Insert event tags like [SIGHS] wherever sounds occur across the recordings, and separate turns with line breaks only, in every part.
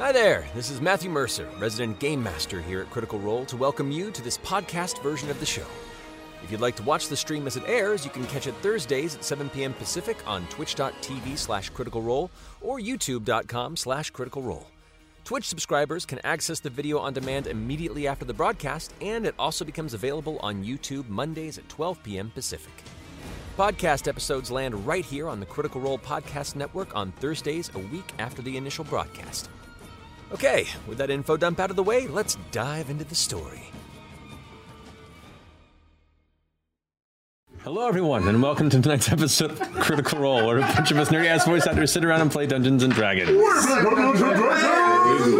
Hi there, this is Matthew Mercer, resident game master here at Critical Role, to welcome you to this podcast version of the show. If you'd like to watch the stream as it airs, you can catch it Thursdays at 7 p.m. Pacific on twitch.tv slash critical role or youtube.com slash critical role. Twitch subscribers can access the video on demand immediately after the broadcast, and it also becomes available on YouTube Mondays at 12 p.m. Pacific. Podcast episodes land right here on the Critical Role Podcast Network on Thursdays a week after the initial broadcast. Okay, with that info dump out of the way, let's dive into the story.
Hello, everyone, and welcome to tonight's episode of Critical Role, where a bunch of us nerdy ass voice actors sit around and play Dungeons and Dragons.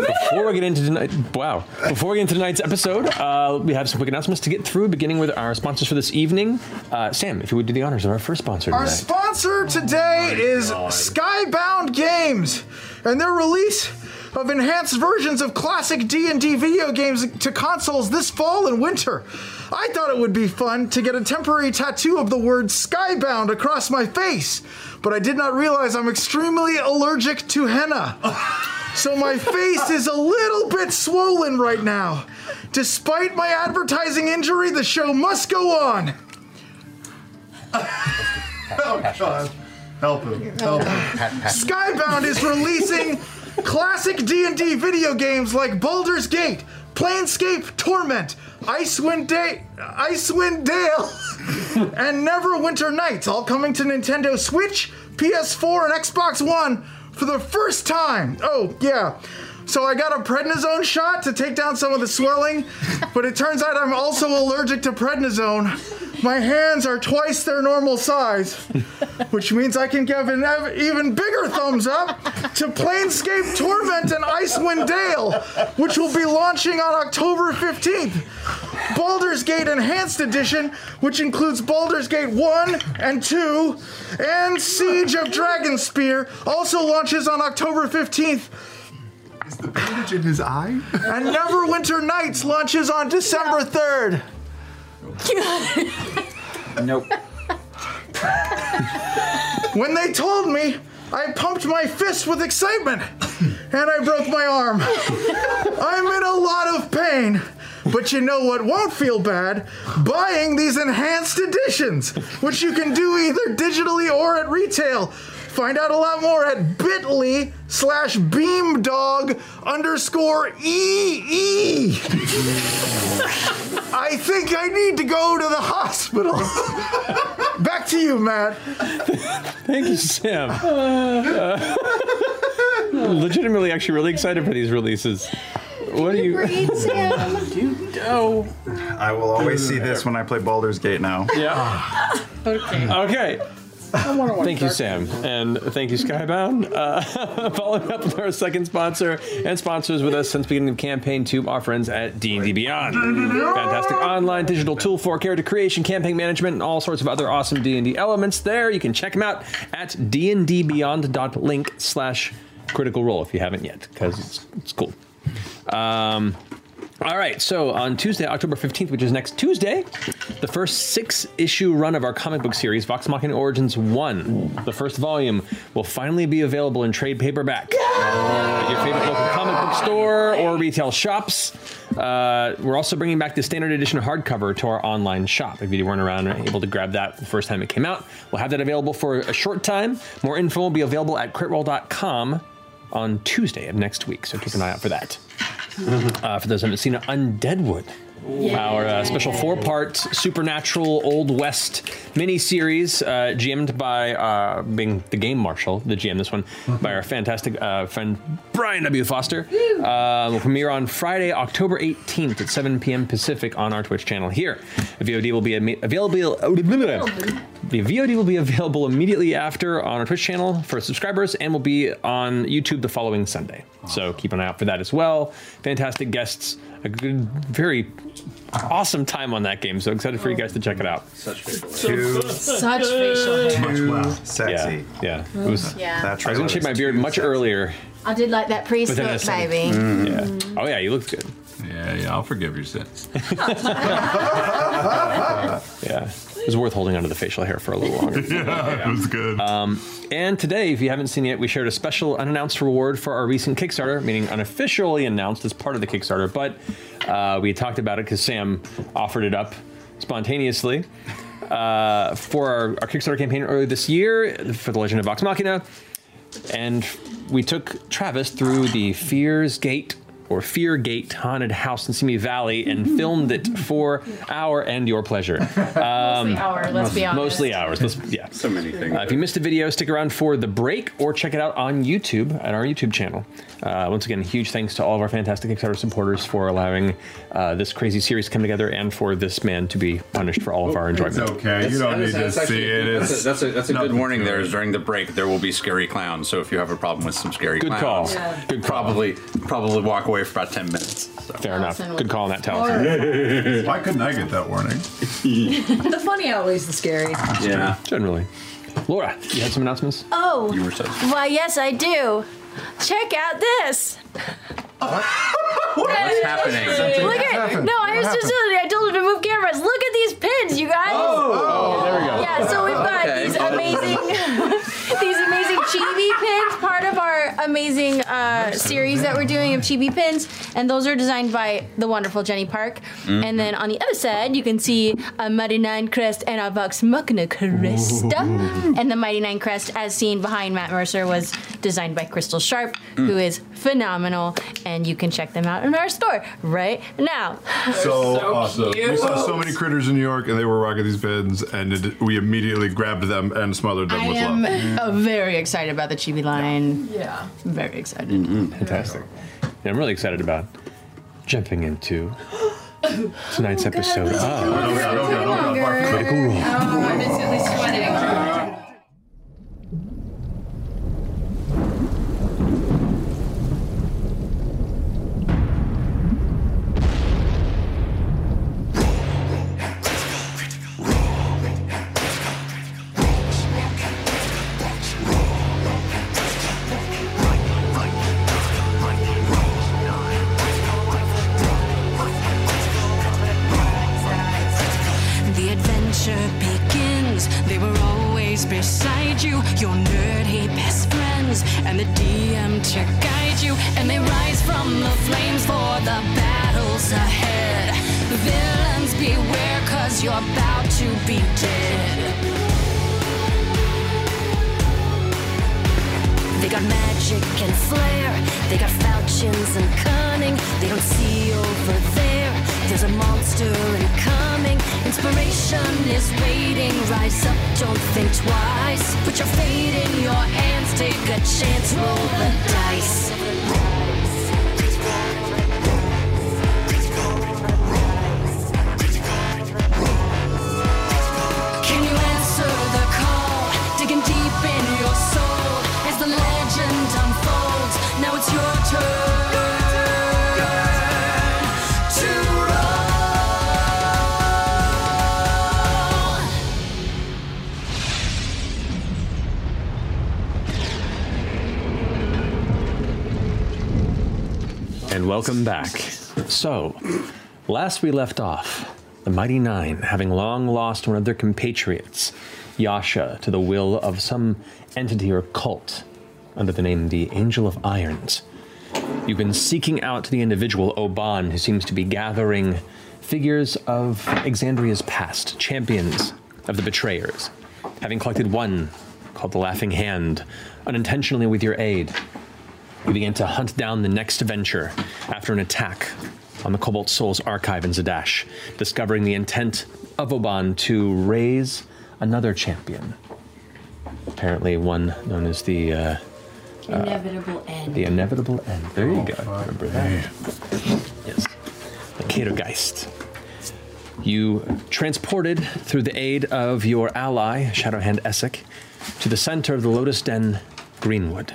Before we get into tonight, wow! Before we get into tonight's episode, uh, we have some quick announcements to get through, beginning with our sponsors for this evening. Uh, Sam, if you would do the honors of our first sponsor
Our
today.
sponsor today is Skybound Games and their release of enhanced versions of classic D&D video games to consoles this fall and winter. I thought it would be fun to get a temporary tattoo of the word Skybound across my face, but I did not realize I'm extremely allergic to henna. So my face is a little bit swollen right now. Despite my advertising injury, the show must go on.
Oh God! Help him! Help him!
Skybound is releasing classic D&D video games like Baldur's Gate, Planescape Torment, Icewind, da- Icewind Dale, [LAUGHS] and Neverwinter Nights, all coming to Nintendo Switch, PS4, and Xbox One for the first time. Oh, yeah. So I got a prednisone shot to take down some of the swelling, but it turns out I'm also allergic to prednisone. My hands are twice their normal size which means I can give an ev- even bigger thumbs up to Planescape Torment and Icewind Dale, which will be launching on October 15th. Baldur's Gate Enhanced Edition, which includes Baldur's Gate 1 and 2, and Siege of Dragonspear, also launches on October 15th.
Is the bandage in his eye? [LAUGHS]
And Neverwinter Nights launches on December 3rd.
Nope.
When they told me, I pumped my fist with excitement and I broke my arm. I'm in a lot of pain. But you know what won't feel bad? Buying these enhanced editions, which you can do either digitally or at retail. Find out a lot more at bit.ly slash beamdog underscore EE. I think I need to go to the hospital. [LAUGHS] Back to you, Matt.
Thank you, Sam. Uh, [LAUGHS] legitimately, actually, really excited for these releases. What do you?
I will always see this when I play Baldur's Gate now.
Yeah. okay. Okay. Thank you, Sam, and thank you, Skybound. Uh, [LAUGHS] following up with our second sponsor and sponsors with us since beginning of campaign two, our friends at D&D Beyond. Fantastic online digital tool for character creation, campaign management, and all sorts of other awesome D&D elements there. You can check them out at dndbeyond.link slash critical role if you haven't yet, because it's, it's cool. Um, all right, so on Tuesday, October 15th, which is next Tuesday, the first six issue run of our comic book series, Vox Machina Origins 1, the first volume, will finally be available in trade paperback at Uh, your favorite local comic book store or retail shops. Uh, we're also bringing back the standard edition hardcover to our online shop. If you weren't around and able to grab that the first time it came out, we'll have that available for a short time. More info will be available at critroll.com on Tuesday of next week. So keep an eye out for that. Uh, for those who haven't seen it, Undeadwood, our uh, special four-part supernatural Old West miniseries, uh, GM'd by uh, being the game marshal, the GM this one, by our fantastic uh, friend Brian W. Foster. Uh, will premiere on Friday, October 18th at 7 p.m. Pacific on our Twitch channel here. The VOD will be ame- available. The VOD will be available immediately after on our Twitch channel for subscribers and will be on YouTube the following Sunday. So keep an eye out for that as well. Fantastic guests, a good, very awesome time on that game. So excited for you guys to check it out.
Such
Too-
Such facial hair.
Much wow. Sexy.
Yeah. yeah. It was,
Yeah. That
I was going to shave my beard much earlier.
I did like that priest
Within a
look,
second.
baby.
Yeah. Oh, yeah, you looked good.
Yeah, yeah, I'll forgive your sins.
[LAUGHS] Yeah. It was worth holding onto the facial hair for a little
[LAUGHS]
longer.
yeah, it was good.
Um, and today, if you haven't seen it yet, we shared a special unannounced reward for our recent Kickstarter, meaning unofficially announced as part of the Kickstarter, but uh, we talked about it because Sam offered it up spontaneously uh, for our, our Kickstarter campaign earlier this year for The Legend of Vox Machina. And we took Travis through the Fears Gate or Fear Gate haunted house in Simi Valley and
[LAUGHS]
filmed it for our and your pleasure. Um,
our, let's be honest.
Mostly ours. Let's,
[LAUGHS]
yeah. So
many things.
if you missed a video, stick around for the break or check it out on YouTube at our YouTube channel. Uh, once again, huge thanks to all of our fantastic Kickstarter supporters for allowing uh, this crazy series to come together and for this man to be punished for all of our enjoyment.
Oh, It's okay. You don't need to see it.
That's a, that's a, that's a good
nothing
warning.
to
There
it.
is during the break there will be scary clowns. So if you have a problem with some scary
Good call.
clowns,
Yeah.
good probably probably walk away for about ten minutes. So.
Fair enough.
Allison
Good
was
call on that,
smart.
[LAUGHS]
[LAUGHS]
Talon.
Why couldn't I get that warning?
the funny outweighs the scary.
Yeah,
Generally. Laura, you had some announcements?
Oh,
you were so.
why, yes, I do. Check out this.
What's happening?
Look at no, I was just I told him to move cameras. Look at these pins, you guys.
Oh, there we go.
Yeah, so we've got
Okay.
these amazing, these amazing chibi pins, part of our amazing uh, series that we're doing of chibi pins, and those are designed by the wonderful Jenny Park. And then on the other side, you can see a Mighty Nine crest and a Vox Machina crest, and the Mighty Nine crest, as seen behind Matt Mercer, was designed by Crystal Sharp, who is phenomenal, and you can check them out in our store right now.
so, awesome. We saw so many critters in New York, and they were rocking these bins, and it, we immediately grabbed them and smothered them
I
with
am
love.
uh, [LAUGHS] very excited about the chibi line. Yeah. Very excited.
Fantastic. Yeah, I'm really excited about jumping into [GASPS] tonight's
Oh,
episode of Critical Role.
The adventure begins. They were always beside you, your nerdy best friends, and the DM to guide you. And they rise from the flames for the battles ahead. Villains beware, cause you're about to be dead. They got magic and flair. They got falchions and cunning. They don't see over there. There's a monster incoming. Inspiration is waiting. Rise up, don't think twice. Put your fate in your hands. Take a chance, roll the dice. Can you answer the call? Digging deep in your soul as the legend unfolds. Now it's your turn to roll.
And welcome back. So, last we left off, the Mighty Nine, having long lost one of their compatriots, Yasha, to the will of some entity or cult under the name the Angel of Irons. You've been seeking out the individual, Oban, who seems to be gathering figures of Exandria's past, champions of the betrayers. Having collected one called the Laughing Hand, unintentionally with your aid, you begin to hunt down the next venture after an attack on the Cobalt Souls archive in Zadash, discovering the intent of Oban to raise another champion. Apparently, one known as the uh,
Inevitable end.
the inevitable end. There you go. Remember that. Yes. The Catergeist. You transported through the aid of your ally, Shadowhand Essek, to the center of the Lotus Den Greenwood,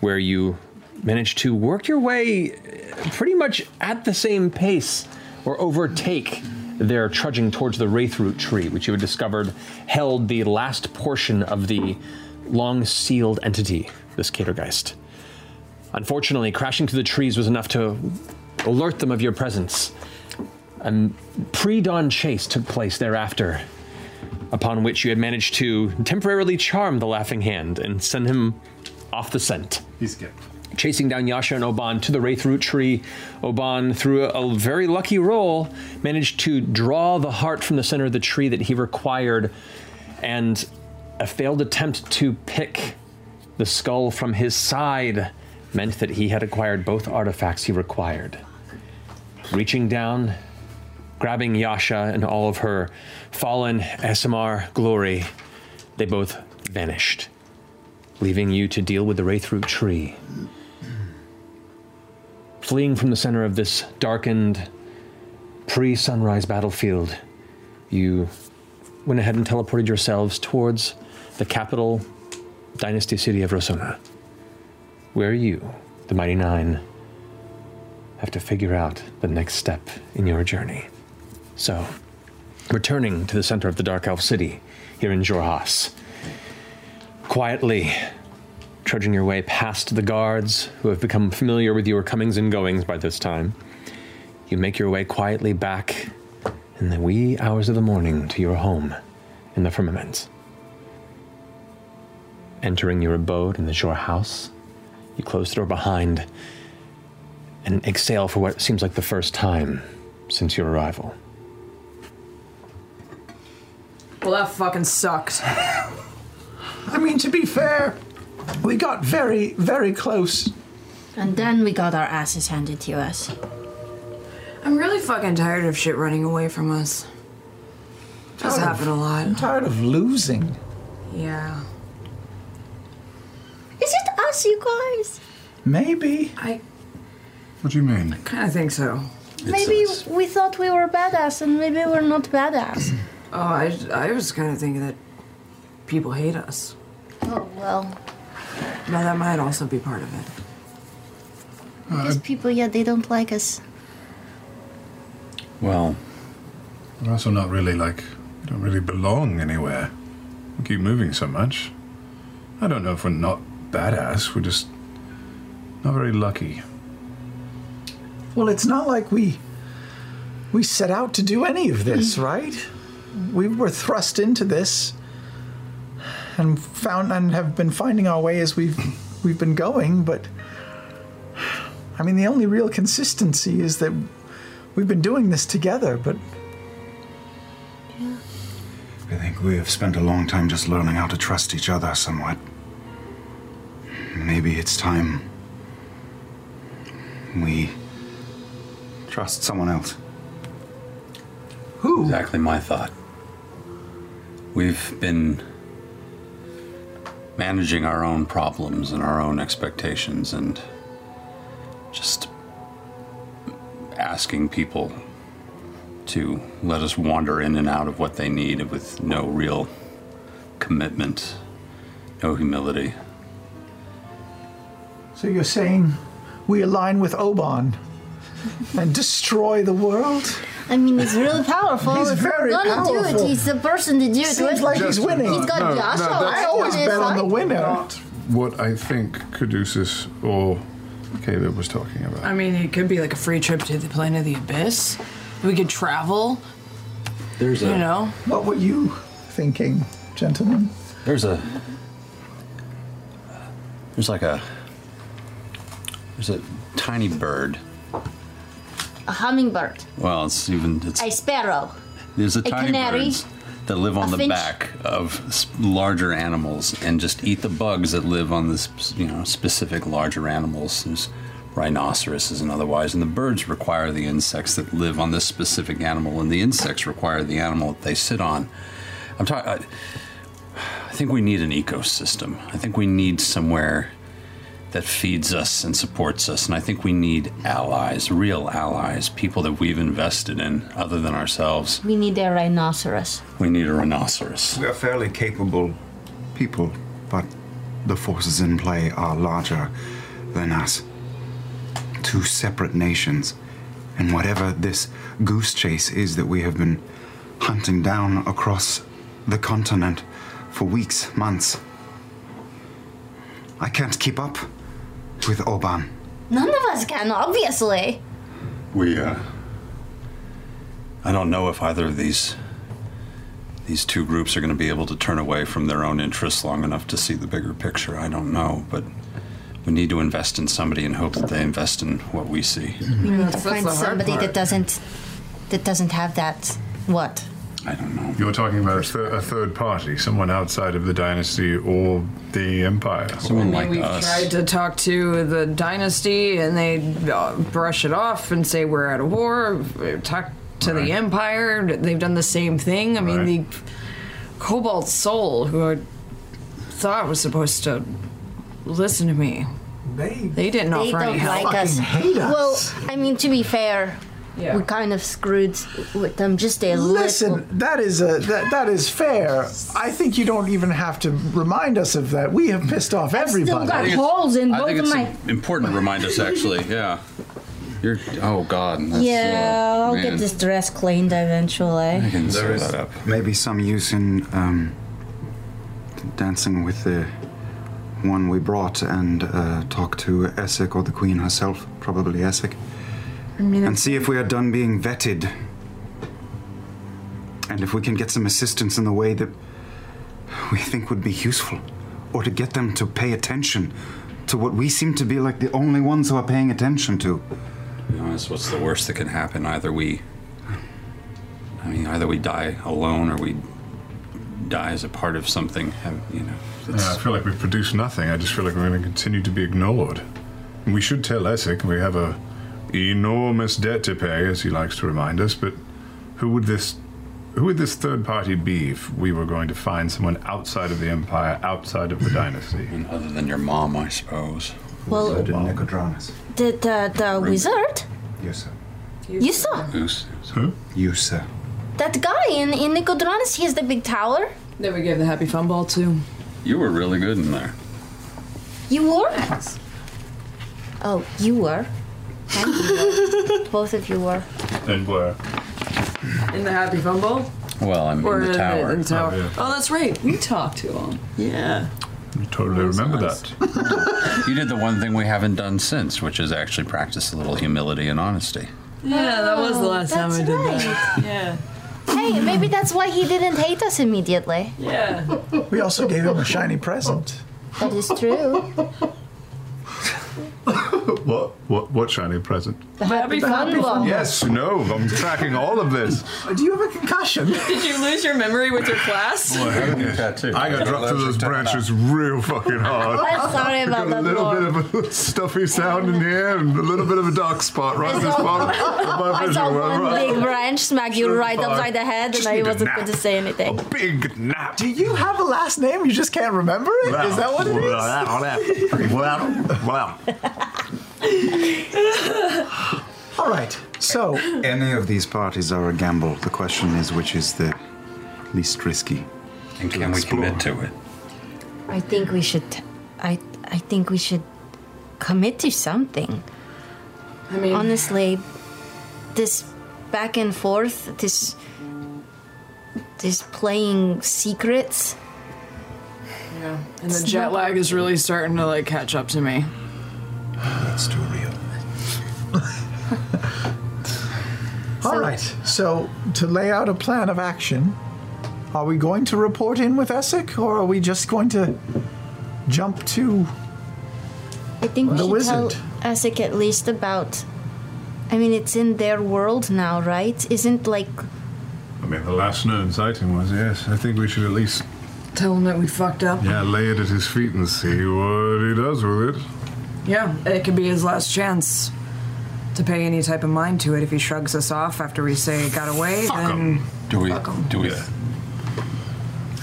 where you managed to work your way eh, pretty much at the same pace or overtake their trudging towards the Wraithroot tree, which you had discovered held the last portion of the long sealed entity, this Catergeist. Unfortunately, crashing to the trees was enough to alert them of your presence. A pre dawn chase took place thereafter, upon which you had managed to temporarily charm the Laughing Hand and send him off the scent. He skipped. Chasing down Yasha and Oban to the Wraith Root tree, Oban, through a, a very lucky roll, managed to draw the heart from the center of the tree that he required, and a failed attempt to pick the skull from his side meant that he had acquired both artifacts he required. Reaching down, grabbing Yasha and all of her fallen SMR glory, they both vanished, leaving you to deal with the Wraithroot tree. Fleeing from the center of this darkened pre sunrise battlefield, you went ahead and teleported yourselves towards the capital dynasty city of Rosona, where you, the Mighty Nine, have to figure out the next step in your journey. So, returning to the center of the Dark Elf City here in Jorhas, quietly trudging your way past the guards who have become familiar with your comings and goings by this time, you make your way quietly back in the wee hours of the morning to your home in the firmament. Entering your abode in the shore house, you close the door behind and exhale for what seems like the first time since your arrival.
Well, that fucking sucks.
I mean, to be fair, we got very, very close.
And then we got our asses handed to us.
I'm really fucking tired of shit running away from us. Does
Tired of-
happen a lot.
I'm tired of losing.
Yeah.
Is it us, you guys?
Maybe.
I.
What do you mean?
Kinda think so.
Maybe we thought we were badass and maybe we're not badass. [CLEARS THROAT]
Oh, I, I was kind of thinking that people hate us.
oh, well.
Now, that might also be part of it.
Because
Uh,
people, yeah, they don't like us.
Well, we're also not really like we don't really belong anywhere. We keep moving so much. I don't know if we're not badass. We're just not very lucky.
Well, it's not like we we set out to do any of this,
Mm.
right? We were thrust into this and found and have been finding our way as we've we've been going, but I mean, the only real consistency is that we've been doing this together, but
I think we have spent a long time just learning how to trust each other somewhat. Maybe it's time we trust someone else.
Who?
Exactly my thought. We've been managing our own problems and our own expectations and just asking people to let us wander in and out of what they need with no real commitment, no humility.
so you're saying we align with Oban and destroy the world?
I mean, he's really powerful.
He's
If we're
very
gonna do
powerful.
it. He's the person to do it.
Seems
with.
like he's winning.
He's got
No, no,
Joshua.
that's-
I always
on his
bet on
side.
the winner.
What I think Caduceus or Caleb was talking about.
I mean, it could be like a free trip to the planet of the abyss. We could travel.
There's
You know?
What were you thinking, gentlemen?
There's a there's like a there's a tiny bird.
A hummingbird.
Well, it's even it's
A sparrow.
there's a,
a
tiny
canary.
birds. that live on
A
the
finch?
back of s- larger animals and just eat the bugs that live on this, you know, specific larger animals, there's rhinoceroses and otherwise. And the birds require the insects that live on this specific animal, and the insects require the animal that they sit on. I'm talking. I think we need an ecosystem. I think we need somewhere that feeds us and supports us. And I think we need allies, real allies, people that we've invested in other than ourselves.
We need a rhinoceros.
We need a rhinoceros.
We are fairly capable people, but the forces in play are larger than us. Two separate nations, and whatever this goose chase is that we have been hunting down across the continent for weeks, months. I can't keep up with Oban.
None of us can, obviously.
We, uh. I don't know if either of these. These two groups are going to be able to turn away from their own interests long enough to see the bigger picture. I don't know, but we need to invest in somebody and hope that they invest in what we see.
We need to
Mm-hmm. That's- that's
find
the hard
somebody
part.
that doesn't that doesn't have that. What?
I don't know.
You're talking about a, thir- a third party, someone outside of the dynasty or the empire.
Someone
I mean, we've tried to talk to the dynasty, and they uh, brush it off and say we're at a war. We've Talked to the empire; they've done the same thing. I mean, the Cobalt Soul, who I thought was supposed to listen to me, they they didn't
They
offer any
don't
help.
like us. Well, I mean, to be fair, we kind of screwed with them just a
Listen,
little.
that is a that, that is fair. I think you don't even have to remind us of that. We have pissed off everybody.
I think it's- I think it's important to remind us, actually. Yeah. You're. Oh God. that's, uh,
yeah, I'll
man.
get this dress cleaned eventually.
There is Maybe some use in um, dancing with the one we brought and uh, talk to Essek or the Queen herself, probably Essek,
I mean,
and see if we are done being vetted. And if we can get some assistance in the way that we think would be useful, or to get them to pay attention to what we seem to be like the only ones who are paying attention to.
To be honest, what's the worst that can happen? Either we, I mean, either we die alone or we die as a part of something. Have- You know,
Yeah, I feel like we've produced nothing. I just feel like we're going to continue to be ignored. And we should tell Essek we have a enormous debt to pay, as he likes to remind us. But who would this, who would this third party be if we were going to find someone outside of the empire, outside of the dynasty?
And [LAUGHS] other than your mom, I suppose.
Well-
Lord Nicodranas.
The the, the wizard.
Yes, sir.
You saw
Goose.
Who?
You, sir.
that guy in in Nicodranas. He has the big tower.
Then we gave the happy fun ball to.
You were really good in there.
You were. Oh, you were. And you
[LAUGHS]
were. Both of you were.
And where?
In the happy fun ball.
Well, I'm
Or
in the tower.
in the tower. Oh, that's right. We talked to him. Yeah.
You totally remember that.
[LAUGHS] you did the one thing we haven't done since, which is actually practice a little humility and honesty.
Yeah, that was the
Oh,
last time I
that's
did that.
right.
Yeah.
Hey, maybe that's why he didn't hate us immediately.
Yeah.
We also gave him a shiny present.
That is true.
What? What? What shiny present?
The happy fun ball.
Yes. No. I'm tracking all of this.
Uh, Do you have a concussion?
[LAUGHS] Did you lose your memory with your class?
Oh, I got dropped through those branches real fucking hard.
I'm sorry
Got
about
a
that,
little
Lord.
bit of a stuffy sound in here and a little bit of a dark spot right in this bottom of my
I
vision.
saw
where I'm
one
at.
big branch smack [LAUGHS] you
Sure,
right
fuck.
upside the head, and
Just
I
need a
wasn't
nap.
going to say anything.
Big nap.
Do you have a last name? You just can't remember it? Is that what it is?
is? Wow. Wow.
[LAUGHS]
All right. So,
Any of these parties are a gamble. The question is which is the least risky.
And can we commit to it?
I think we should. I I think we should commit to something.
I mean,
honestly, this back and forth, this this playing secrets.
Yeah. And
It's
the jet
not-
lag is really starting to like catch up to me.
That's too real.
all right. So, to lay out a plan of action, are we going to report in with Essek, or are we just going to jump to?
I think we
The
should
wizard.
tell Asik at least about. I mean, it's in their world now, right? Isn't like
mean, the last known sighting was yes. I think we should at least
Tell him
[LAUGHS]
that we fucked up.
yeah lay it at his feet and see what he does with it.
Yeah, it could be his last chance to pay any type of mind to it. If he shrugs us off after we say it got away, then
Do we? Do we?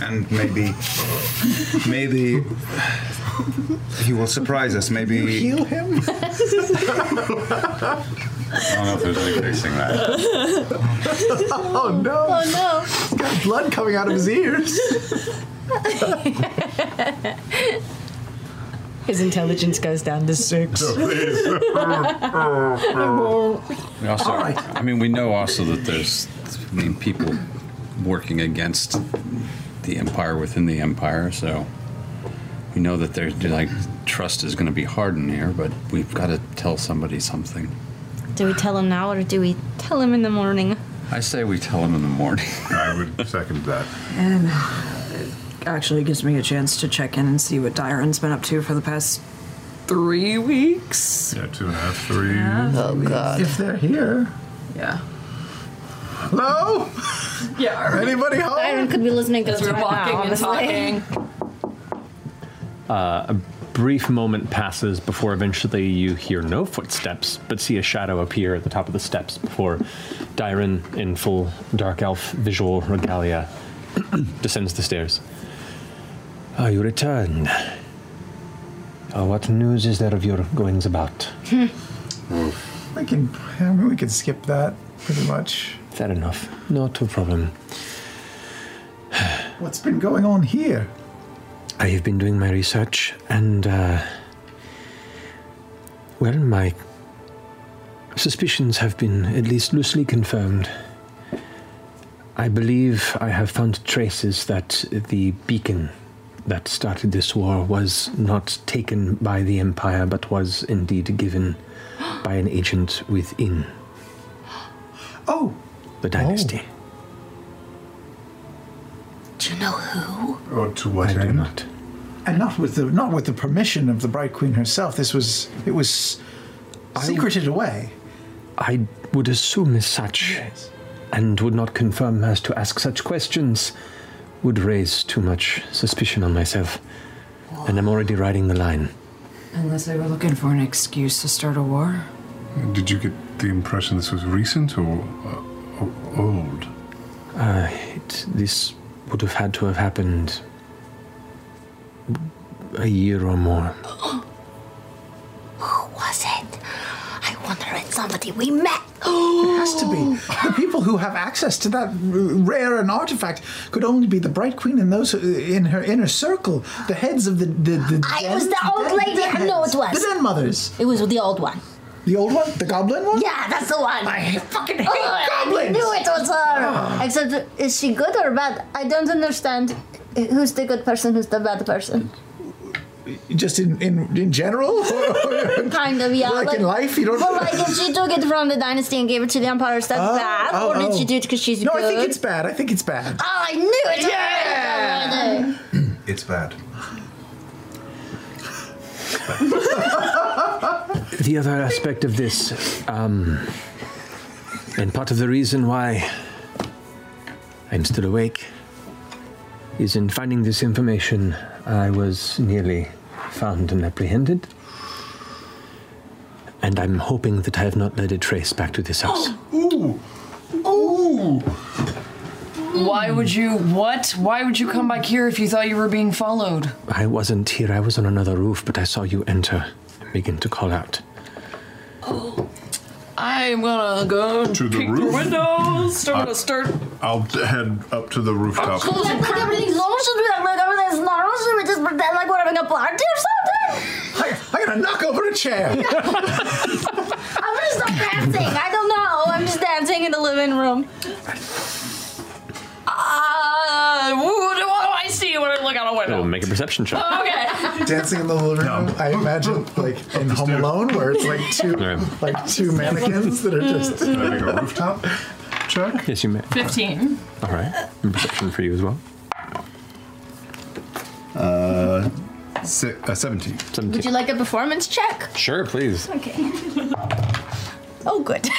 And maybe, maybe he will surprise us. Maybe
Heal
[LAUGHS]
him.
I don't know if there's any fixing that.
oh no!
Oh no!
He's got blood coming out of his ears.
His intelligence goes down to six.
We also,
All right.
I mean, we know also that there's, I mean, people working against the empire within the empire. So we know that there's like trust is going to be hard in here, but we've got to tell somebody something.
Do we tell him now or do we tell him in the morning?
I say we tell them in the [LAUGHS] morning.
I would second that.
And it actually gives me a chance to check in and see what Dyron's been up to for the past three weeks.
Yeah, two and a half, three.
Yeah. Oh, God.
If they're here.
Yeah.
Hello?
Yeah.
Anybody home?
Byron could be listening to us
Because we're
right now,
walking and
honestly.
talking.
Uh, a brief moment passes before eventually you hear no footsteps, but see a shadow appear at the top of the steps before Dyron, in full dark elf visual regalia, [CLEARS THROAT] descends the stairs. Ah, you return. Ah, what news is there of your goings about?
We can, I mean, we can skip that pretty much.
Fair enough. Not a problem.
What's been going on here?
I have been doing my research, and uh, well, my suspicions have been at least loosely confirmed. I believe I have found traces that the beacon that started this war was not taken by the Empire, but was indeed given [GASPS] by an agent within.
Oh!
The dynasty.
Do you know who?
Or to what end?
I do not.
And not with the not with the permission of the Bright Queen herself. This was it was secreted away.
I would assume as such, and would not confirm as to ask such questions would raise too much suspicion on myself. And I'm already riding the line.
Unless they were looking for an excuse to start a war.
Did you get the impression this was recent or uh, o- old?
Uh, it, this would have had to have happened a year or more.
[GASPS] Who was it? I wonder it's somebody we met.
It has to
[GASPS]
be. The people who have access to that r- rare an artifact could only be the Bright Queen and those who- in her inner circle, the heads of the the. the
I was the old lady. I know it was.
The den mothers.
It was the old one.
The old one, the goblin one.
Yeah, that's the one.
I fucking hate
Ugh, Oh, I
goblins.
knew it was
Ah.
her. Except, is she good or bad? I don't understand. Who's the good person? Who's the bad person?
Just in in in
[LAUGHS]
general.
kind of, yeah.
Like in life, you don't-
But like, if she took it from the dynasty and gave it to the empire, is that bad?
oh,
or did
oh.
she do it because she's
no,
good?
I think it's bad. I think it's bad.
Oh, I knew it.
Yeah!
[CLEARS THROAT] It's bad.
the other aspect of this, um, and part of the reason why I'm still awake, is in finding this information, I was nearly found and apprehended. And I'm hoping that I have not led a trace back to this house. [GASPS]
Ooh. Ooh. Why would you? What? Why would you come back here if you thought you were being followed?
I wasn't here, I was on another roof, but I saw you enter and begin to call out.
I'm gonna go
To the
peek
roof.
through windows. I'm
I-
gonna start.
I'll head up to the rooftop.
Should we act like everything's normal? Should we act like everything's normal? Should we just pretend like we're having a party or something?
I, I'm gonna knock over a chair.
I'm gonna start dancing. I don't know. I'm just dancing in the living room.
Ah! woo, what do I see when I look out a window?
Oh, make a perception check.
Oh, Okay.
Dancing in the living room, I imagine like in Home Alone, where it's like two, like two mannequins that are
[LAUGHS]
just
Can I make a rooftop check?
Yes, you may.
Fifteen.
All right. And perception for you as well.
Uh, si- uh, 17.
17.
Would you like a performance check?
Sure, please.
Okay. oh, good.
[LAUGHS] Get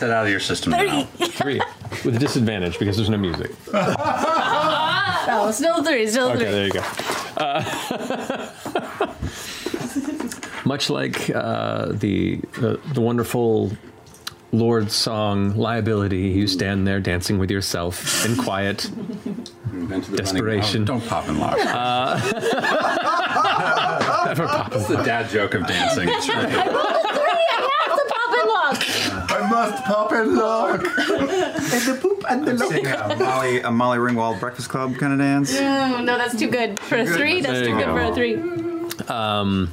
that out of your system now.
Three.
Three. with disadvantage because there's no music.
oh, still three, still
Okay,
three.
there you go. Uh, much like uh, the uh, the wonderful Lord song "Liability," you stand there dancing with yourself in quiet desperation.
Oh,
Uh,
Don't pop and lock. [LAUGHS]
Never pop
That's Uh, the dad joke of dancing.
I rolled a three. I have to pop and lock.
I must pop and lock. and the poop and the
Sing a Molly, a Molly Ringwald Breakfast Club kind of dance.
Mm, no, that's too good for a
Good.
three. That's
There
too
you
good for
go.
a three.
[LAUGHS] um,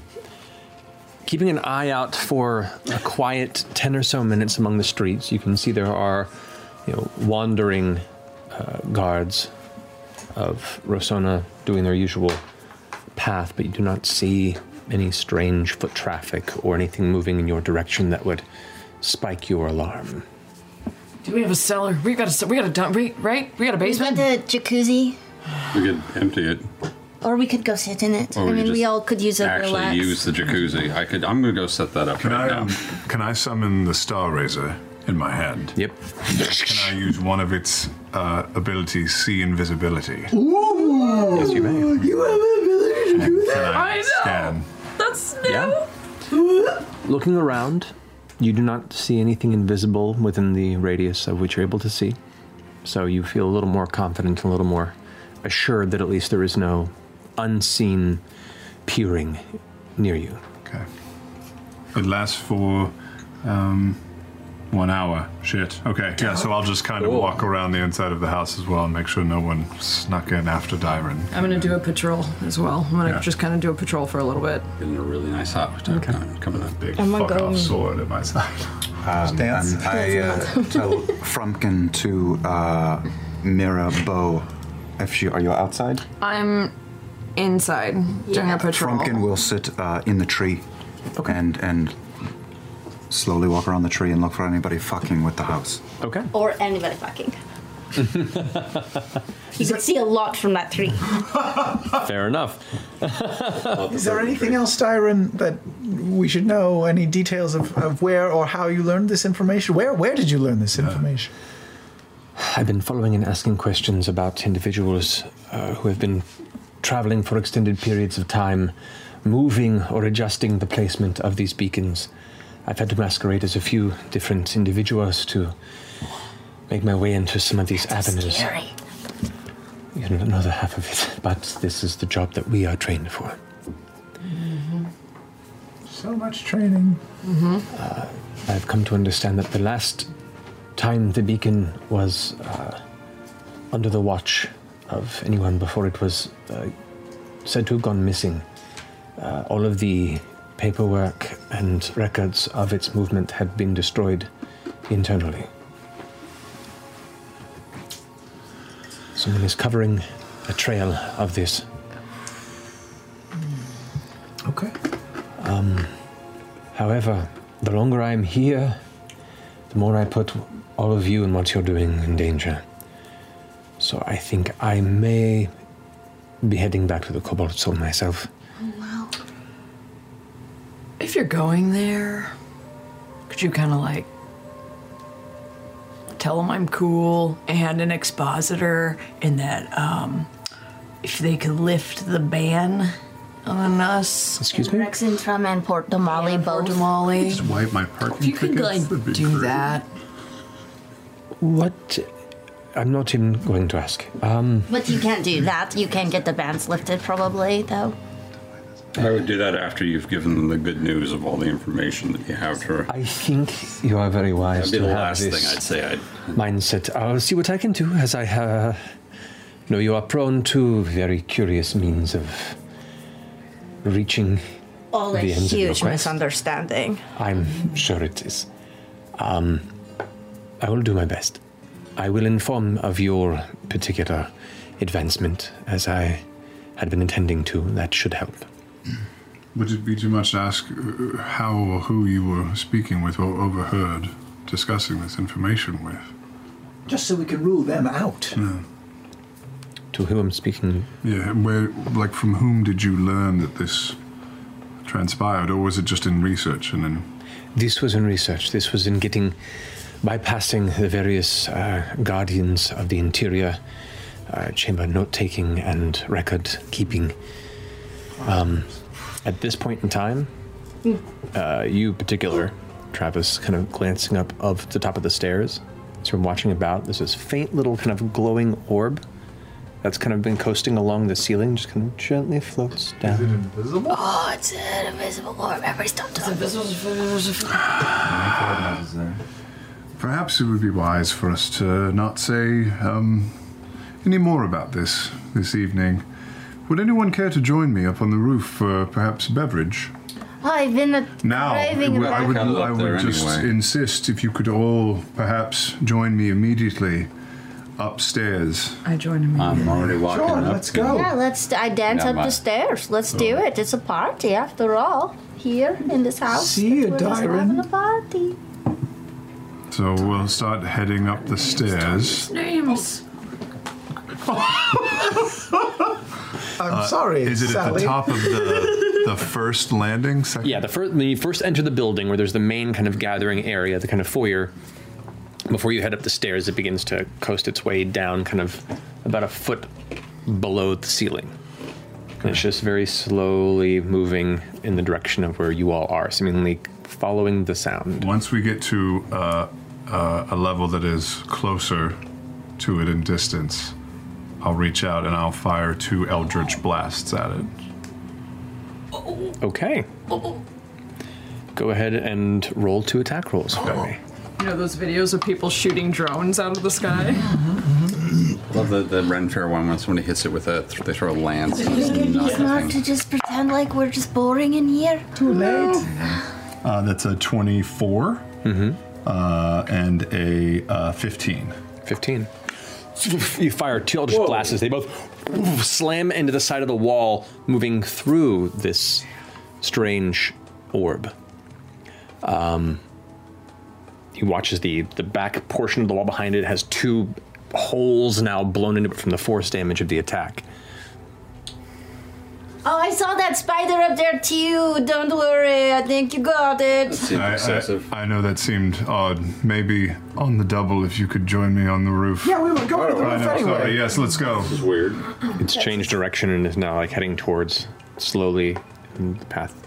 keeping an eye out for a quiet 10 or so minutes among the streets you can see there are you know wandering uh, guards of rosona doing their usual path but you do not see any strange foot traffic or anything moving in your direction that would spike your alarm
Do we have a cellar? We got a we got a dump. We, right? We got a basement.
We got the jacuzzi,
[LAUGHS] We could empty it.
or we could go sit in it.
Or we
I
could
mean, we
just
all could use a
Actually,
relax.
use the jacuzzi. I could. I'm gonna go set that up
Can
right
I, um,
now.
can I summon the Star Razor in my hand?
Yep.
Can I use one of its uh, abilities, see invisibility?
Ooh!
Yes, you may.
You have the ability to do
Can
that?
I scan?
That's
Yeah. Looking around, you do not see anything invisible within the radius of which you're able to see. So you feel a little more confident, a little more assured that at least there is no unseen peering near you.
Okay. It lasts for um, one hour. Shit. Okay. Yeah. So I'll just kind of walk around the inside of the house as well and make sure no one snuck in after Dyron.
I'm gonna do a patrol as well. I'm gonna just kind of do a patrol for a little bit.
Getting a really nice hot tub time coming up. Big
I'm gonna fuck go- off
sword at my side.
Um,
dance.
and I uh, tell Frumpkin to uh, mirror Bo. If she, are you outside?
I'm inside doing a patrol.
Frumpkin will sit uh, in the tree and and slowly walk around the tree and look for anybody fucking with the
[LAUGHS]
house.
Okay.
or anybody fucking. You could see a lot from that tree.
Uh, Fair enough. [LAUGHS]
Is there anything else, Dyron, that we should know? Any details of, of where or how you learned this information? Where where did you learn this information?
I've been following and asking questions about individuals uh, who have been traveling for extended periods of time, moving or adjusting the placement of these beacons. I've had to masquerade as a few different individuals to make my way into some of these avenues.
Scary.
You don't know the half of it, but this is the job that we are trained for.
So much training. Mm-hmm.
Uh, I've come to understand that the last time the beacon was uh, under the watch of anyone before it was uh, said to have gone missing, uh, all of the paperwork and records of its movement had been destroyed internally. Someone is covering a trail of this.
Okay.
Um, however, the longer I am here, the more I put all of you and what you're doing in danger. So I think I may be heading back to the Cobalt Soul myself.
If you're going there, could you kind of like tell them I'm cool
and an expositor, and that um, if they could lift the ban on us.
Excuse
me?
Rex and Trum and Port Damali both.
Damali.
Just wipe my parking
If you could,
tickets,
like,
that'd be
do
great.
that.
What? I'm not even going to ask. Um,
But you can't do that. You can get the bands lifted, probably, though.
I would do that after you've given them the good news of all the information that you have to.
I think you are very wise
That'd be
to
the
have
last
this
thing I'd say. I'd,
mindset. I'll see what I can do, as I uh, know you are prone to very curious means of reaching
All a
the ends of your
huge
quest.
misunderstanding.
I'm sure it is. Um, I will do my best. I will inform of your particular advancement as I had been intending to. That should help.
Would it be too much to ask uh, how or who you were speaking with or overheard discussing this information with?
Just so we can rule them out.
To whom I'm speaking?
Yeah, where, like, from whom did you learn that this
[SIGHS]
transpired, or was it just in research and then?
This was in research. This was in getting
bypassing the various uh, guardians of the interior uh, chamber note taking and record keeping. Um, at this point in time,
Mm.
uh, you in particular, Travis, kind of glancing up of the top of the stairs, sort of watching about. There's this faint little kind of glowing orb that's kind of been coasting along the ceiling, just kind of gently floats down.
Invisible? Oh, it's an invisible orb. Everybody stop talking.
Perhaps it would be wise for us to not say um, any more about this this evening. Would anyone care to join me up on the roof for perhaps a beverage?
Oh, [GASPS] I've been a-
Now, I
driving
would,
back.
I would, I would just insist if you could all perhaps join me immediately upstairs.
I join him.
I'm already walking
Sure,
up.
let's go.
Yeah, let's. I dance
Yeah,
up
my-
the stairs. Let's do it. It's a party after all. Here in this house.
See ya,
We're just
Dyron.
having
[LAUGHS]
a party.
So we'll start heading up the stairs.
Names.
I'm
Uh,
sorry.
Is it at
Sally.
the top of
[LAUGHS]
the, the first landing? Second?
Yeah, the first when you first enter the building where there's the main kind of gathering area, the kind of foyer. Before you head up the stairs, it begins to coast its way down, kind of about a foot below the ceiling. And it's just very slowly moving in the direction of where you all are, seemingly following the sound.
Once we get to uh, uh, a level that is closer to it in distance, I'll reach out and I'll fire two Eldritch blasts at it.
Okay. Go ahead and roll two attack rolls for me.
You know those videos of people shooting drones out of the sky?
Love the, the Ren Fair one when somebody hits it with a, th- they throw a lance.
[LAUGHS]
Think
It's
it'd be smart
nothing.
to just pretend like we're just boring in here. Too late.
Uh, that's a 24 uh, and a uh, 15.
15. You fire two Eldritch blasts. They both slam into the side of the wall, moving through this strange orb. Um, he watches the the back portion of the wall behind it has two holes now blown into it from the force damage of the attack.
Oh, I saw that spider up there too. Don't worry. I think you got it.
I, I, I know that seemed odd. Maybe on the double, if you could join me on the roof. Oh,
Yeah, we were going to the
I
roof
know,
anyway.
sorry, yes, let's go. This
is weird.
It's changed direction and is now like heading towards slowly in the path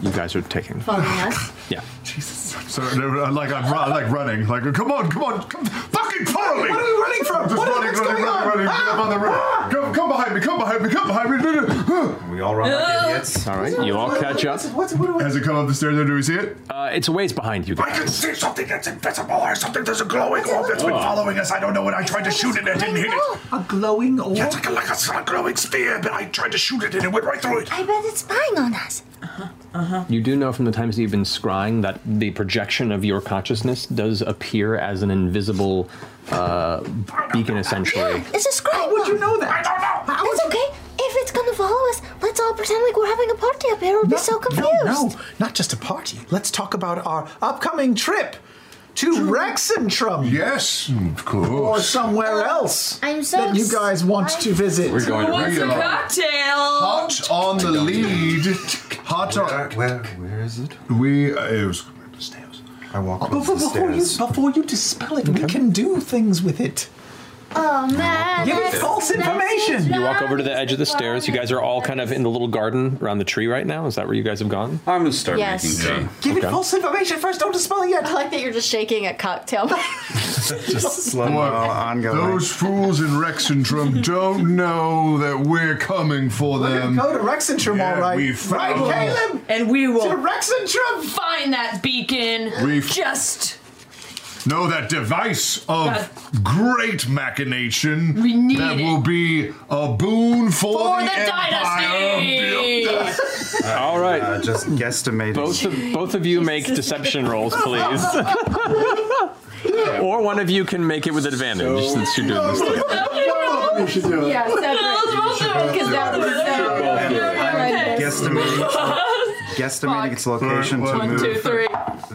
you guys are taking.
Following
[LAUGHS]
us.
Yeah.
Jesus. So they were, uh, like I'm ru- like running, like come on, come on, come, fucking follow me!
What are you running from?
I'm just
What is-
running,
what's
running,
going
running,
on? Ah!
running, get up on the roof. Come, come behind me, come behind me, come [LAUGHS] behind me. we all
run like Uh.
idiots.
All right, you all catch up.
Has it come up the stairs? Or do we see it?
Uh, it's a ways behind you.
I can see something that's invisible or
[LAUGHS]
something that's a glowing orb that's been
Oh.
following us. I don't know what I tried to shoot it and didn't hit it.
A glowing orb?
Yeah, it's like a, like a, a glowing sphere, but I tried to shoot it and it went right through it.
I bet it's spying on us.
You do know from the times that you've been scrying that the projection of your consciousness does appear as an invisible uh, beacon, essentially.
It's a scribe. How would you know that? I don't know. How it's okay. If it's gonna follow us, let's all pretend like we're having a party up here. We'll be so confused.
No, no, not just a party. Let's talk about our upcoming trip to Rexentrum.
Yes, of course.
Or somewhere else
I'm so
that you guys want to visit.
We're going to What's a Rexentrum.
cocktail?
Hot on the lead. Hot on. Where, where is it? We. Uh, it was the stairs. I walk
Before, before you, before you dispel it, we can do things with it.
Oh man.
Give me
that's-
false
that's
information.
You walk over to the edge of the stairs. You guys are all kind of in the little garden around the tree right now. Is that where you guys have gone?
I'm gonna start
Yes. making tea.
Give me false information first. Don't dispel it yet.
I like that you're just shaking
[LAUGHS]
a cocktail.
Just Those fools in Rexentrum don't know that we're coming for
We're
them.
gonna go to Rexentrum,
Yeah,
all right.
we
right,
found-
Caleb?
And we will
To Rexentrum.
find that beacon.
We've-
just
No, that device of
That-
great machination
We need
that
it.
will be a boon for,
for the
empire.
dynasty.
all right.
Uh, just guesstimated.
Both of, both of you make deception rolls,
[LAUGHS]
[LAUGHS]
please. or one of you can make it with advantage since you're doing this thing.
Yeah, because that was that.
Guesstimating,
[LAUGHS]
guesstimating its location to
One,
move
two, three.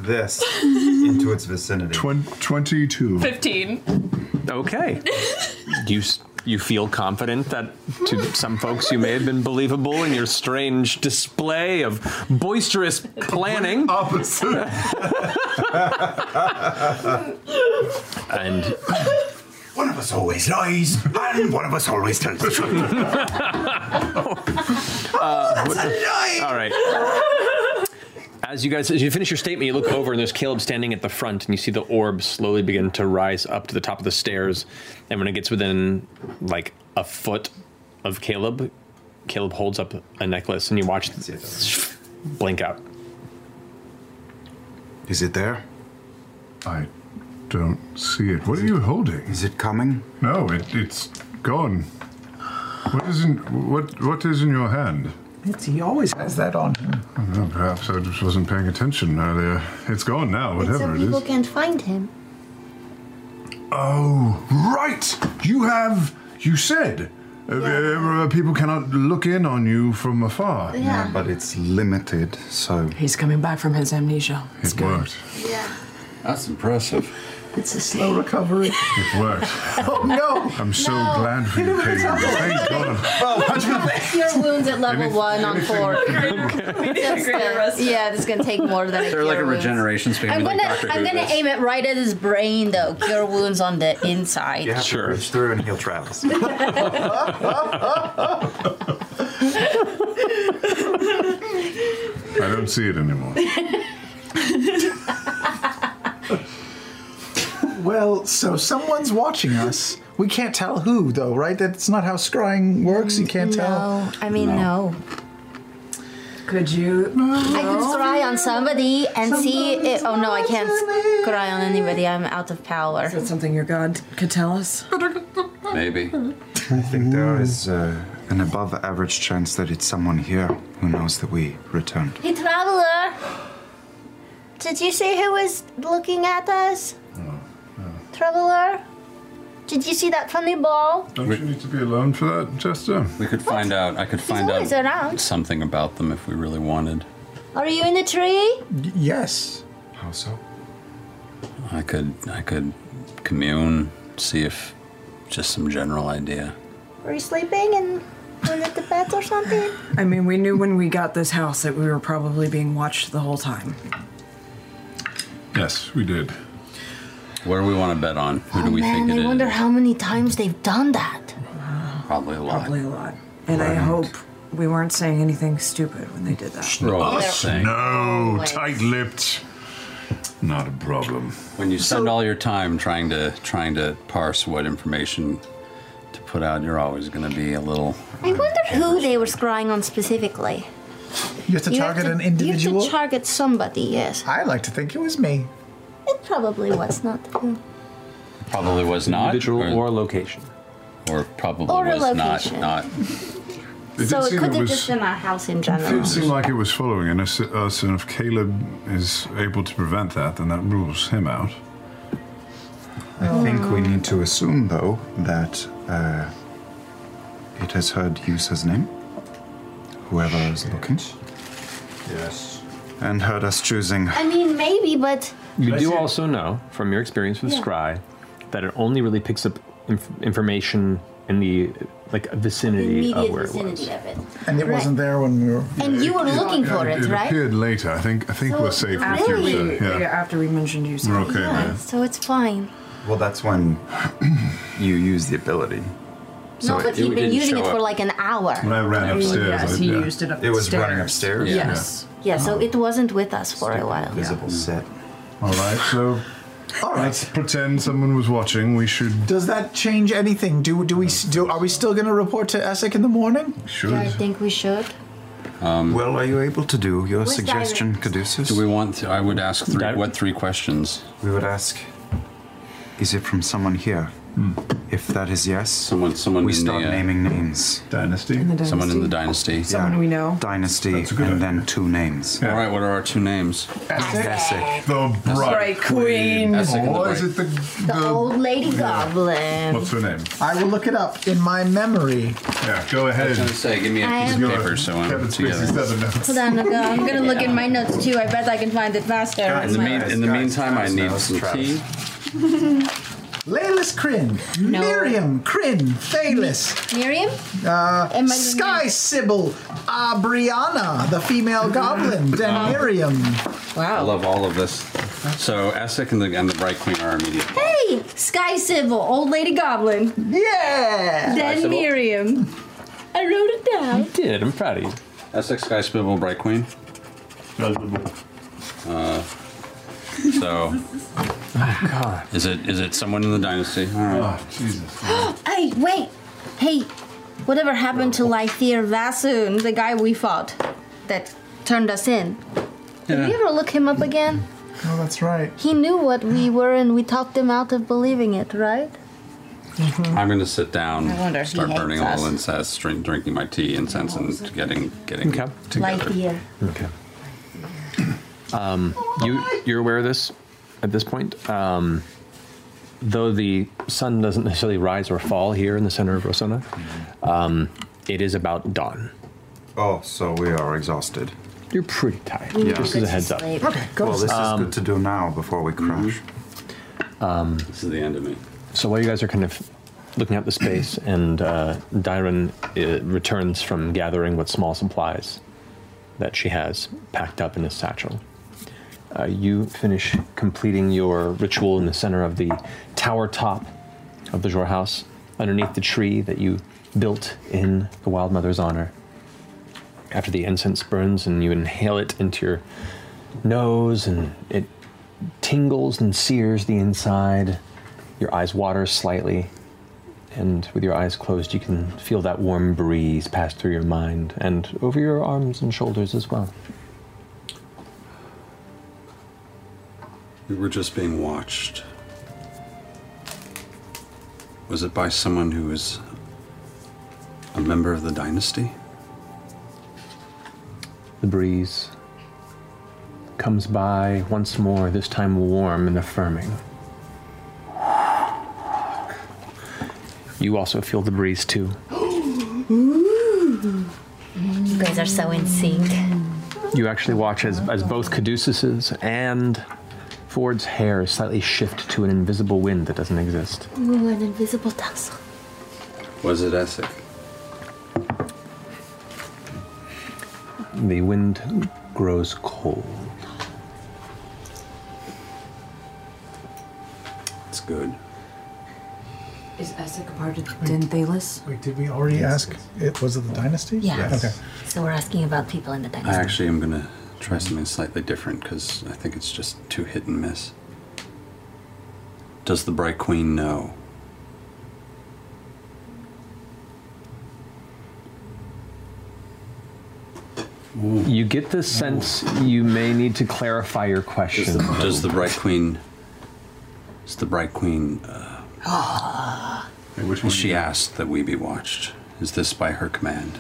[LAUGHS]
this into its vicinity.
Twen- 22.
15.
Okay. You s- you feel confident that to some folks you may have been believable in your strange display of boisterous planning. Opposite. and
One of us always lies, and one of us always tells the truth.
Uh, what- All right. As you guys, as you finish your statement, you look over and there's Caleb standing at the front, and you see the orb slowly begin to rise up to the top of the stairs. And when it gets within like a foot of Caleb, Caleb holds up a necklace, and you watch it blink out.
Is it there?
I don't see it. What are you holding? Is
it coming?
No, it, it's gone. What is in what what is in your hand?
It's, he always has that on him.
I don't know, perhaps I just wasn't paying attention earlier. It's gone now, whatever
so
it
people
is.
can't find him.
Oh, right! You have. You said. uh, uh, people cannot look in on you from afar.
Yeah. Yeah,
but
it's limited, so.
He's coming back from his amnesia. It's
It worked.
Yeah.
That's impressive.
It's a slow recovery.
It worked.
oh
[LAUGHS]
no!
I'm so glad for you, Peyton. Thank God.
Your wounds at level
Anything-
one on four. [LAUGHS] That's the- yeah, this is gonna take more than. a
They're like a
cure wounds.
regeneration spam.
I'm
like
gonna,
Doctor
I'm
Who
gonna
does.
aim it right at his brain though. Cure wounds on the inside.
You have to
[LAUGHS]
reach through and heal Travis.
I don't see it anymore.
Well, so someone's watching us. We can't tell who, though, right? That's not how scrying works. You can't tell.
I mean, no.
Could you?
I can scry on somebody and see it. Oh no, I can't scry on anybody. I'm out of power. Is
that something your god could tell us?
Maybe.
I think there is uh, an above average chance that it's someone here who knows that we returned.
Hey, traveler. Did you see who was looking at us? Traveler? Did you see that funny ball?
Don't you need to be alone for that, Jester?
We could find out. I could find
always
out
around.
something about them if we really wanted.
Are you in the tree?
yes.
How so?
I could. I could commune, see if just some general idea.
Were you sleeping and went at the bed or something?
I mean, we knew when we got this house that we were probably being watched the whole time.
Yes, we did.
What do we want to bet on? Who do we
Oh, Man,
think it
I
is?
wonder how many times they've done that.
Probably a lot.
Probably a lot. And I hope we weren't saying anything stupid when they did that.
Roll a
Us?
thing.
Oh, No, tight lipped. Not a problem.
When you spend all your time trying to trying to parse what information to put out, you're always going to be a little.
I wonder who they were scrying on specifically.
You have to target an individual.
You have to target somebody, yes.
I like to think it was me.
It probably was not.
Probably was not individual or,
location,
or probably
Or a
was not
location. [LAUGHS]
not.
It
so
did
it
seem
could
it
have
was-
just been our house in
It did
general.
seem like it was following and us, us, and if uh, Caleb is able to prevent that, then that rules him out.
I think we need to assume, though, that uh, it has heard Yusa's name, whoever is looking. Yes. And heard us choosing.
I mean, maybe, but
You do also know from your experience with
Yeah.
Scry that it only really picks up inf- information in the like vicinity of
immediate
where it was.
vicinity of it.
And it wasn't there when we were.
And you were looking for it,
it
right?
appeared later. I think I think we're safe with
after
you,
we,
sir. Yeah.
after we mentioned you.
We're okay
Yeah,
there.
so it's fine.
Well, that's when [CLEARS THROAT] you use the ability.
no, but you've been using it for like an hour.
When I ran
Yes,
upstairs,
yes,
I-
he
yeah.
used it up
It was
the
running
stairs.
upstairs.
Yeah. Yes. Yeah, so it wasn't with us for a while.
Visible set.
All right, so
All
let's pretend someone was watching. We should
Does that change anything? Do do we s- do? Are we still going to report to Essek in the morning?
Should.
I think we should.
Um,
well, are you able to do your
Where's
suggestion, Caduceus?
Do we want? To, I would ask three. What three questions?
We would ask. Is it from someone here? If that is yes, someone,
someone
we
in the,
start
uh,
naming names.
Dynasty.
In the Someone in the
dynasty.
Someone we know.
Dynasty, and then two names.
All right. What are our two names?
Essek.
The
Bright Queen.
Essek and the
Or
Bright
is it the,
The old lady goblin.
What's her name?
I will look it up in my memory.
Yeah, go ahead.
I was gonna say, give me a
I
piece
am-
of paper so I'm
Kevin Spacey
together.
seven notes.
Hold
uh,
on, I'm gonna- I'm gonna look in my notes too. I bet I can find it faster.
In the, mean, in the meantime, I need some tea.
Layless Kryn, Miriam Kryn, Thalis.
Miriam?
Uh,
Am I-
Sky Sybil, uh, Brianna, the female
[LAUGHS]
goblin, and Miriam.
I love all of this. So Essek and the, and the Bright Queen are immediate.
[LAUGHS] Hey, Sky Civil, old lady goblin.
Yeah.
Sky
Then
Civil.
Miriam. I wrote it down.
did. I'm proud of you. Essex Sky Spibble Bright Queen. Uh, so. oh, God. Is it is it someone in the dynasty? All
Ah,
right. Oh, Jesus.
[GASPS] hey, wait. Hey, whatever happened to Lythir Vassoon, the guy we fought that turned us in? Did we ever look him up again?
Oh, that's right.
He knew what we were and we talked him out of believing it, right?
I'm going to sit down,
I wonder if he
start
hates
burning
us.
all incense, drink, drinking my tea, incense, and getting getting together.
Lythir.
Okay. Um, you you're aware of this at this point. Um, though the sun doesn't necessarily rise or fall here in the center of Rosona, um, it is about dawn.
Oh, so we are exhausted.
You're pretty tired. Just as a heads up.
Well, this
Um,
is good to do now before we crash.
Um,
this is the end of me.
So while you guys are kind of looking at the space, [CLEARS THROAT] and uh, Dyron uh, returns from gathering what small supplies that she has packed up in a satchel, uh, you finish completing your ritual in the center of the tower top of the Jor house, underneath the tree that you built in the Wild Mother's honor. After the incense burns and you inhale it into your nose, and it tingles and sears the inside. Your eyes water slightly, and with your eyes closed, you can feel that warm breeze pass through your mind and over your arms and shoulders as well.
We were just being watched. Was it by someone who is a member of the dynasty?
The breeze comes by once more, this time warm and affirming. You also feel the breeze too.
[GASPS] You guys are so in sync.
You actually watch as, as both Caduceus's and Ford's hair slightly shift to an invisible wind that doesn't exist.
Ooh, an invisible tussle.
Was it Essek?
The wind grows cold.
It's good.
Is Essek a part of Denthalis?
Wait, did we already ask? It was it the dynasty?
Yeah.
Okay.
So we're asking about people in the
I
dynasty.
actually am gonna try something slightly different because I think it's just too hit and miss. Does the Bright Queen know?
You get the sense you may need to clarify [LAUGHS] your question.
Does the, does the Bright Queen? Is the Bright Queen? Uh, well, she asked that we be watched. Is this by her command?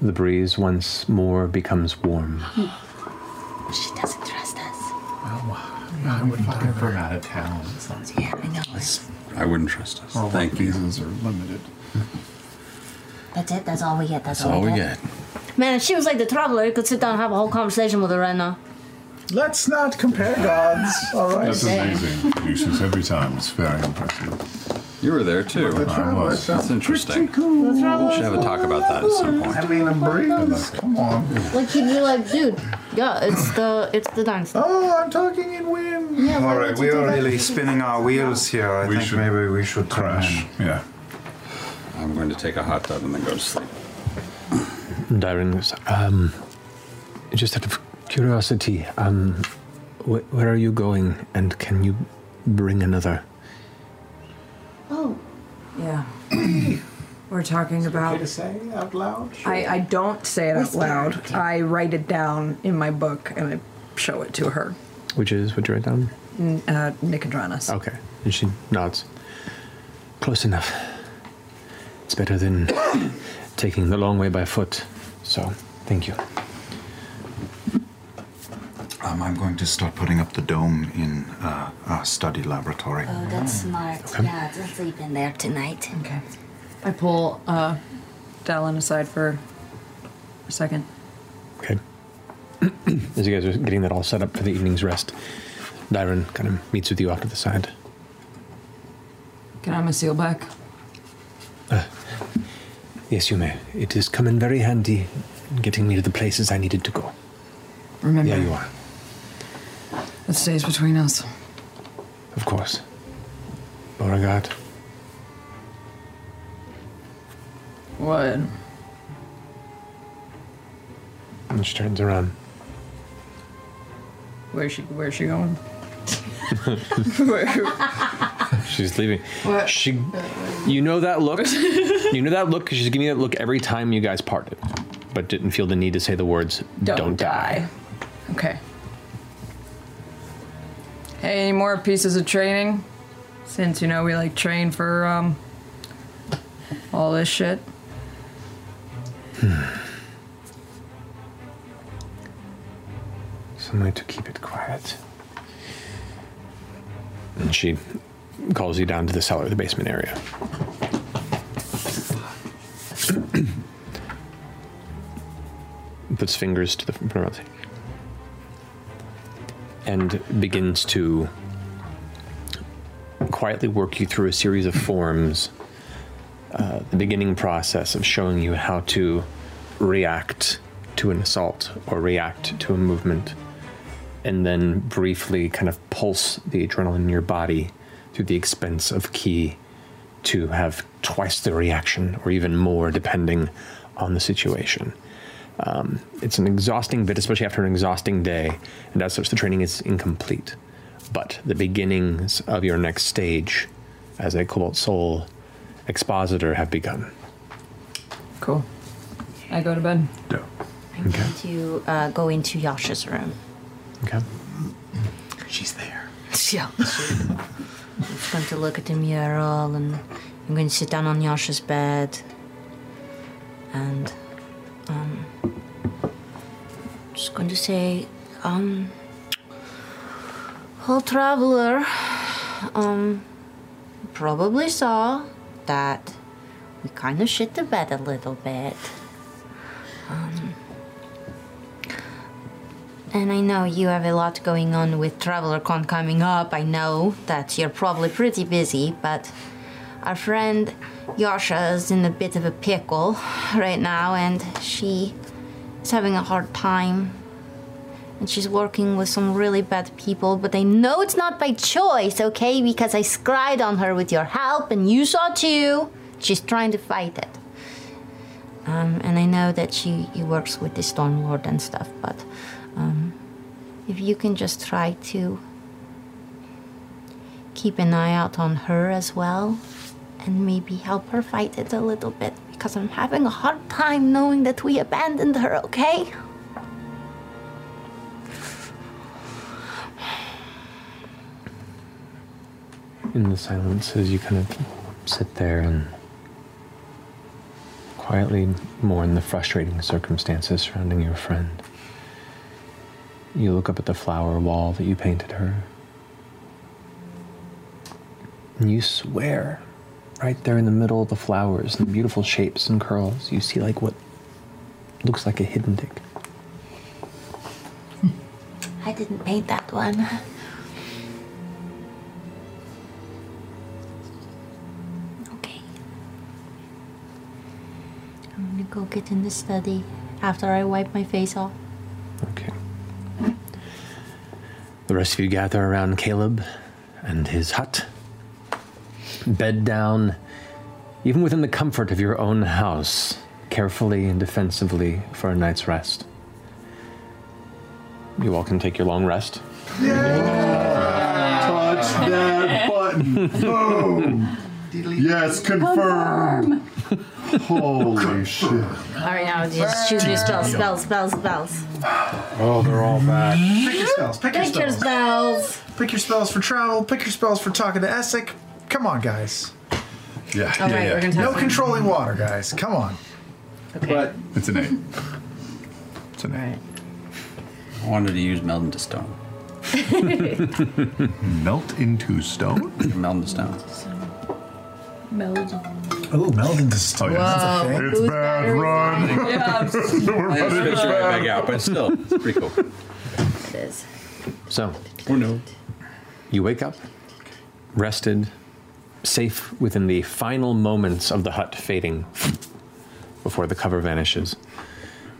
The breeze once more becomes warm.
She doesn't trust us.
Oh, I wouldn't fucking
from out of town.
Yeah, I know.
I wouldn't trust us.
Our work
Thank you.
visas are limited.
That's it. That's all we get. That's,
That's all we get.
Man, if she was like the traveler, you could sit down and have a whole conversation with her right now.
Let's not compare gods. All right.
That's amazing. Producers every time. It's very impressive.
You were there too.
But the traveler
That's
sounds
interesting.
cool.
We should have a talk about that Uh, at some point.
I mean, a breeze. Come on.
Like he'd be like, dude, yeah, it's the it's the dynasty.
Oh, I'm talking in wind.
Yeah,
All right, we are really spinning our wheels here. I think maybe we should crash.
Yeah.
I'm going to take a hot tub and then go to sleep.
Darren goes, um, just out of curiosity, um, wh- where are you going and can you bring another?
Oh. Yeah. We're talking about.
to say out loud?
I, I don't say it out loud. I write it down in my book and I show it to her.
Which is what you write down?
N- Uh, Nicodranas.
Okay. And she nods. Close enough. It's better
[COUGHS]
than taking the long way by foot. So,
[CLEARS THROAT]
thank you.
Um, I'm going to start putting up the dome in uh, our study laboratory.
Oh,
that's
smart.
Okay.
Yeah, don't sleep in there tonight.
Okay. I pull uh, Dallin aside for a second.
As you guys are getting that all set up for the evening's rest, Dyron kind of meets with you off to the side.
Can I have my seal back?
Uh, Yes, you may. It has come in very handy in getting me to the places I needed to go.
Remember,
There you are,
it stays between us.
of course. Beauregard,
What?
and she turns around.
Where's she? Where's she going?
[LAUGHS]
Where-
She's leaving.
What?
She, you know that
[LAUGHS]
look. you know that look 'cause she's giving you that look every time you guys parted, but didn't feel the need to say the words "Don't,
Don't
die.
Okay. Hey, any more pieces of training? Since you know we like train for um all this shit.
Hmm.
Some way to keep it quiet.
And she calls you down to the cellar, the basement area. [CLEARS THROAT] Puts fingers to the front of her mouth. and begins to quietly work you through a series of forms. Uh, the beginning process of showing you how to react to an assault or react to a movement and then briefly kind of pulse the adrenaline in your body through the expense of ki to have twice the reaction or even more depending on the situation. Um, it's an exhausting bit, especially after an exhausting day, and as such, the training is incomplete. But the beginnings of your next stage as a Cobalt Soul expositor have begun.
Cool. I go to bed.
I'm going to uh, go into Yasha's room.
Okay.
She's there. Yeah. I'm going to look at the mural and I'm going to sit down on Yasha's bed and um, just going to say, um,
Well, traveler, um,
probably saw that we kind of shit the bed a little bit. Um,
and I know you have a lot going on with TravelerCon coming up. I know that you're probably pretty busy, but
our friend Yasha is in a bit of a pickle right now, and she is having a hard time.
and she's working with some really bad people, but I know it's not by choice, okay? Because I scried on her with your help, and you saw too. She's trying to fight it.
Um, and I know that she he works with the Storm Lord and stuff, but um,
If you can just try to keep an eye out on her as well, and maybe help her fight it a little bit, because I'm having a hard time knowing that we abandoned her, okay?
In the silences, you kind of sit there and quietly mourn the frustrating circumstances surrounding your friend. You look up at the flower wall that you painted her. And you swear, right there in the middle of the flowers and the beautiful shapes and curls, you see like what looks like a hidden dick.
I didn't paint that one.
I'm gonna go get in the study after I wipe my face off.
The rest of you gather around Caleb and his hut. Bed down, even within the comfort of your own house, carefully and defensively for a night's rest. You all can take your long rest.
Touch that button. Boom. Yes, confirm. Holy shit.
All right, now just shoot your spells, spells, spells, spells.
Oh, they're all back.
Pick your spells. Pick your
Pick your
spells. Pick your spells for travel. Pick your spells for talking to Essek. Come on, guys.
Yeah.
All yeah, Oh, right, yeah. we're gonna
no
talk.
controlling water, guys. Come on.
But
It's an eight.
it's an
right.
I wanted to use melt into stone.
melt into stone.
melt into stone.
Meld.
Oh, melt into stone.
Whoa,
It's
whose
bad.
battery's [LAUGHS]
Run.
[LAUGHS]
dying?
[LAUGHS]
We're running
It's right
back.
back out, but still, it's pretty cool.
It is.
So,
oh no.
You wake up, rested,
safe within the final moments of the hut fading before the cover vanishes.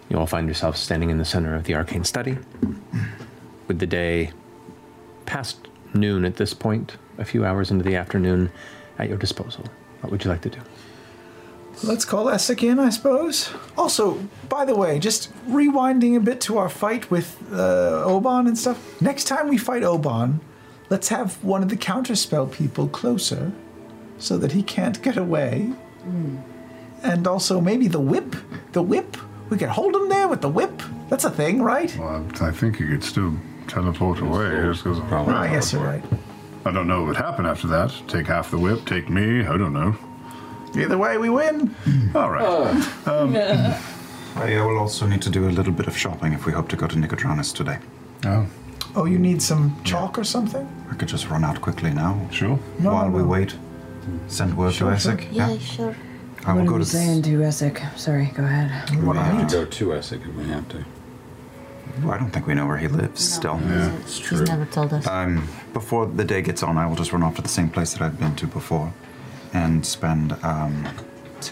You all find yourselves standing in the center of the arcane study, with the day past noon at this point, a few hours into the afternoon, at your disposal. What would you like to do?
[LAUGHS] Let's call Essek in, I suppose. Also, by the way, just rewinding a bit to our fight with uh, Oban and stuff. Next time we fight Oban, let's have one of the counterspell people closer so that he can't get away.
Hmm.
And also, maybe the whip. The whip? We could hold him there with the whip. That's a thing, right?
Well, I think you could still teleport away. Just goes
Probably. I guess you're right.
I don't know what would happen after that. Take half the whip, take me, I don't know.
Either way, we win.
All right.
Uh.
[LAUGHS]
Um,
Ah. I will also need to do a little bit of shopping if we hope to go to Nicodranas today.
Oh.
Oh, you need some chalk or something?
I could just run out quickly now.
Sure.
No,
While
no,
we
no.
wait, send word to Essek.
sure.
I will
what
go
are
to
you
s-
saying to Essek? Sorry,
[LAUGHS]
go ahead.
We may have to go to Essek if we have to.
Well, I don't think we know where he lives still.
Yeah, it's
true. never told us.
Um, before the day gets on, I will just run off to the same place that I've been to before and spend. Um, t-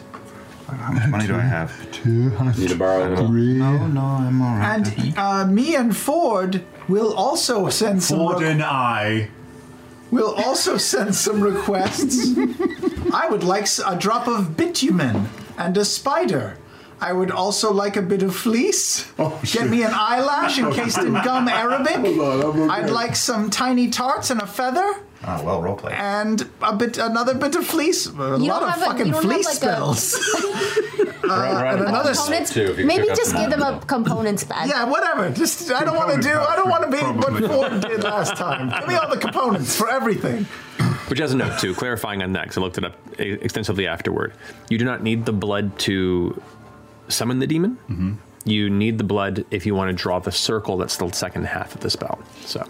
how much money
[LAUGHS]
do I have?
Two hundred.
Need to borrow a little.
No, no, I'm all right.
And uh, me and Ford will also send some. Ford and
I
will also send some requests. I would like s- a drop of bitumen and a spider. I would also like a bit of fleece. Get me an eyelash encased in gum Arabic. I'd like some tiny tarts and a feather.
Ah, well, roleplay.
And a bit, another bit of fleece. A
You
lot
don't
of
have a-
fucking
you don't have
fleece
like a-
spells.
Uh,
and another
components. Maybe just give them a components bag.
Yeah, whatever. Just I don't want to do. I don't want to be what Ford did last time. Give me all the components for everything.
Which has a note too, clarifying on that because I looked it up e- extensively afterward. You do not need the blood to summon the demon.
Mm-hmm.
You need the blood if you want to draw the circle. That's the second half of the spell. So,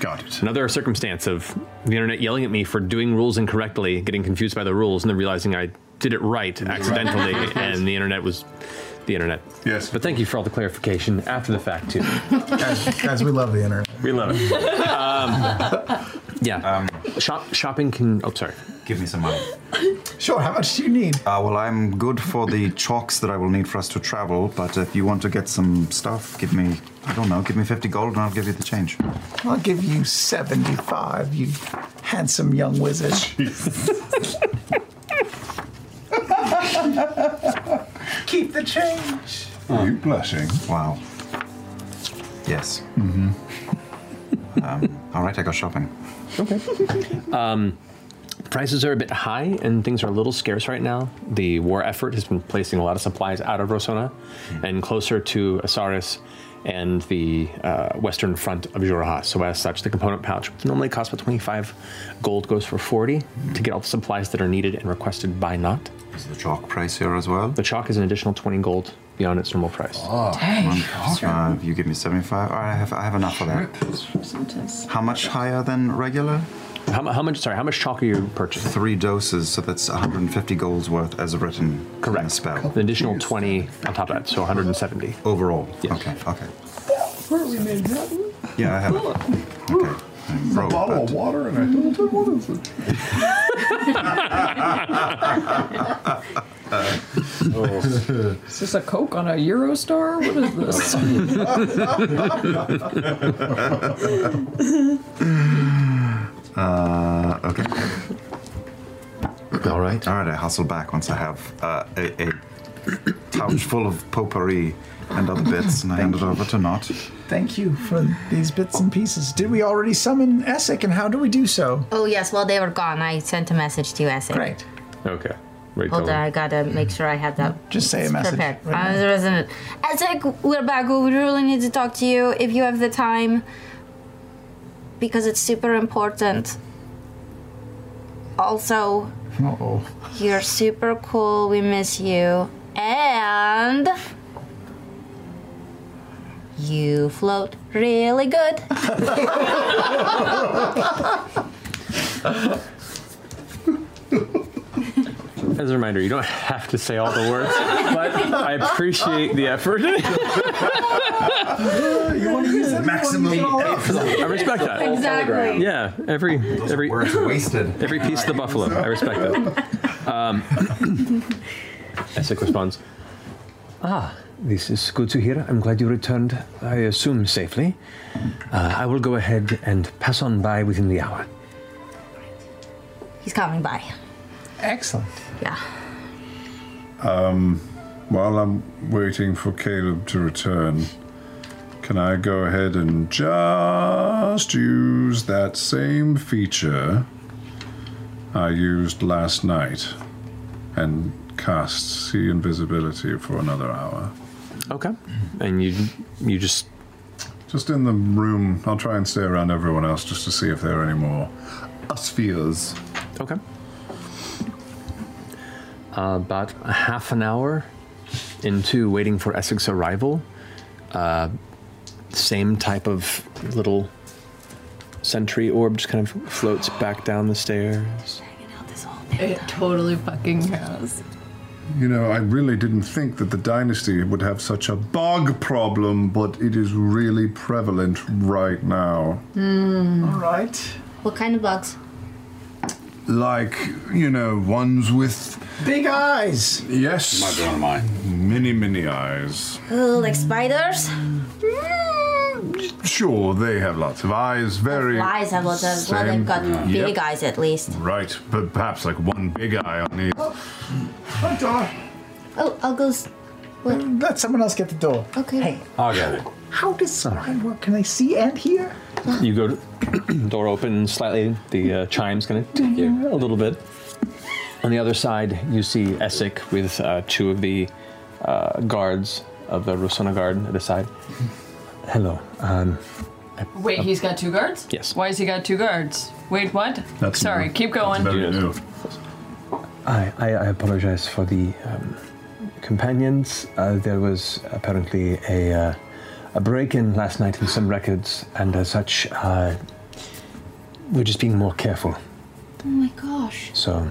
got it.
Another circumstance of the internet yelling at me for doing rules incorrectly, getting confused by the rules, and then realizing I did it right accidentally,
[LAUGHS]
and the internet was the internet.
Yes.
But thank you for all the clarification after the
[LAUGHS]
fact too.
guys, guys, we love the internet.
We love it. Um, yeah. Shop, shopping can. Oh, sorry.
Give me some money.
Sure, how much do you need?
Uh, well, I'm good for the chalks that I will need for us to travel, but if you want to get some stuff, give me, I don't know, give me 50 gold and I'll give you the change.
I'll give you seventy-five. You handsome young wizard. [LAUGHS] Keep the change.
Are you blushing?
Wow. Yes.
Mm-hmm.
Um, all right, I go shopping.
Okay. Um, prices are a bit high and things are a little scarce right now. The war effort has been placing a lot of supplies out of Rosona and closer to Asaris and the uh, western front of Jurahas. So, as such, the component pouch, which normally costs about 25 gold, goes for 40 to get all the supplies that are needed and requested by Not.
Is the chalk price here as well? Ah,
The chalk is an additional 20 gold beyond its normal price.
One, five, you give me 75. All right, I have, I have enough for that. How much higher than regular?
How, mu- how much, sorry, how much chalk are you purchasing?
Three doses, so that's 150 gold's worth as written Correct. in the spell.
An additional 20 on top of that, so 170.
Overall? Yes. Okay, okay.
Where we made that?
Yeah, I have it.
It's a bottle of water, and I don't know what is it.
Is this a Coke on a Eurostar? What is this?
[LAUGHS]
Uh, okay.
All right.
All right, I hustle back once I have uh, a, a pouch full of potpourri and other bits, and I hand it over to Not.
Thank you for these bits and pieces. Did we already summon Essek, and how do we do so?
Oh yes, well they were gone. I sent a message to Essek.
Great.
Okay.
Hold on, I gotta make sure I have that.
Mm-hmm. Just say a
it's
message
Prepared.
right
I
now.
was resident. Essek, we're back. We really need to talk to you if you have the time, because it's super important. Also,
Uh-oh.
you're super cool. We miss you. And you float really
[LAUGHS]
good.
As a reminder, you don't [LAUGHS] have to say all the words, but I appreciate the effort.
you want to use that
maximum
I respect that.
Exactly.
Yeah, every every
words wasted.
Every piece of the buffalo. I respect that. Um, [LAUGHS] Essex responds. Ah,
this is good to hear. I'm glad you returned, I assume, safely. Uh, I will go ahead and pass on by within the hour.
He's coming by.
Excellent.
Yeah.
Um, while I'm waiting for Caleb to return, can I go ahead and just use that same feature I used last night and cast See Invisibility for another hour?
Okay. And you you just
just in the room. I'll try and stay around everyone else just to see if there are any more uh, spheres.
Okay.
Uh, about a half an hour into waiting for Essex's arrival, uh, same type of little sentry orb just kind of floats back down the stairs.
It totally fucking has.
You know, I really didn't think that the dynasty would have such a bug problem, but it is really prevalent right now.
All right. Hmm. What kind of bugs?
Like, you know, ones with
Big eyes.
Yes. Might be one of mine. Many, many eyes.
Oh, like spiders?
Sure, they have lots of eyes. Very.
Flies have lots of. Well,
same-
they've got
Yep.
big eyes at least.
Right, but perhaps like one big eye on each.
Front door.
Oh, I'll go.
Let someone else get the door.
Okay. Hey,
I'll get it.
how does someone work? Can I see and hear?
You go [COUGHS] to door opens slightly. The uh, chime's going to tick you a little bit. On the other side, you see Essek with uh, two of the uh, guards of the Rosona Guard at the side.
Hello. Um,
Wait, he's got two guards?
Yes.
Why has he got two guards? Wait, what?
That's
Sorry,
new.
keep going.
I, I, I apologize for the um, companions. Uh, there was apparently a, uh, a break in last night in some records, and as such, uh, we're just being more careful.
Oh my gosh.
So,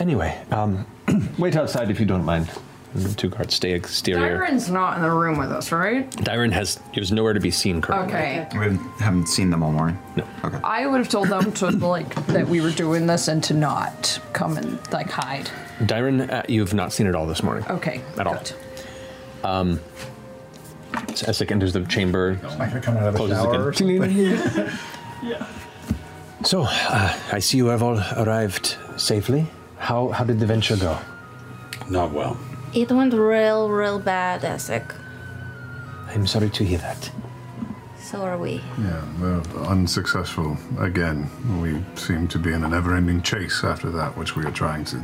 anyway, um, [CLEARS THROAT]
Wait outside if you don't mind. And the two guards stay exterior.
Byron's not in the room with us, right?
Dyron has he was nowhere to be seen currently.
Okay.
We haven't seen them all morning. No. Okay.
I would have told them to like that we were doing this and to not come and like hide.
Dyron, uh, you've not seen it all this morning.
Okay,
At all. Um, so Essek enters the chamber.
Not gonna come out of the
Closes
shower
again.
or something. [LAUGHS]
so uh, I see you have all arrived safely. How, how did the venture go? Not well.
It went real, real bad, Essek.
I'm sorry to hear that.
So are we.
Yeah, we're unsuccessful again. We seem to be in a never-ending chase after that, which we are trying to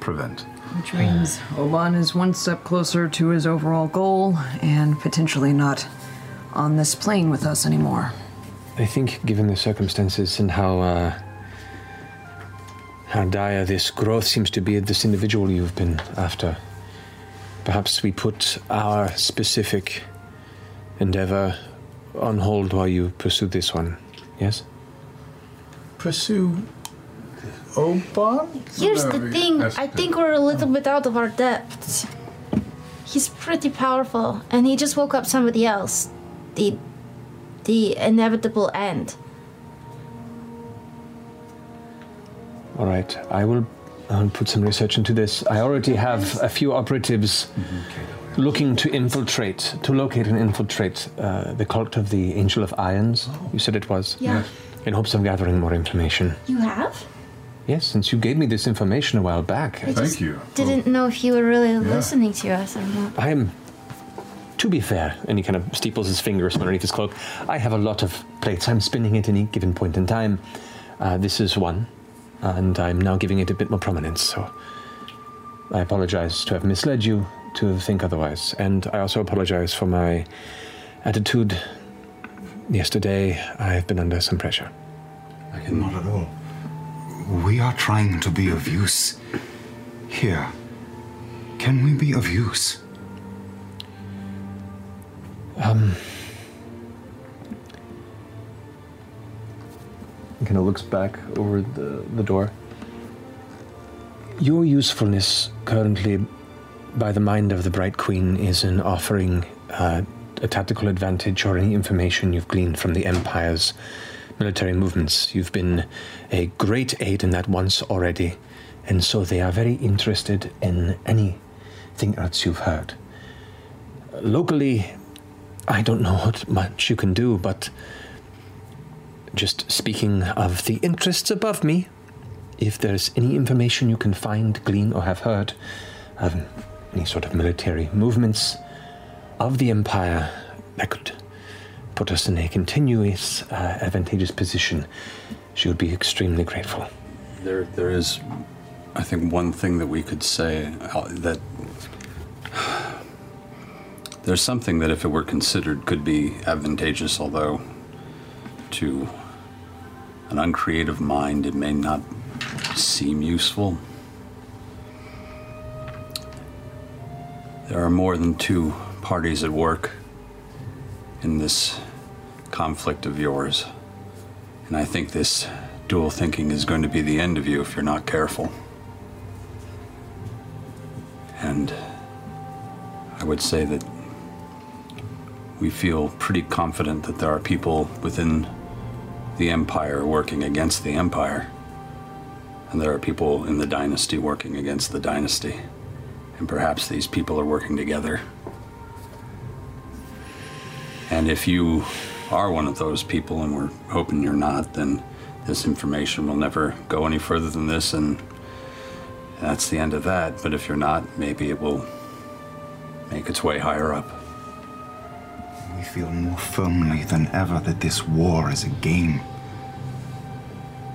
prevent.
Which means Oban is one step closer to his overall goal and potentially not on this plane with us anymore.
I think, given the circumstances and how uh, how dire this growth seems to be at this individual you've been after, perhaps we put our specific endeavor on hold while you pursue this one. Yes.
Pursue Oban?
Here's the thing I think we're a little bit out of our depths. He's pretty powerful, and he just woke up somebody else. The, the inevitable end.
All right. I will. I'll put some research into this. I already have a few operatives looking to infiltrate, to locate and infiltrate uh, the cult of the Angel of Irons. You said it was.
Yeah. Yes.
In hopes of gathering more information.
You have?
Yes, since you gave me this information a while back.
I just Didn't know if you were really listening to us or not.
I am, to be fair, and he kind of steeples his fingers from underneath his cloak. I have a lot of plates. I'm spinning at any given point in time. Uh, this is one, and I'm now giving it a bit more prominence, so I apologize to have misled you to think otherwise. And I also apologize for my attitude. Yesterday, I have been under some pressure.
Not at all. We are trying to be of use. Here. Can we be of use?
Um. He kind of looks back over the, the door. Your usefulness currently by the mind of the Bright Queen is an offering uh, a tactical advantage or any information you've gleaned from the Empire's military movements. You've been a great aid in that once already, and so they are very interested in anything else you've heard. Locally, I don't know what much you can do, but just speaking of the interests above me, if there's any information you can find, glean, or have heard of any sort of military movements of the Empire that could put us in a continuous uh, advantageous position, she would be extremely grateful.
There, there is, I think, one thing that we could say uh, that [SIGHS] there's something that, if it were considered, could be advantageous, although to an uncreative mind, it may not seem useful. There are more than two parties at work in this conflict of yours. And I think this dual thinking is going to be the end of you if you're not careful. And I would say that we feel pretty confident that there are people within the Empire working against the Empire. And there are people in the dynasty working against the dynasty. And perhaps these people are working together. And if you are one of those people, and we're hoping you're not, then this information will never go any further than this, and that's the end of that. But if you're not, maybe it will make its way higher up.
We feel more firmly than ever that this war is a game.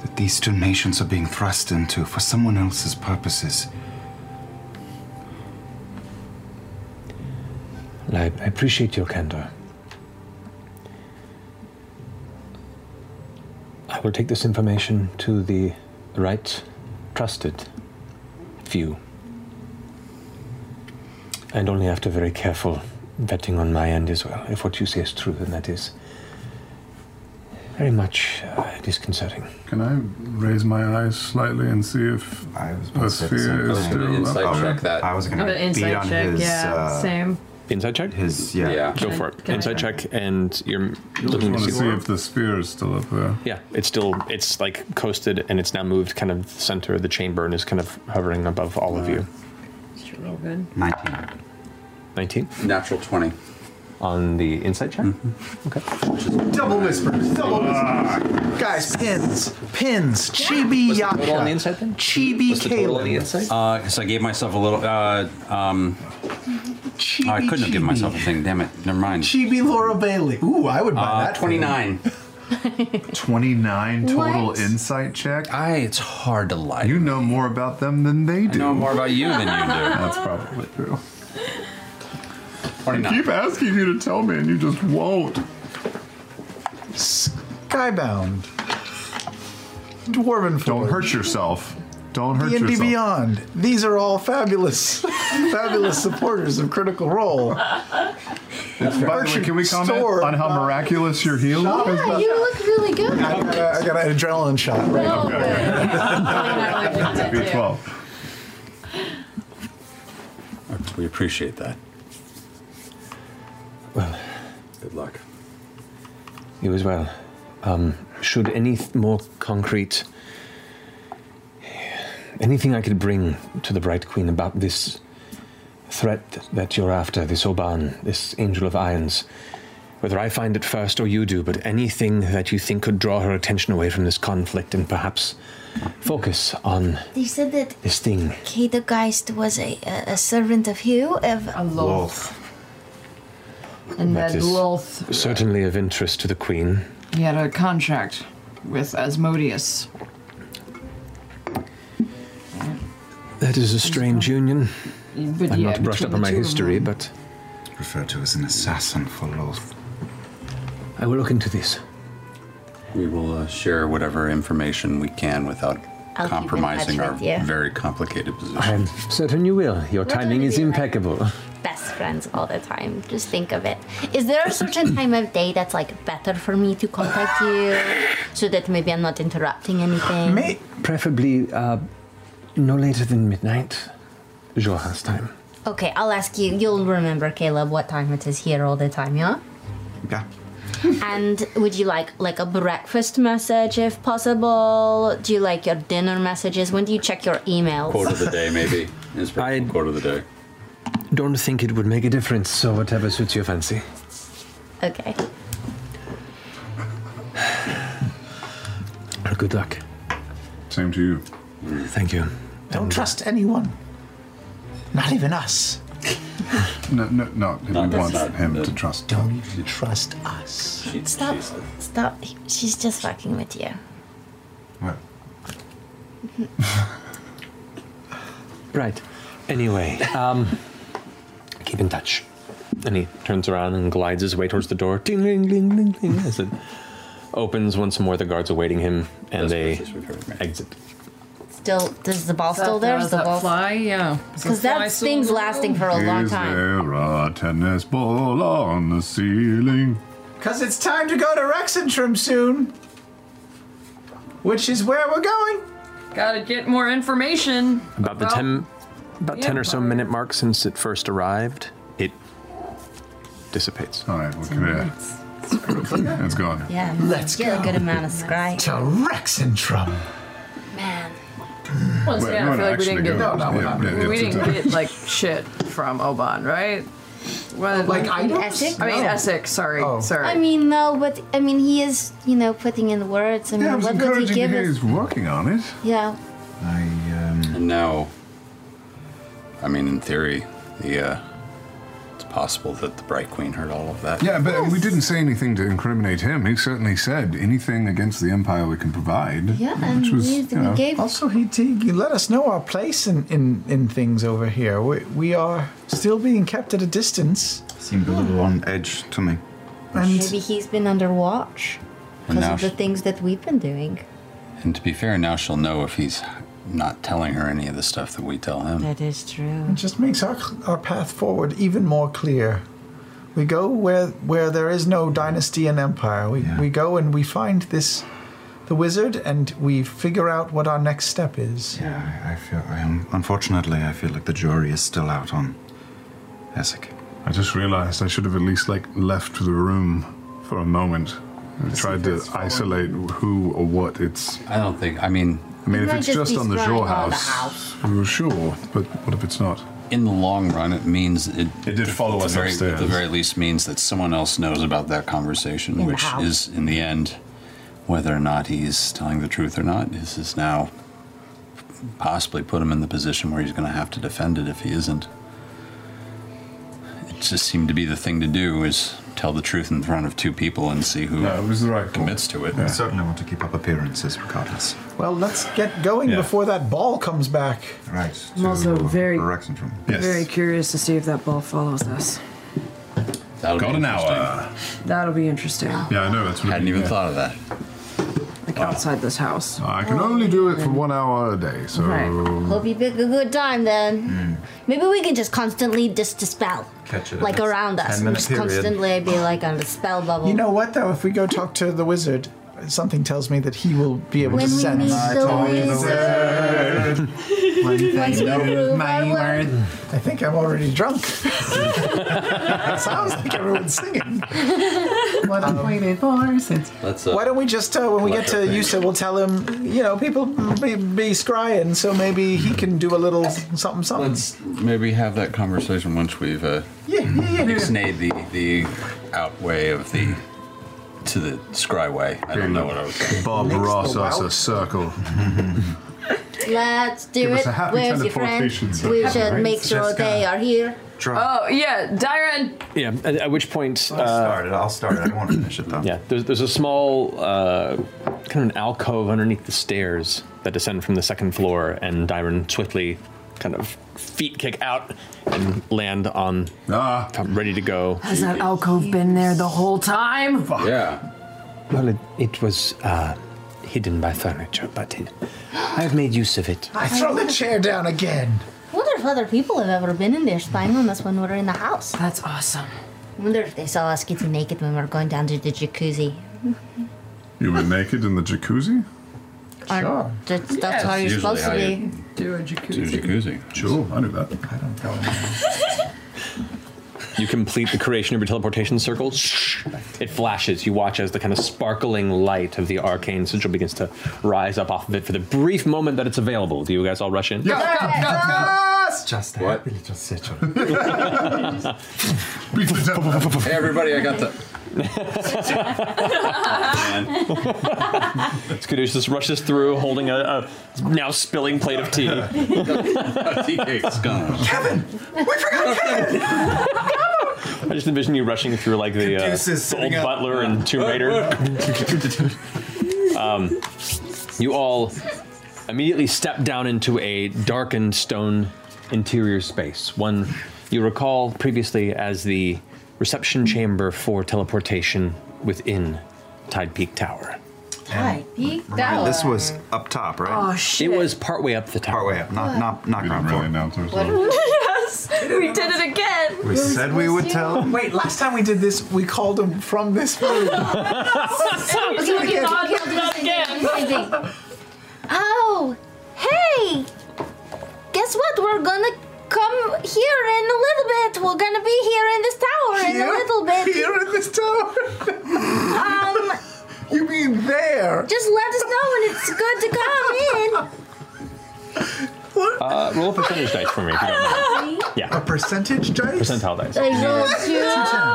That these two nations are being thrust into for someone else's purposes.
And I, I appreciate your candor. I will take this information to the right trusted few. And only after very careful vetting on my end as well. If what you say is true, then that is very much uh, disconcerting.
Can I raise my eyes slightly and see if I was
about to say the
sphere
same
is
thing.
still
Insight
up?
check that. I was gonna Another insight beat on Oh, check, his, yeah, uh, same.
Inside check?
His, yeah. Yeah.
Go
Can I-
for it.
can I-
Inside check, and you're
Just
looking
want
to see,
to see if the sphere is still up there.
Yeah, it's still, it's like coasted, and it's now moved kind of center of the chamber and is kind of hovering above all of you.
Real good.
19. 19? Natural 20. On the inside check?
Double whispers. Double whispers. Ah. Guys, pins. Pins. Chibi Yaka. Chibi Caleb.
Uh, so I gave myself a little. Uh, um, oh, I couldn't have given myself a thing. Damn it. Never mind.
Chibi Laura Bailey. Ooh, I would buy
Uh,
that.
29.
29 total
What?
insight check.
I. It's hard to lie.
You know more about them than they do.
know more about
[LAUGHS]
you than you do.
That's
probably true.
I
keep asking you to tell me, and you just won't.
Skybound. Dwarven
Don't hurt yourself. Don't hurt
D&D
yourself.
Beyond. These are all fabulous, fabulous supporters of Critical Role.
By the way, can we comment on how miraculous your heal is?
Yeah, you look really good.
I got, a, I got an adrenaline shot. Right
No,
now.
B12.
We appreciate that.
Well,
Good luck.
You as well. Um, should any th- more concrete. Anything I could bring to the Bright Queen about this threat that you're after, this Oban, this Angel of Irons, whether I find it first or you do, but anything that you think could draw her attention away from this conflict and perhaps focus on
They said that
this thing.
Kedergeist was a, a, a servant of who? Of a
And
That
that uh,
is
Lolth,
certainly of interest to the Queen.
he had a contract with Asmodeus.
That is a strange union.
But
I'm
yeah,
not brushed
between
up
the
on my
two of
history,
them.
but
Referred to as an assassin for Loth.
I will look into this.
We will uh, share whatever information we can without
I'll keep in touch
compromising our
with you.
very complicated position.
I am certain you will. Your timing is impeccable.
best friends all the time. Just think of it. Is there a certain time of day that's like better for me to contact you so that maybe I'm not interrupting anything?
Preferably uh, no later than midnight, Joha's time.
Okay, I'll ask you. You'll remember, Caleb, what time it is here all the time, yeah?
Yeah.
and would you like like a breakfast message if possible? Do you like your dinner messages? When do you check your emails?
Quote of the day, maybe. [LAUGHS] Inspirational quote of the day.
Don't think it would make a difference, so whatever suits your fancy.
[LAUGHS] Okay.
Good luck.
Same to you.
Thank you.
Don't trust anyone. Not even us.
No, no, not
No,
him.
that's
want
not
him to trust. Don't
trust us.
Stop. Stop. She's just fucking with you.
Right. Anyway, um, keep in touch.
And he turns around and glides his way towards the door. Ding, ding, ding, ding, ding. As it opens once more, the guards awaiting him, and they exit.
Still, is the ball
Is that-
still there?
uh,
Is
is
the
that
ball
fly? Yeah. Is the
Because
fly
that
still
thing's
there?
lasting for a long
Is
time.
there a tennis ball on the ceiling?
Because it's time to go to Rexentrum soon, which is where we're going.
Gotta get more information.
About the ten, about ten or so minute mark since it first arrived, it dissipates.
All right, look at that. It's gone.
Yeah,
let's
get a good amount of scry.
To Rexentrum.
Man.
Once
Wait,
again,
no,
I
no,
feel like we
actually
didn't get
go. No, no, we're not. Yeah,
we
it's
didn't
a-
get like shit from Oban, right? Well,
Like items?
Essex?
I mean
No.
Essex. Sorry,
Oh.
sorry.
I mean, no, but I mean, he is, you know, putting in the words. I mean,
Yeah, it was
what would he
encouraging to
give
hear
us?
he's working on it.
Yeah.
I um. And now, I mean, in theory, the uh, it's possible that the Bright Queen heard all of that.
Yeah, but we didn't say anything to incriminate him. He certainly said anything against the Empire we can provide. which was, you know,
also he did he let us know our place in, in, in things over here. We, we are still being kept at a distance.
Seemed a little on edge to me.
Maybe he's been under watch
And
because
now,
of the things that we've been doing.
and to be fair, now she'll know if he's not telling her any of the stuff that we tell him.
That is true.
It just makes our our path forward even more clear. We go where where there is no dynasty and empire. We we go and we find this the wizard and we figure out what our next step is.
Yeah. I feel, I am, unfortunately, I feel like the jury is still out on Essek.
I just realized I should have at least like left the room for a moment. and tried to isolate who or what it's.
I don't think. I mean,
I mean,
It
if
might
it's
just
just
be
on the
scrying
shore
on the
house, well, sure. But what if it's not?
in the long run, it means it. It did follow
us
very,
upstairs.
At the very least, means that someone else knows about that conversation,
In the
which
house.
is in the end, whether or not he's telling the truth or not, is is now possibly put him in the position where he's going to have to defend it if he isn't. It just seemed to be the thing to do is tell the truth in front of two people and see who commits to it.
I certainly want to keep up appearances regardless.
Well, let's get going
Yeah.
before that ball comes back.
Right.
I'm also very,
Rexentrum.
very curious to see if that ball follows us.
That'll
Got an hour.
That'll be interesting.
Yeah, I know. That's what I
hadn't even thought of that.
Like outside this house.
I can only do it for one hour a day, so. Mm.
Hope you pick a good time then. Maybe we can just constantly just dispel.
Catch
Like around us. And just constantly be like on the spell bubble.
You know what though? If we go talk to the wizard, something tells me that he will be able
When
to
we
sense.
meet I the told you the
wizard.
Once we prove our worth.
I think I'm already drunk. [LAUGHS] sounds like everyone's singing. what I'm waiting for since.
Let's,
Why don't we just, uh, when we get to
collect our things.
Yusa, we'll tell him, you know, people be, be scrying, so maybe he can do a little something, something.
Maybe have that conversation once we've uh,
yeah, yeah, yeah, yeah.
Snade the the outway of the to the scry way. I don't know what I was saying.
Bob Ross us a circle.
[LAUGHS] Let's do
Give us
it.
a happy
Where's your friend?
teleportation zone.
We
Yeah,
should
right?
make sure
Just
they
gotta
are here.
Oh yeah, Dyren.
Yeah, at, at which point. uh,
I'll start it. I'll start it. I won't finish it though.
Yeah, there's, there's a small uh, kind of an alcove underneath the stairs that descend from the second floor, and Dyron swiftly kind of feet kick out and land on.
Ah.
Ready to go.
Has that alcove been there the whole time?
Yeah.
Well, it, it was uh, hidden by furniture, but it, I've made use of it.
I throw the chair down again.
wonder if other people have ever been in there spying on us when we're in the house.
That's awesome.
wonder if they saw us getting naked when we were going down to the jacuzzi.
You were naked in the jacuzzi?
Or- That's, that's how you're supposed to be.
Do a jacuzzi.
Sure, I do that. I don't
You complete the creation of your teleportation circle. It flashes. You watch as the kind of sparkling light of the arcane sigil begins to rise up off of it for the brief moment that it's available. Do you guys all rush in?
Just
What?
really just said
[LAUGHS] hey, everybody, I got the.
Skadoosh just rushes through holding a, a now spilling plate
[LAUGHS]
of tea.
tea cake's gone.
Kevin!
[LAUGHS]
We forgot Kevin!
I just envision you rushing through like the, uh,
Caduceus
the old
sitting up.
butler and
[LAUGHS]
Tomb Raider. um, you all immediately step down into a darkened stone interior space. One you recall previously as the reception chamber for teleportation within Tide Peak Tower.
Hi, Pete.
Remember, this was up top, right?
Oh, shit.
It was partway up the tower.
Partway up, not not not ground floor.
[LAUGHS]
yes, we did it again.
We said we would tell.
Wait, last time we did this, we called him from this room.
[LAUGHS]
Oh, hey! Guess what? We're gonna come here in a little bit. We're gonna be here in this tower in a
Here?
little bit.
Here in this tower?
um,
you mean there?
Just let us know when it's good to come in.
Uh, roll a percentage dice for me if you don't mind. Yeah. A
percentage dice?
Percentile dice.
I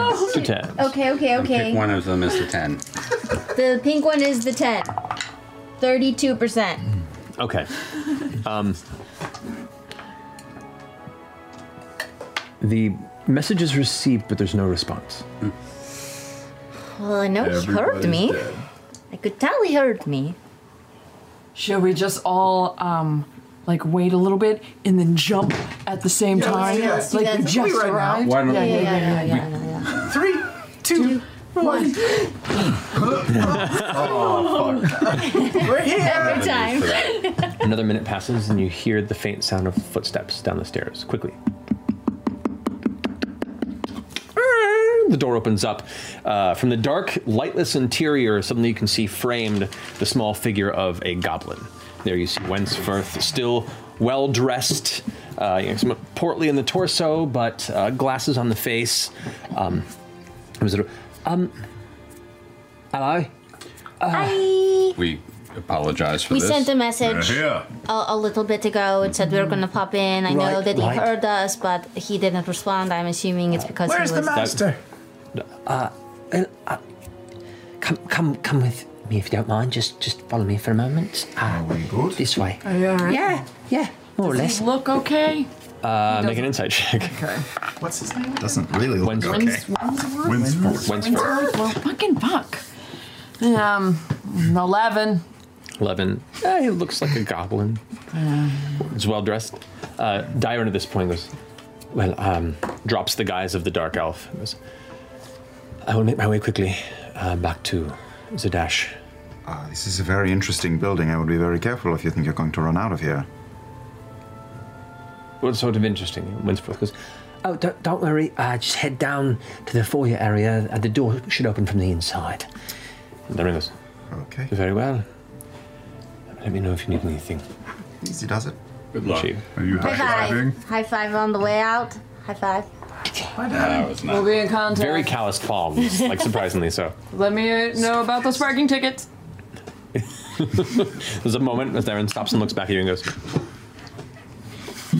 rolled two.
Two ten.
Okay, okay, okay.
Pick one of them is the 10.
The pink one is the 10. 32%.
Okay. Um, the message is received, but there's no response.
Well, I know he heard
Everybody's
me.
dead.
I could tell he heard me.
Should we just all um like wait a little bit and then jump at the same
Yeah, let's
time?
do that.
Like we
Let's
just
do that. Right now.
arrived.
Why don't-
yeah, yeah,
Yeah,
yeah, yeah,
yeah,
yeah,
Three, two, one. We're here.
Every time.
Another minute passes, and you hear the faint sound of footsteps down the stairs. Quickly. Ah, The door opens up. Uh, from the dark, lightless interior, suddenly you can see framed the small figure of a goblin. There you see Wensfirth, still well dressed, uh, you know, somewhat portly in the torso, but uh, glasses on the face. Um, it was a- um, hello?
We apologize for
We
this.
sent a message a, a little bit ago. It said we were gonna pop in. I know
Right,
that he
right.
heard us, but he didn't respond. I'm assuming it's because
Where's
he
the
was.
master?
Uh, well, uh, come, come, come with me if you don't mind. Just, just follow me for a moment.
Oh,
Uh, This way.
Are you all right?
Yeah, yeah, more or
Does he
less.
look okay?
Uh, make an insight check.
Okay.
What's his name?
Doesn't really look
When's, when's, when's,
Winsford. Winsford.
Well, fucking fuck. Um, an eleven.
Eleven. Eh, he looks like a goblin. He's well dressed. Uh, Dyrne at this point goes, well, um, drops the guise of the dark elf. and Goes, I will make my way quickly uh, back to Zadash.
Ah, this is a very interesting building. I would be very careful if you think you're going to run out of here.
What sort of interesting? Winsford goes,
Oh, don't, don't worry. Uh, just head down to the foyer area, and the door should open from the
[LAUGHS]
inside.
and Dyrne goes,
okay.
Very well. Let me know if you need anything.
Easy does it.
Good luck.
Are you
High five. High five on the way out. High five.
That was
We'll be in contact.
Very calloused palms, like surprisingly so. [LAUGHS]
Let me know about those parking tickets.
There's a moment as Darren stops and looks back at you and goes,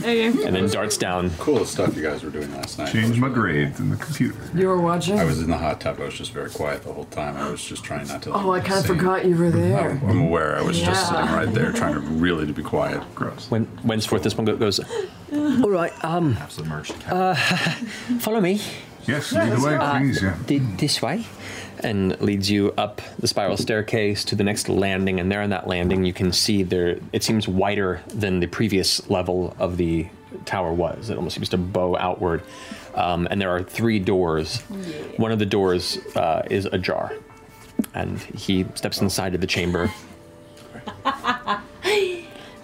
Hey,
and then darts down.
Cool stuff you guys were doing last night.
Changed my grade in the computer.
you were watching.
I was in the hot tub. I was just very quiet the whole time. I was just trying not to.
Oh, I kind of forgot you were there.
I'm aware. I was just
Yeah.
sitting right there, trying to really to be quiet.
Gross. When Wensforth, this one go- goes,
All right. Um. Uh, [LAUGHS] follow me.
Yes,
Yeah,
either
that's
way,
right.
please.
Uh,
Yeah.
Th- this way.
and leads you up the spiral staircase to the next landing. And there on that landing, you can see there, it seems wider than the previous level of the tower was. It almost seems to bow outward. Um, and there are three doors. One of the doors uh, is ajar. And he steps inside of the chamber, [LAUGHS]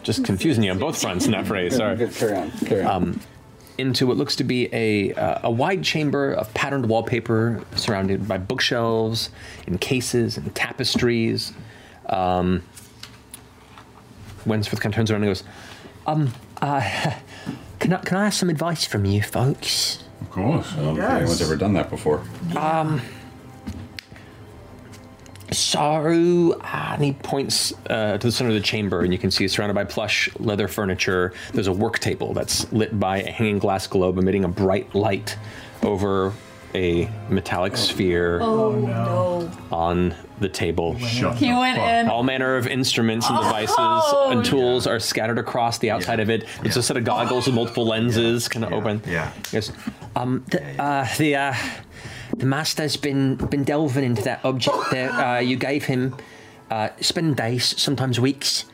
just confusing you on both fronts in that phrase. Sorry. Carry on. Carry on. Um, into what looks to be a, uh, a wide chamber of patterned wallpaper surrounded by bookshelves and cases and tapestries. Um, Wensworth kind of turns around and goes,
Um,
[LAUGHS]
uh, can I can I have some advice from you folks?
Of course. I don't think
Yes.
anyone's ever done that before.
Um.
So, uh, and he points uh, to the center of the chamber, and you can see it's surrounded by plush leather furniture. There's a work table that's lit by a hanging glass globe, emitting a bright light over a metallic sphere
Oh.
Oh,
no.
on the table.
in. He went in.
All manner of instruments and
Oh,
devices
no.
and tools are scattered across the outside of it. It's a set of goggles with multiple lenses, kind of open. Yeah. Yes.
Um, the, uh, the, uh, the master's been been delving into that object that uh, you gave him, uh, spending days, sometimes weeks,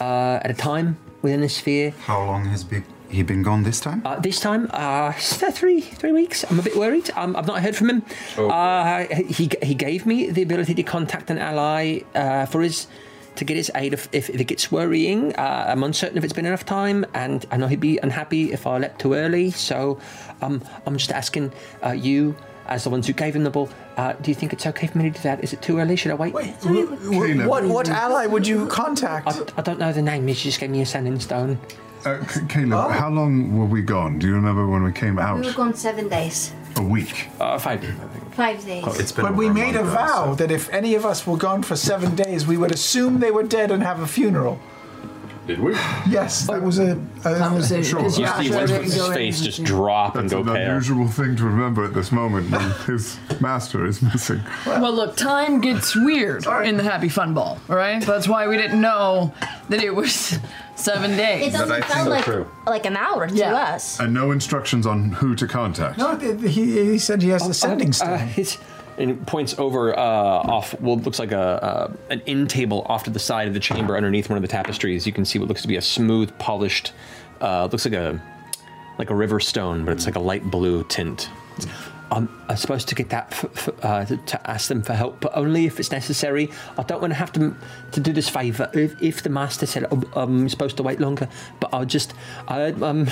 uh, at a time within the sphere.
How long has be- he been gone this time?
Uh, this time, uh, s- three three weeks. I'm a bit worried. Um, I've not heard from him. Uh, he he gave me the ability to contact an ally uh, for his to get his aid if, if it gets worrying. Uh, I'm uncertain if it's been enough time, and I know he'd be unhappy if I left too early. So, um, I'm just asking uh, you. As the ones who gave him the ball, uh, do you think it's okay for me to do that? Is it too early? Should I wait?
Caleb. what- what ally
would you contact? I, I don't know the name. You just gave me a sanding stone.
Uh, C- Caleb, how long were we gone? Do you remember when we came
We
out?
were gone seven days,
A week.
Uh, five days.
five days.
but we made a vow that if any of us were gone for seven days, we would assume they were dead and have a funeral.
Did we?
Yes, that was a, a
Conversation.
Sure.
You see
His face just drop
That's
and
an
go pale.
unusual thing to remember at this moment
[LAUGHS]
when his master is missing.
Well, look, time gets weird in the Happy Fun Ball, all right? That's why we didn't know that it was [LAUGHS] seven days.
It doesn't sound like like an hour to
Yeah.
us.
And no instructions on who to contact.
No, he, he said he has
Oh,
a
Um, uh,
uh,
sending stone.
and it points over uh, off what looks like a uh, an end table off to the side of the chamber underneath one of the tapestries. You can see what looks to be a smooth, polished, uh, looks like a like a river stone, but it's like a light blue tint.
I'm, I'm supposed to get that f- f- uh, to, to ask them for help, but only if it's necessary. I don't want to have to to do this favour if, if the master said oh, I'm supposed to wait longer. But I'll just, I, um,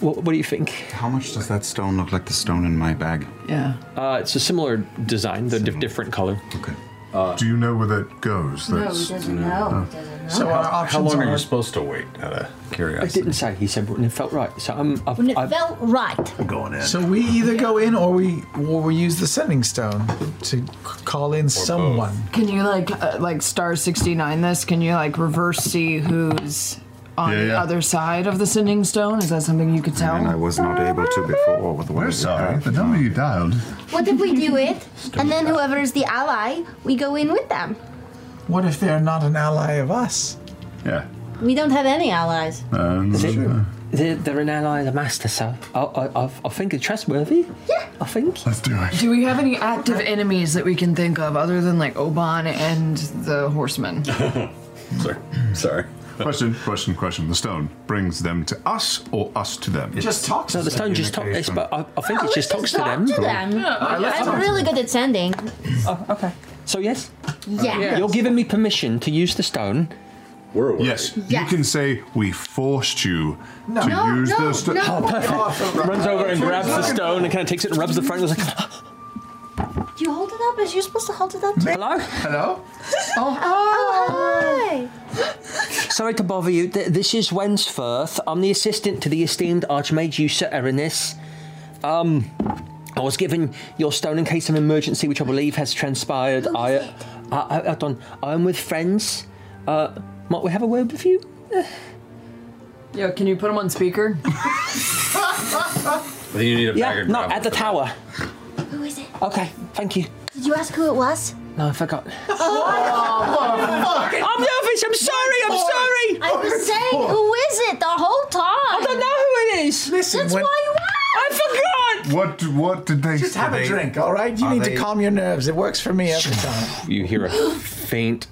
what, what do you think?
How much does that stone look like the stone in my bag?
Yeah.
Uh, it's a similar design, the dif- different color.
Okay.
Uh, Do you know where that goes?
No, he doesn't know. He doesn't know.
supposed to wait? Out of
I didn't say. He said when it felt right. So I'm. I've,
When it
I've,
felt right.
going
So we either go in or we or we use the sending stone to c- call in someone.
Can you, like, uh, like star 69 this? Can you, like, reverse see who's on
Yeah,
the
yeah.
other side of the sending stone? Is that something you could tell?
And I was not able to before. With what
We're sorry. The number you dialed.
What if we
[LAUGHS]
do it, and then whoever is the ally, we go in with them?
What if they're not an ally of us?
Yeah.
We don't have any allies.
Um,
They- they're, they're an ally of the master, so I, I, I've- I think it's trustworthy. Yeah, I think.
Let's do it.
Do we have any active enemies that we can think of other than, like, Oban and the
[LAUGHS]
horsemen?
sorry. Sorry.
Question, question, question. The stone brings them to us or us to them?
No, the stone just talks. It's, but I, I think
No,
it just
let's
talks
just talk
to them.
to them.
I love
I'm
talking to
really good at sending.
Oh, okay. So yes.
Yeah.
You're giving me permission to use the stone.
We're aware.
Yes.
Yes.
You can say we forced you
No.
to
No,
use
no,
the stone.
no.
Oh, perfect. Runs over and grabs the stone and kind of takes it and rubs the front. And is like,
Do you hold it up? Is you supposed to hold it up?
Hello?
Hello?
[LAUGHS] Oh, oh,
Sorry to bother you. Th- this is Wensforth. I'm the assistant to the esteemed Archmage User Erinus. Um, I was given your stone in case of an emergency, which I believe has transpired. I, uh, I, I, hold on. I'm with friends. Uh, might we have a word with you?
Yeah, can you put them on speaker?
Then you need a
yeah,
bag of
no,
gravel
at the
for
tower.
hi. Who is it?
Okay, thank you.
Did you ask who it was?
No, I forgot.
Oh,
I'm nervous. I'm sorry. I'm sorry.
I was saying, who is it the whole time? I don't know
who it is.
Listen,
That's
when-
why you asked.
I
What what did they
Just have a
they-
drink, all right? You
are
need
they-
to calm your nerves. It works for me every time.
you hear a faint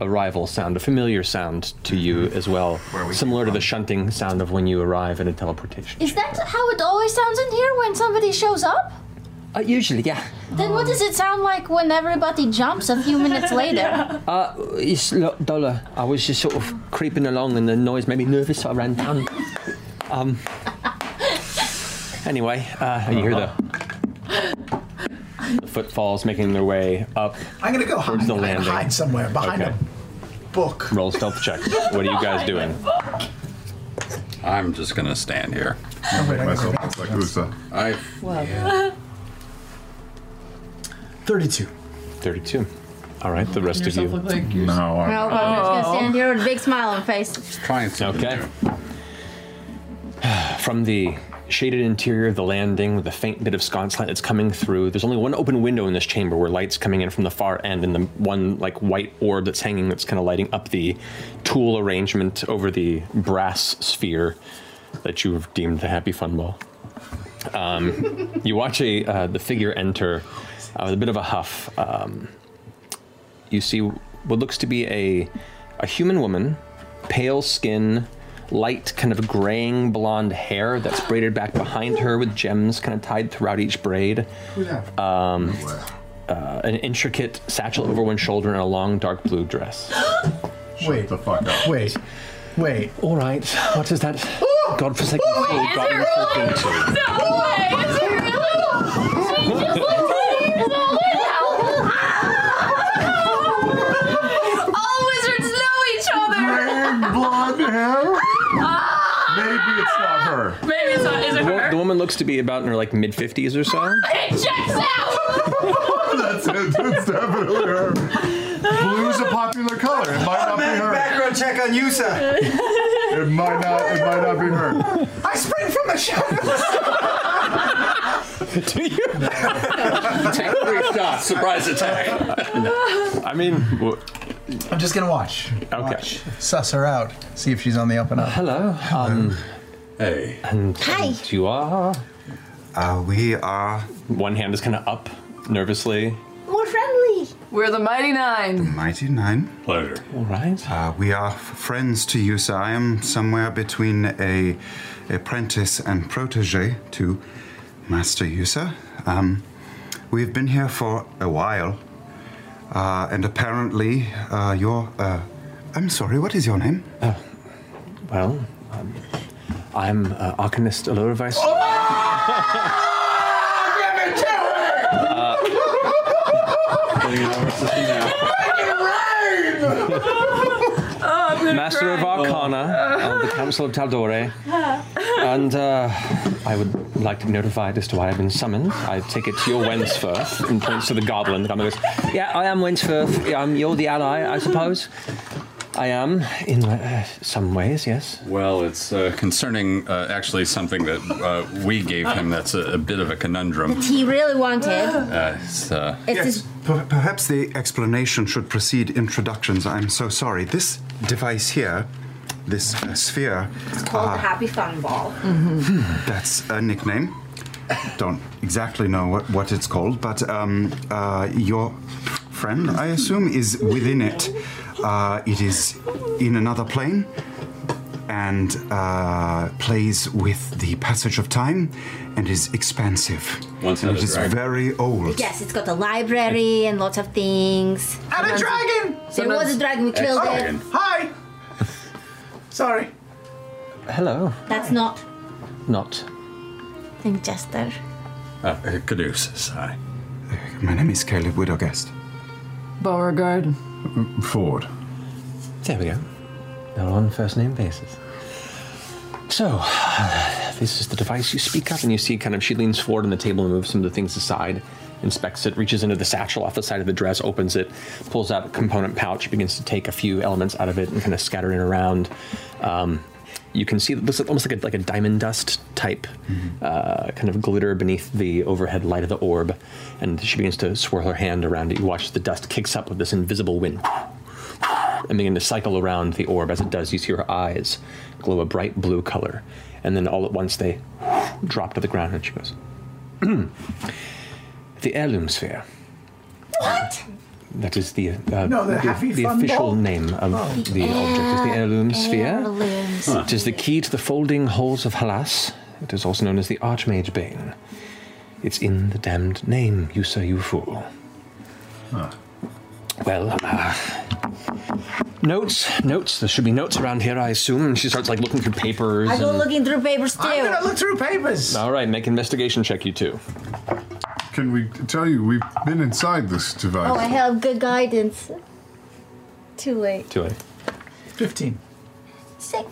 arrival sound, a familiar sound to you
Mm-hmm.
as well, similar to the shunting sound of when you arrive in a teleportation.
Is that how it always sounds in here when somebody shows up?
Uh, usually, yeah.
Then what does it sound like when everybody jumps a few
[LAUGHS]
minutes [LAUGHS] later?
Uh, it's look, Dollar. I was just sort of creeping along, and the noise made me nervous, so I ran down. Um. Anyway, uh,
And you hear the, the footfalls making their way up.
I'm gonna go
towards
hide.
the
I'm gonna
landing.
hide somewhere behind
okay.
a book.
Roll stealth check. What are you guys doing?
I'm just gonna stand here.
I'll make myself look like who's that?
I
Well,
32. 32. All right, the rest of
yourself
you.
look like
yours. No,
No, I'm just gonna stand here with a big smile on my
[LAUGHS]
face.
trying something
okay. [SIGHS] From the shaded interior of the landing with a faint bit of sconce light that's coming through, there's only one open window in this chamber where light's coming in from the far end, and the one like white orb that's hanging that's kind of lighting up the tool arrangement over the brass sphere that you've deemed the happy fun ball. Um, you watch a uh, the figure enter uh, with a bit of a huff. Um, you see what looks to be a a human woman, pale skin, light kind of graying blonde hair that's braided back behind her with gems kind of tied throughout each braid.
Who's that?
Um, uh, an intricate satchel over one shoulder and a long dark
[GASPS]
blue dress.
Ah!
Wait.
The fuck up.
Wait. Wait.
All right. What is that? Godforsaken
Oh,
fool
is
got
it
me talking to.
All wizards know each other. Ah!
Blonde hair. Maybe it's not her.
Maybe it's not. Is
The,
it
wo-
her?
the woman looks to be about in her like mid fifties or so.
It checks
[LAUGHS]
out.
That's it. That's definitely her. Blue's a popular color. It might not be her.
Background check on you, sir.
It might not. It might not be her.
I spring from the shadows.
Do you?
Take three shots. Surprise attack.
I mean,
I'm just gonna watch.
Okay.
Watch. Suss her out. See if she's on the up and up.
hello. Um,
hey.
And,
Hi.
and you are.
Uh, we are.
One hand is kind of up, nervously. [LAUGHS]
We're friendly.
We're the Mighty Nine.
Mighty Nine.
Pleasure.
All right.
Uh, we are f- friends to you, sir. I am somewhere between a apprentice and protege to Master Yusa. Um, we've been here for a while, uh, and apparently uh, your. Uh, I'm sorry. What is your name?
Well, um, I'm uh, Arcanist Aloravice.
Uh,
Oh!
Master of Arcana of the Council of Taldore. And uh, I would like to be notified as to why I've been summoned. I take it to your Wensfirth and points to the goblin. The goblin goes, Yeah, I am Wensfirth. Yeah, I'm, you're the ally, I suppose. I am, in uh, some ways, yes.
Well, it's uh, concerning uh, actually something that uh, we gave him. That's a, a bit of a conundrum.
He really wanted.
Uh, it's, uh,
It's his
Per- perhaps the explanation should precede introductions. I'm so sorry. This device here, this uh, sphere.
called
uh,
the Happy Fun Ball.
That's a nickname. Don't exactly know what, what it's called, but um, uh, your friend, I assume, is within it. Uh, it is in another plane and uh, plays with the passage of time and is expansive.
Once
and
had
it
a
is
dragon.
very old.
Yes, it's got a library and lots of things.
And a dragon!
There was a dragon, we killed it.
Hi! [LAUGHS] Sorry.
Hello.
That's not
Not.
Think Jester.
uh, uh, Caduceus. Sorry.
My name is Caleb Widogast.
Beauregard.
Ford.
There we go. They're on first name basis.
So, [CLEARS THROAT] this is the device you speak of, and you see kind of she leans forward on the table and moves some of the things aside, inspects it, reaches into the satchel off the side of the dress, opens it, pulls out a component pouch, begins to take a few elements out of it and kind of scatter it around. Um, you can see it looks like- almost like a, like a diamond dust type uh, kind of glitter beneath the overhead light of the orb, and she begins to swirl her hand around it. You watch the dust kicks up with this invisible wind and begin to cycle around the orb. As it does, you see her eyes glow a bright blue color, and then all at once they drop to the ground, and she goes, "The heirloom sphere."
What?
That is the uh,
No, the happy
the
fun
official
ball?
name of
Oh.
the object is the heirloom sphere.
Heirloom
Huh. It is the key to the folding halls of Halas. It is also known as the Archmage Bane. It's in the damned name, you sir, you fool.
Ah.
Well, uh, notes, notes. There should be notes around here, I assume. And she starts like looking through papers.
I go
and-
looking through papers too.
I'm gonna look through papers.
All right, make investigation check. You two.
Can we tell you we've been inside this device?
Oh, I have good guidance. Too late.
Too late.
Fifteen.
Six.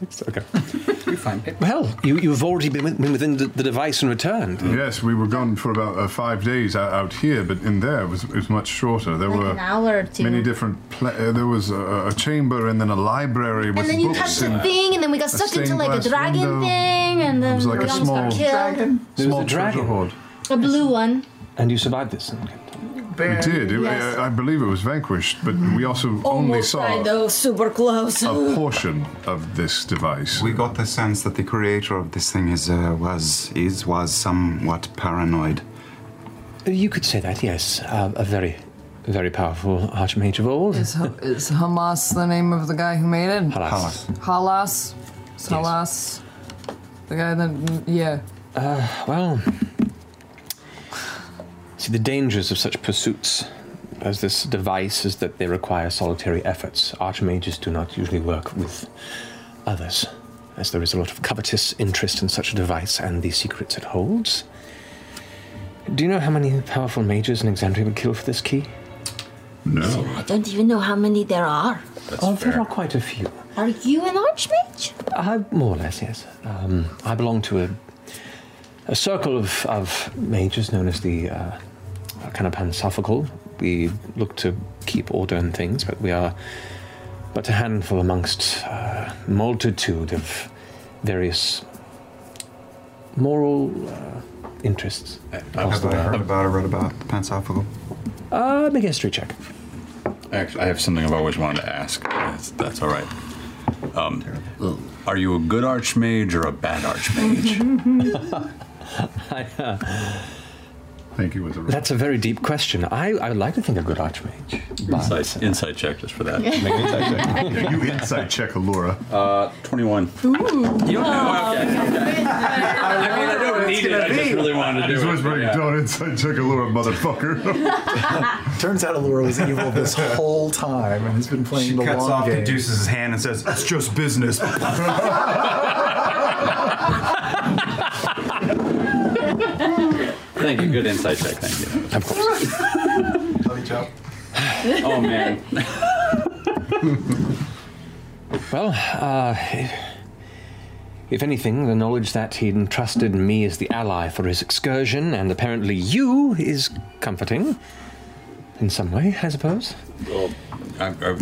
It's okay.
[LAUGHS] You're fine.
Well, you, you've already been, with, been within the, the device and returned.
uh,
Yes, we were gone for about uh, five days out, out here, but in there it was, it was much shorter. There
Like
were
an hour or two.
many different. Pla- uh, there was a, a chamber and then a library with
and then you
books
touched the
and
thing, and then we got
a
sucked into like a
stained glass
dragon
window.
thing, and then
It was like
we
a
almost
small
got killed.
dragon. Small treasure hoard.
A blue one.
And you survived this.
We did. It,
Yes.
I, I believe it was vanquished, but we also only
Almost
saw
died though, super close.
a portion of this device.
We got the sense that the creator of this thing is uh, was is was somewhat paranoid.
You could say that, yes. Uh, a very, very uh, powerful archmage of old.
Is, Ha- is Hamas the name of the guy who made it?
Halas.
Halas. Is Halas. The guy that, yeah.
Uh, well, see, the dangers of such pursuits as this device is that they require solitary efforts. Archmages do not usually work with others, as there is a lot of covetous interest in such a device and the secrets it holds. Do you know how many powerful mages in Exandria would kill for this key?
No.
I don't even know how many there are.
oh, there are quite a few.
Are you an archmage?
I, more or less, yes. Um, I belong to a, a circle of, of mages known as the uh, Canapansophical. We look to keep order in things, but we are but a handful amongst a multitude of various moral uh, interests.
Have
across the
I
world.
heard about or read about the Pansophical?
Uh, make a history check.
Actually, I have something I've always wanted to ask. That's, that's all right. Um, are you a good archmage or a bad
[LAUGHS]
archmage?
I, uh,
Thank you. Was a
That's a very deep question. I, I would like to think a good archmage.
insight, insight check just for
[LAUGHS]
that.
Make an insight check.
you insight check, Allura.
Uh, 21.
You
Oh.
don't know.
I mean, I don't need it. I just really wanted to do
He's
it.
always bringing
Yeah.
don't inside check Allura, motherfucker.
[LAUGHS] Turns out Allura was evil this whole time and has been playing
She
the
cuts
long
off
game.
the deuce's hand and says, "It's just
[LAUGHS]
business."
Thank you. Good insight check. Thank you. Of course. oh, man.
[LAUGHS] Well, uh, if anything, the knowledge that he'd entrusted me as the ally for his excursion, and apparently you, is comforting. In some way, I suppose.
Well, I, I,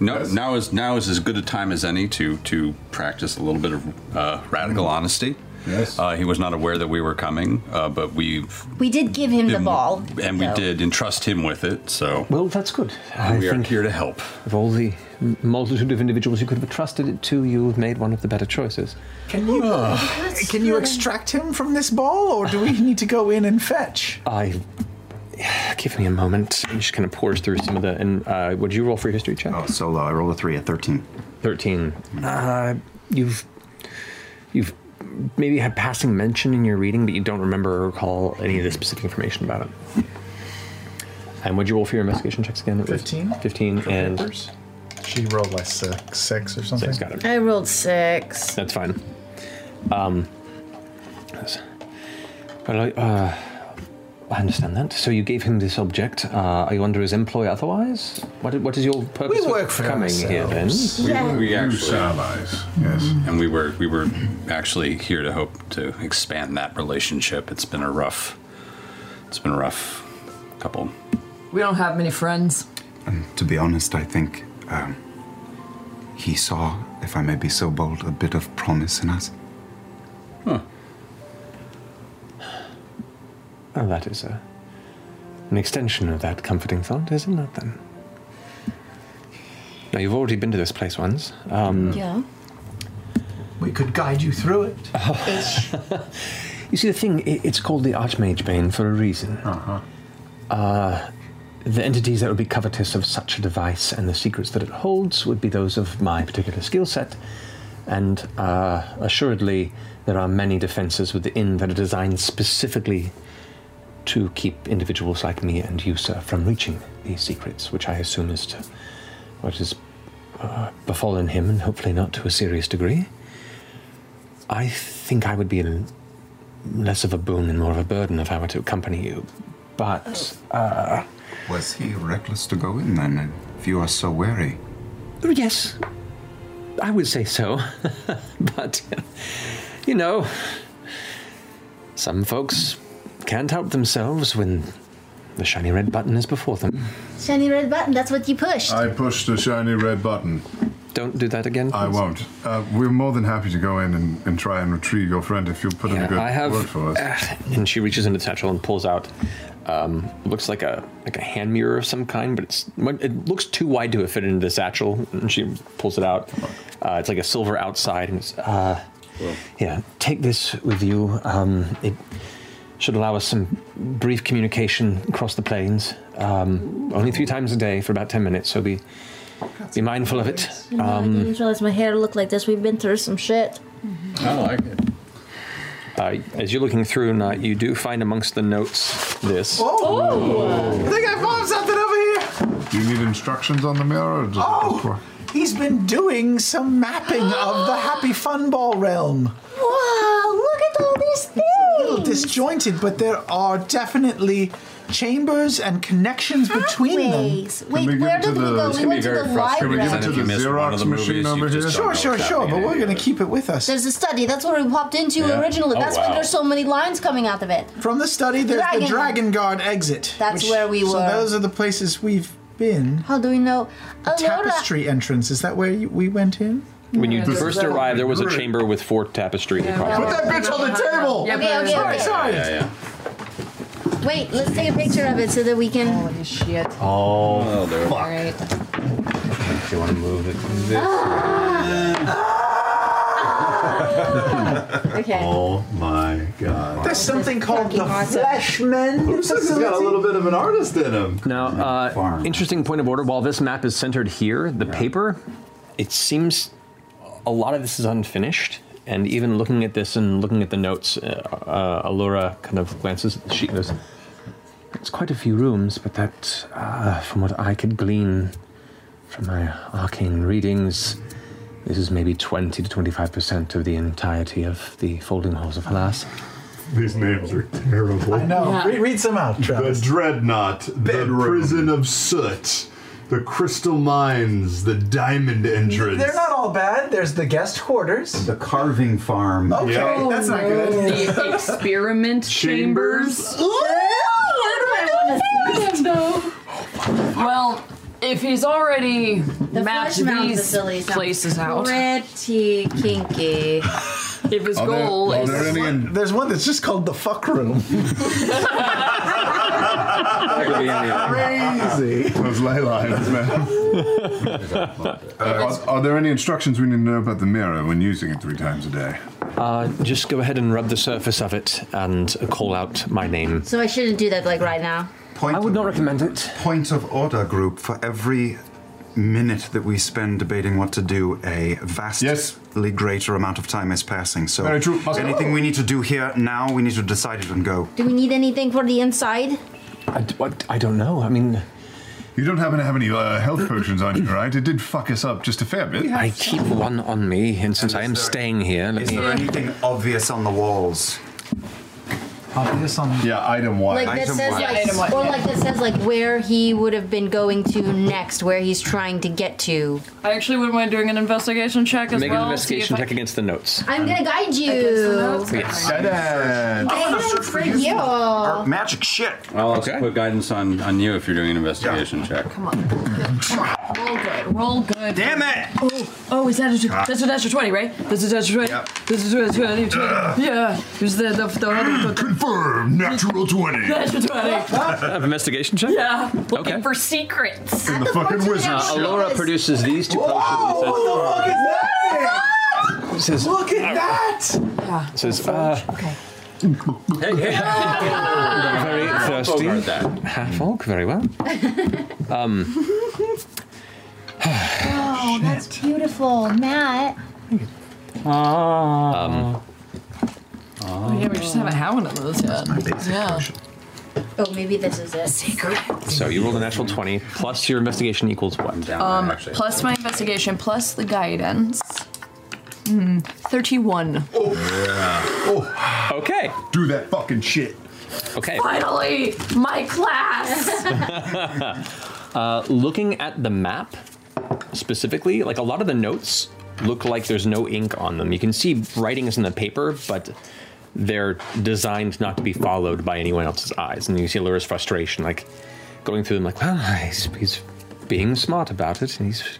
no, now is now is as good a time as any to to practice a little bit of uh, radical honesty. Yes. Uh, he was not aware that we were coming, uh, but we
We did give him the ball.
and we
so.
did entrust him with it. So
Well, that's good.
we are here to help.
Of all the m- multitude of individuals you could have entrusted it to, you have made one of the better choices.
Can you can you extract him from this ball, or do we need to go in and fetch?
I. Give me a moment. I'm just going to pores through some of the. And uh, would you roll for your history check? Oh,
solo. I rolled a three at 13.
13. Uh, you've. You've maybe had passing mention in your reading, but you don't remember or recall any of the specific information about it. And would you roll for your investigation checks again? It was
15?
15 and.
She rolled like six, six or something.
Six, got it.
I rolled six.
That's fine. Um, well, I, uh, I understand that. So you gave him this object. Uh, are you under his employ otherwise? What, what is your purpose
We
for
work for
coming here then?
ourselves.
We, we
Use
actually Mm-hmm.
allies. Yes.
And we were we were actually here to hope to expand that relationship. It's been a rough. It's been a rough couple.
We don't have many friends.
To be honest, I think um, he saw, if I may be so bold, a bit of promise in us.
Oh, that is a, an extension of that comforting thought, is it not then? Now, you've already been to this place once. Um,
Yeah. We could guide you through it.
You see, the thing, i- it's called the Archmage Bane for a reason. Uh-huh. the entities that would be covetous of such a device and the secrets that it holds would be those of my particular skill set. And uh, assuredly, there are many defenses within that are designed specifically to keep individuals like me and you, sir, from reaching these secrets, which I assume is to what has uh, befallen him, and hopefully not to a serious degree. I think I would be a less of a boon and more of a burden if I were to accompany you. But uh,
Was he reckless to go in then, if you are so wary?
yes, I would say so. [LAUGHS] but, you know, some folks can't help themselves when the shiny red button is before them.
Shiny red button, that's what you pushed.
Uh,
I pushed the shiny red button.
Don't do that again.
I won't. Uh, we're more than happy to go in and, and try and retrieve your friend if you'll put in a good
I have.
word for us.
and she reaches into the satchel and pulls out. Um, looks like a like a hand mirror of some kind, but it's it looks too wide to have fit into the satchel. And she pulls it out. Uh, it's like a silver outside, and it's uh, yeah. Take this with you. Um, it should allow us some brief communication across the plains. Um, only three times a day for about ten minutes, so be be mindful of it.
I know, I
Um,
didn't realize my hair looked like this. We've been through some shit.
I like it. Uh, as you're looking through, and, uh, you do find amongst the notes this.
Oh. I think I found something over here.
Do you need instructions on the mirror? Or does oh!
He's been doing some mapping of the Happy Fun Ball realm.
Wow, look at all these things.
A little disjointed, but there are definitely chambers and connections between
Pathways.
them.
Wait, Can we where give it did to we the- go? We
went to the
Can we give it
to the Xerox machine over here?
Sure, sure, sure, but we're going to keep it with us.
There's a study. That's what we popped into
Yeah.
originally.
Oh,
That's why
wow.
there's so many lines coming out of it.
From the study, there's the Dragon Guard exit.
That's where we
So
were.
those are the places we've been.
How do we know?
The tapestry entrance. Is that where you, we went in?
When you
Yeah, this
first
is-
arrived, there was a chamber with four tapestry across.
Put that bitch on the table!
Yeah, Okay, okay,
sorry,
okay.
sorry!
Wait, let's take a picture of it so that we can. Holy
shit.
Oh, well, there.
All right.
If you want to move it. This
[LAUGHS]
Okay.
Oh my god.
There's something called the
awesome.
Fleshman.
bit of an um, artist in him.
Now, uh, interesting point of order. While this map is centered here, the paper, it seems a lot of this is unfinished. And even looking at this and looking at the notes, uh, uh, Allura kind of glances at the sheet and goes, It's quite a few rooms, but that, uh, from what I could glean from my arcane readings, this is maybe 20 to 25% of the entirety of the folding halls of Halas.
These names are terrible. I
know. Yeah. Re- read some out, Travis.
The Dreadnought, the Prison of Soot, the Crystal Mines, the Diamond Entrance.
They're not all bad. There's the guest quarters.
The carving farm.
Okay,
Yeah.
that's
Oh,
not good.
The experiment chambers. Well, if he's already mapped
flesh mound
these
facility sounds
places out,
Pretty kinky.
if his
Oh,
Are there-
goal
are
is
there any
There's one that's just called the fuck room.
Crazy. Those ley lines, man. Uh, are, are there any instructions we need to know about the mirror when using it three times a day?
Uh, just go ahead and rub the surface of it and call out my name.
So I shouldn't do that like right now.
Point I
would not recommend it.
Point of order group for every minute that we spend debating what to do, a vastly greater amount of time is passing. So
Very true. Must-
anything we need to do here now, we need to decide it and go.
Do we need anything for the inside?
I, d- what- I don't know. I mean,
you don't happen to have any uh, health potions on you, right? It did fuck us up just a fair bit.
I keep one on me, and since I am staying here, let
Is
me.
there anything obvious on the walls?
Obvious on
yeah, item one.
Like that says like, or like that says like where he would have been going to next, where he's trying to get to.
I actually would mind doing an investigation check as
Make
well.
an investigation
see
check against the notes.
I'm gonna guide you.
Yes.
Guidance for you. All
magic shit.
Well, let's put guidance on, on you if you're doing an investigation check. Come on.
Roll good. Roll good.
Damn it!
Oh, oh, is that a
Ah.
that's a natural twenty, right? That's a natural twenty. This is a twenty. 20. Yeah. Who's the the the other
Confirm natural twenty.
natural twenty?
Have investigation check.
Yeah. Looking
Okay.
for secrets.
the fucking wizard. Alora produces these two potions and says, says,
Look at that!
says, uh, [LAUGHS] very thirsty.
Bogart that.
Half orc, very well. Um,
[SIGHS]
Oh, that's beautiful, Matt.
um,
Oh, yeah, we just haven't had one of those yet. Yeah.
Oh, maybe this is it. Secret.
so you rolled a natural 20, plus your investigation equals what?
Uh,
Um, plus my investigation, plus the guidance. Hmm, Thirty-one.
Oh.
Okay.
Do that fucking shit.
Okay.
[LAUGHS]
Finally, my [LAUGHS] class.
uh, looking at the map specifically, like a lot of the notes
look like there's no ink on them. You can see writings in the paper, but they're designed not to be followed by anyone else's eyes. And you see Lura's frustration, like going through them, like, well, he's, he's being smart about it, and he's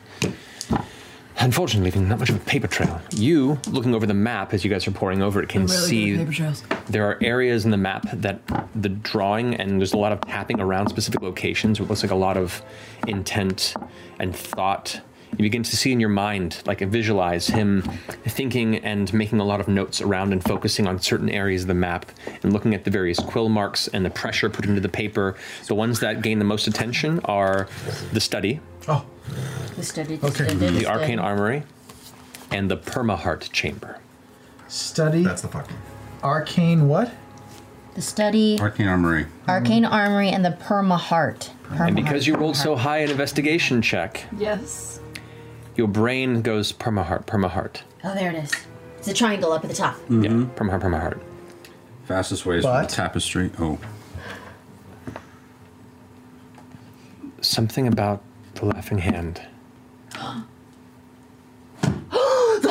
unfortunately leaving not much of a paper trail. You, looking over the map as you guys are pouring over it, can
I'm really good
see
at paper trails.
there are areas in the map that the drawing and there's a lot of tapping around specific locations where it looks like a lot of intent and thought you begin to see in your mind like visualize him thinking and making a lot of notes around and focusing on certain areas of the map and looking at the various quill marks and the pressure put into the paper the ones that gain the most attention are the study
The study.
the arcane armory and the permaheart chamber
Study. That's the fucking. Arcane what?
The study.
Arcane Armory.
Arcane armory and the perma heart.
and because you rolled so high an investigation check
Yes.
your brain goes permaheart permaheart
Oh, there it is. It's a triangle up at the top.
yeah permaheart permaheart
Mm-hmm. Fastest way is from
But-
the tapestry. Oh,
something about the laughing hand [SIGHS]
the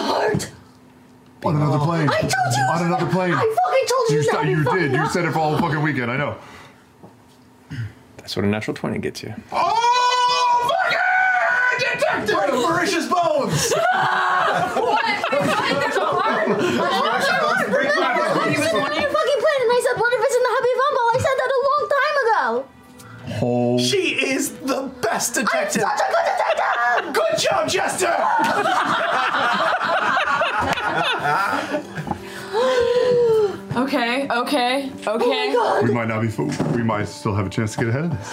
heart.
On another plane.
I told you.
On another plane.
I fucking told you.
You,
that,
said- you
fucking
did. You
know.
said it for all the fucking weekend. I know.
that's what a natural 20 gets you
Detective! Right, Mauritius
[LAUGHS]
bones!
fucking planet. I said, what if it's in the Happy Fumble? I said that a long time ago.
She is the best detective!
I'm such a good detective!
Good job, Jester!
[LAUGHS]
Okay, okay, okay.
Oh
We might not be. fo- We might still have a chance to get ahead of this.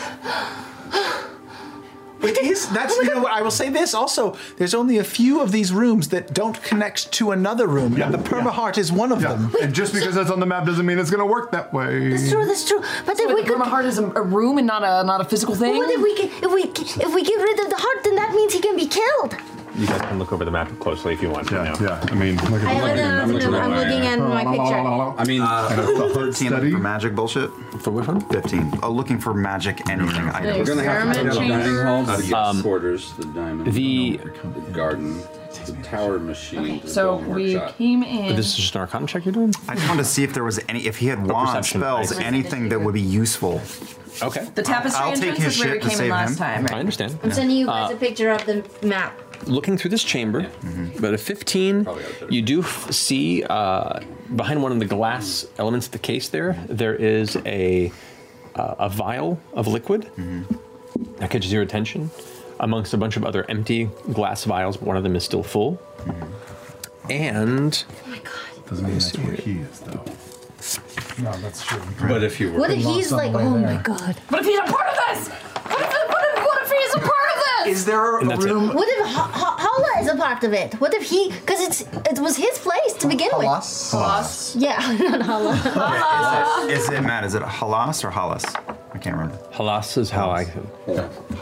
It is. That's you know what I will say. This also, there's only a few of these rooms that don't connect to another room, and the permaheart is one of them.
And just because that's on the map doesn't mean it's going to work that way.
that's true. But
then we could. My heart is a, a room and not a not a physical thing.
What if we get, if we get- if we get rid of the heart, then that means he can be killed.
you guys can look over the map closely if you want yeah,
yeah i mean look
I look at- I'm looking- I'm looking at my picture.
I mean,
Uh,
the 13 [LAUGHS] for magic bullshit.
For which one?
15. Uh, looking for magic anything items.
we're gonna have to go to the dining hall,
Uh,
the
yes.
Um,
quarters, the diamond, the, garden, the tower machine. the
So
golden
we
workshop.
came in.
is just an arcana check you're doing?
I just wanted to see if there was any, if he had wands,
perception,
spells,
right?
anything that would be useful.
Okay.
The tapestry
I'll take
entrance
his
is where we
shit to
came in
save
last
him.
time.
i understand
I'm sending you guys
Uh,
a picture of the map.
looking through this chamber, but at 15, you do f- see uh, behind one of the glass elements of the case there, there is a, uh, a vial of liquid that catches your attention amongst a bunch of other empty glass vials, but one of them is still full. And. Oh my god. Mm-hmm. Doesn't mean that's where he is, though.
No, that's true.
But if you were.
What if he's like, oh my [LAUGHS] god.
What if he's a part of this? What if, what if, what if he's a part of this?
Is there
a room? What if Ho- Ho- Hala is a part of it? What if he? Because it's it was his place to begin with.
Halas?
Yeah, [LAUGHS] not Hala.
[LAUGHS]
Is it, Matt, is it halas or halas? I can't remember.
Halas is how I.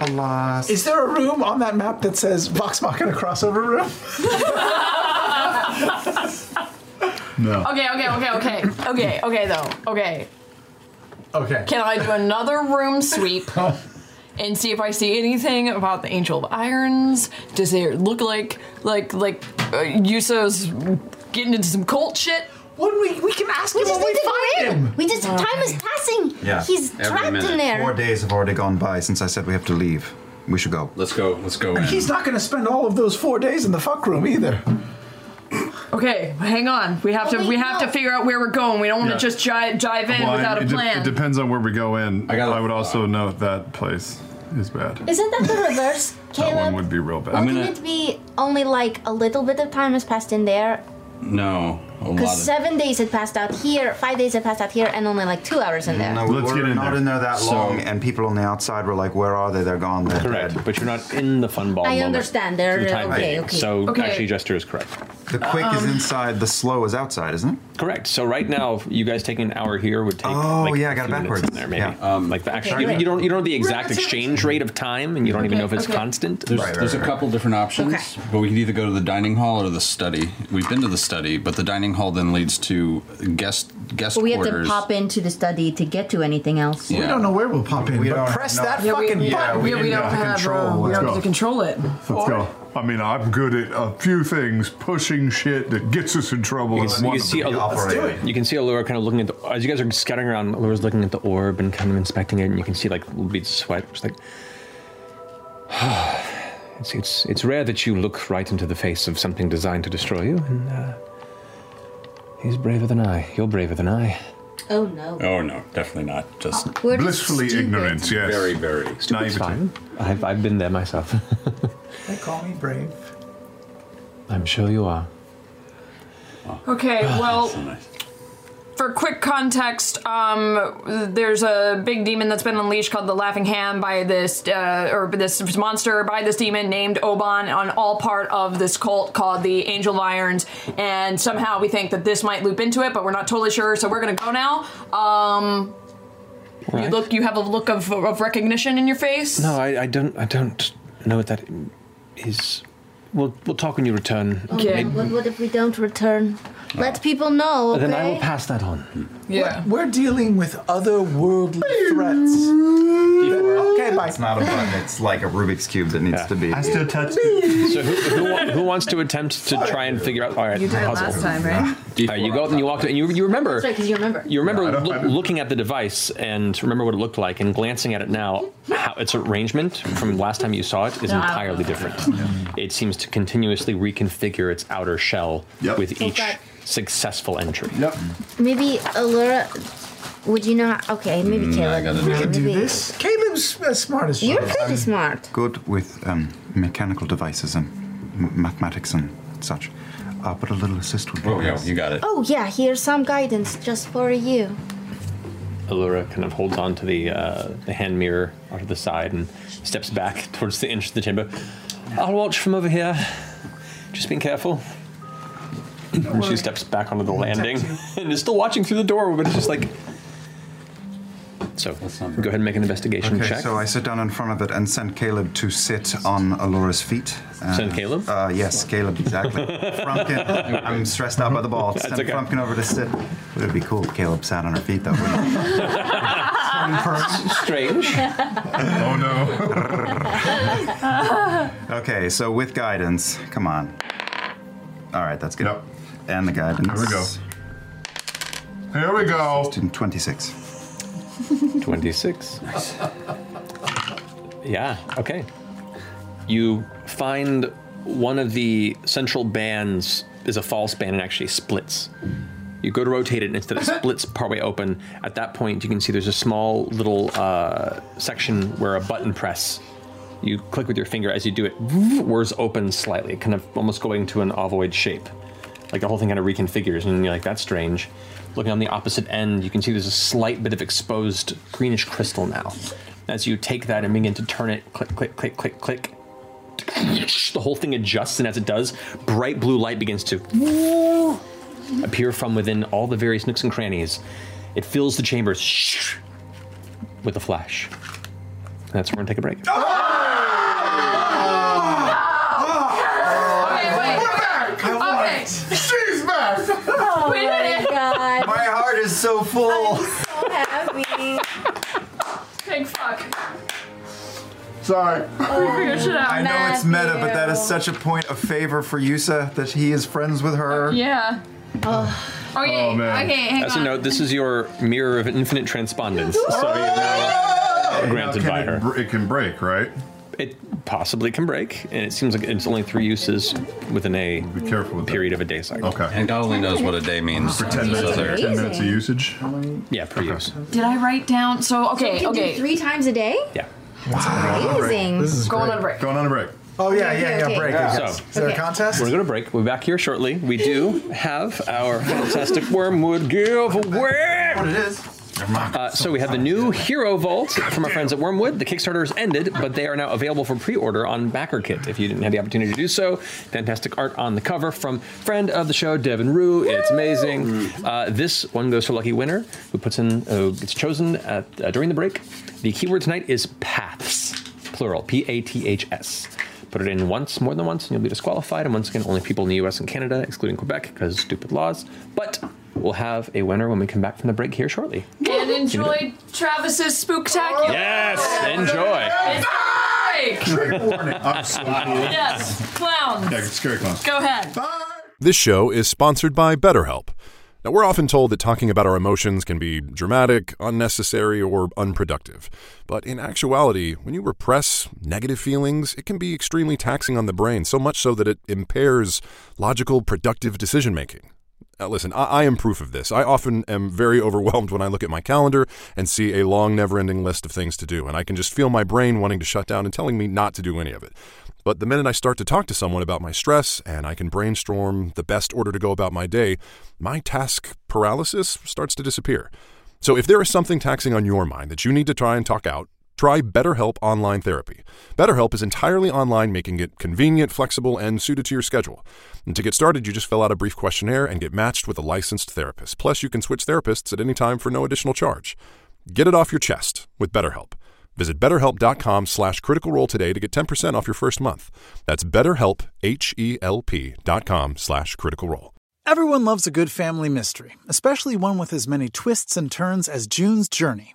Halas.
Is there a room on that map that says Vox Machina crossover room?
No.
Okay, okay, okay, okay, okay, okay, though. Okay.
Okay.
Can I do another room
[LAUGHS]
sweep and see if I see anything about the Angel of Irons? Does it look like like like uh, Yuso's getting into some cult shit?
What we we can ask
We just need to go in. We just time is passing. He's trapped in there.
Four days have already gone by since I said we have to leave. We should go.
Let's go. Let's go
And he's not going to spend all of those four days in the fuck room either.
Okay, hang on. We
Oh,
have to we have to figure out where we're going. We don't want to
Yeah.
just jive, dive in
Well,
without
it
a
de-
plan.
it depends on where we go in. I, would also note that place is bad.
Isn't that the reverse,
That one
Caleb?
would be real bad.
Wouldn't it be only like a little bit of time has passed in there?
No, a lot
Because
of.
seven days had passed out here, five days had passed out here, and only like two hours in there.
No, we were not in there that
So-
long, and people on the outside were like, "Where are they? They're gone. They're
Correct, but you're not in the fun ball.
I moment. understand. They're- Through time okay, being. okay. So, Okay. actually,
Jester is correct.
The quick is
Um,
inside. The slow is outside, isn't it?
Correct. So right now, you guys taking an hour here would take.
Oh,
like,
yeah, I
a
got
few
it
minutes
backwards.
in there, maybe. Um, like the actual,
Okay.
you, you don't you don't know the exact
Relative-
exchange rate of time, and you don't even know if it's constant.
There's, there's a couple different options, but we can either go to the dining hall or the study. We've been to the study, but the dining dining hall then leads to guest guest
we have
quarters.
to pop into the study to get to anything else.
We don't
know where we'll pop
in, We but
don't
press
that
yeah, we-
fucking
yeah,
button.
We,
Yeah,
we
we
don't
gotta
have
control.
uh, we
Let's
don't
go.
have to control it.
Let's go. I mean, I'm good at a few things, pushing shit that gets us in trouble.
You
and
can, you
one
can
of
see
them
Al-
is operating.
you can see Allura kind of looking at the, as you guys are scattering around. Allura's looking at the orb and kind of inspecting it, and you can see like little beads of sweat. Just like it's, it's it's rare that you look right into the face of something designed to destroy you. And uh, he's braver than I. You're braver than I.
Oh no.
Oh no, definitely not. Just
We're just Blissfully stupid.
ignorant, yes.
Very, very
Stupid's fine. I've I've been there myself. [LAUGHS]
They call me brave.
I'm sure you are.
Oh. Ah,
Okay, well, for quick context, um, there's a big demon that's been unleashed called the Laughing Ham by this uh, or this monster by this demon named Oban on all part of this cult called the Angel of Irons, and somehow we think that this might loop into it, but we're not totally sure. So we're gonna go now. Um, You
Right.
look. You have a look of, of recognition in your face.
No, I, I don't. I don't know what that is. We'll we'll talk when you return.
Oh,
Maybe-
What, what if we don't return? Let people know, okay?
Then I will pass that on. [LAUGHS]
Yeah. We're, we're dealing with otherworldly threats. Okay, bye.
It's not a button. It's like a Rubik's cube that needs to be.
I still
[LAUGHS]
touch.
So who, who, wa- who wants to attempt to try and figure out? All right,
You did it
puzzle.
last time, right?
All right, you go up and you walk, to- and you you remember.
That's right, 'cause you remember.
You remember
No, I don't
loo- looking at the device and remember what it looked like, and glancing at it now, how its arrangement from last time you saw it is
No, I-
entirely different. It seems to continuously reconfigure its outer shell
Yep.
with each
Okay.
successful entry.
Yep.
Maybe Allura, would you know? how- Okay, maybe
Mm, I
Caleb.
gotta
Yeah,
do it.
maybe-
This Caleb's as smart as
You're pretty smart.
good with um, mechanical devices and m- mathematics and such, uh, but a little assist would be
Oh, yeah,
nice.
you got it.
Oh yeah, here's some guidance just for you.
Allura kind of holds on to the uh, the hand mirror onto the side and steps back towards the entrance of the chamber. I'll watch from over here. Just being careful. and she steps back onto the landing [LAUGHS] and is still watching through the door, but it's just like. So go ahead and make an investigation
Okay,
check.
so I sit down in front of it and send Caleb to sit on Alora's feet. Uh,
Send Caleb?
Uh, yes, Caleb,
[LAUGHS]
exactly. Frumpkin, I'm stressed out by the ball. Send
That's okay.
Frumpkin over to sit. It would be cool if Caleb sat on her feet, though.
Strange.
oh, no.
[LAUGHS]
[LAUGHS]
okay, so with guidance, come on. All right, that's good. And the guidance.
Here we go. Here we go.
Student 26.
26. Yeah, okay. You find one of the central bands is a false band and actually splits. You go to rotate it, and instead it splits partway open. At that point, you can see there's a small little uh, section where a button press. You click with your finger as you do it, whirs open slightly, kind of almost going to an ovoid shape. Like the whole thing kind of reconfigures, and you're like, that's strange. Looking on the opposite end, you can see there's a slight bit of exposed greenish crystal now. As you take that and begin to turn it, click, click, click, click, click, [CLEARS THROAT] the whole thing adjusts, and as it does, bright blue light begins to [CLEARS THROAT] appear from within all the various nooks and crannies. It fills the chambers [SNIFFS] with a flash. That's where we're gonna take a break.
Okay.
She's back.
[LAUGHS] Oh
Wait a
my
minute.
god.
My
heart is so full.
So happy.
Big fuck.
Sorry.
Oh, we figured shit out.
I know it's meta, but that is such a point of favor for Yusa that he is friends with her.
Uh, Yeah.
Oh.
Okay. Okay. Hang
As
on.
you know, this is your mirror of
[LAUGHS]
infinite transpondence. So you're now granted by her.
It can break, right?
It possibly can break, and it seems like it's only three uses within a period of a day cycle.
Okay.
And God only knows what a day means.
For 10 minutes,
So there-
10 minutes of usage?
Yeah, per use.
Did I write down? So
So we
okay.
can do
okay.
three times a day.
Yeah.
Amazing.
Going on a break.
Going on a break.
Oh yeah,
Okay,
yeah, yeah.
okay.
Break.
Yeah.
yes.
So-
is there a contest?
We're going to break. We'll be back here shortly. We do have our fantastic Wormwood giveaway. What it is. Uh, so we have the new Hero Vault from our friends at Wormwood. The Kickstarter has ended, but they are now available for pre-order on BackerKit. If you didn't have the opportunity to do so, fantastic art on the cover from friend of the show Devin Rue. It's amazing. Uh, this one goes to a lucky winner who puts in uh, gets chosen at, uh, during the break. The keyword tonight is paths, plural, P-A-T-H-S. put it in once, more than once, and you'll be disqualified. And once again, only people in the U.S. and Canada, excluding Quebec, because stupid laws. But we'll have a winner when we come back from the break here shortly.
And enjoy Travis's spooktacular.
Yes, enjoy.
It's Mike!
Trigger warning. I'm
[LAUGHS]
so cool.
Yes, clowns.
Yeah, scary clowns.
Go ahead.
This show is sponsored by BetterHelp. Now, we're often told that talking about our emotions can be dramatic, unnecessary, or unproductive. But in actuality, when you repress negative feelings, it can be extremely taxing on the brain, so much so that it impairs logical, productive decision making. Now, listen, I-, I am proof of this. I often am very [LAUGHS] overwhelmed when I look at my calendar and see a long, never ending list of things to do, and I can just feel my brain wanting to shut down and telling me not to do any of it. But the minute I start to talk to someone about my stress and I can brainstorm the best order to go about my day, my task paralysis starts to disappear. So if there is something taxing on your mind that you need to try and talk out, try BetterHelp Online Therapy. BetterHelp is entirely online, making it convenient, flexible, and suited to your schedule. And to get started, you just fill out a brief questionnaire and get matched with a licensed therapist. Plus, you can switch therapists at any time for no additional charge. Get it off your chest with BetterHelp. Visit betterhelp.com slash critical role today to get 10% off your first month. That's betterhelp, H-E-L-P dot com slash critical role.
Everyone loves a good family mystery, especially one with as many twists and turns as June's journey.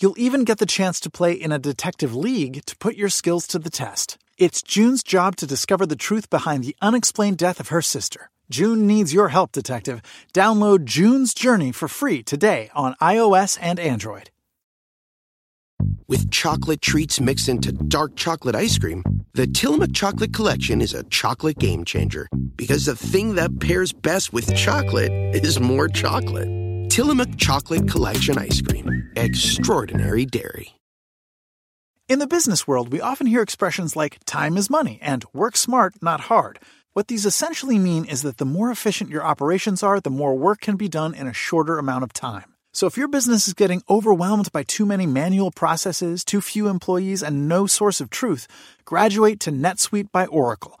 You'll even get the chance to play in a detective league to put your skills to the test. It's June's job to discover the truth behind the unexplained death of her sister. June needs your help, detective. Download June's Journey for free today on iOS and Android.
With chocolate treats mixed into dark chocolate ice cream, the Tillamook Chocolate Collection is a chocolate game changer because the thing that pairs best with chocolate is more chocolate. Tillamook Chocolate Collection Ice Cream. Extraordinary dairy.
In the business world, we often hear expressions like time is money and work smart, not hard. What these essentially mean is that the more efficient your operations are, the more work can be done in a shorter amount of time. So if your business is getting overwhelmed by too many manual processes, too few employees, and no source of truth, graduate to NetSuite by Oracle.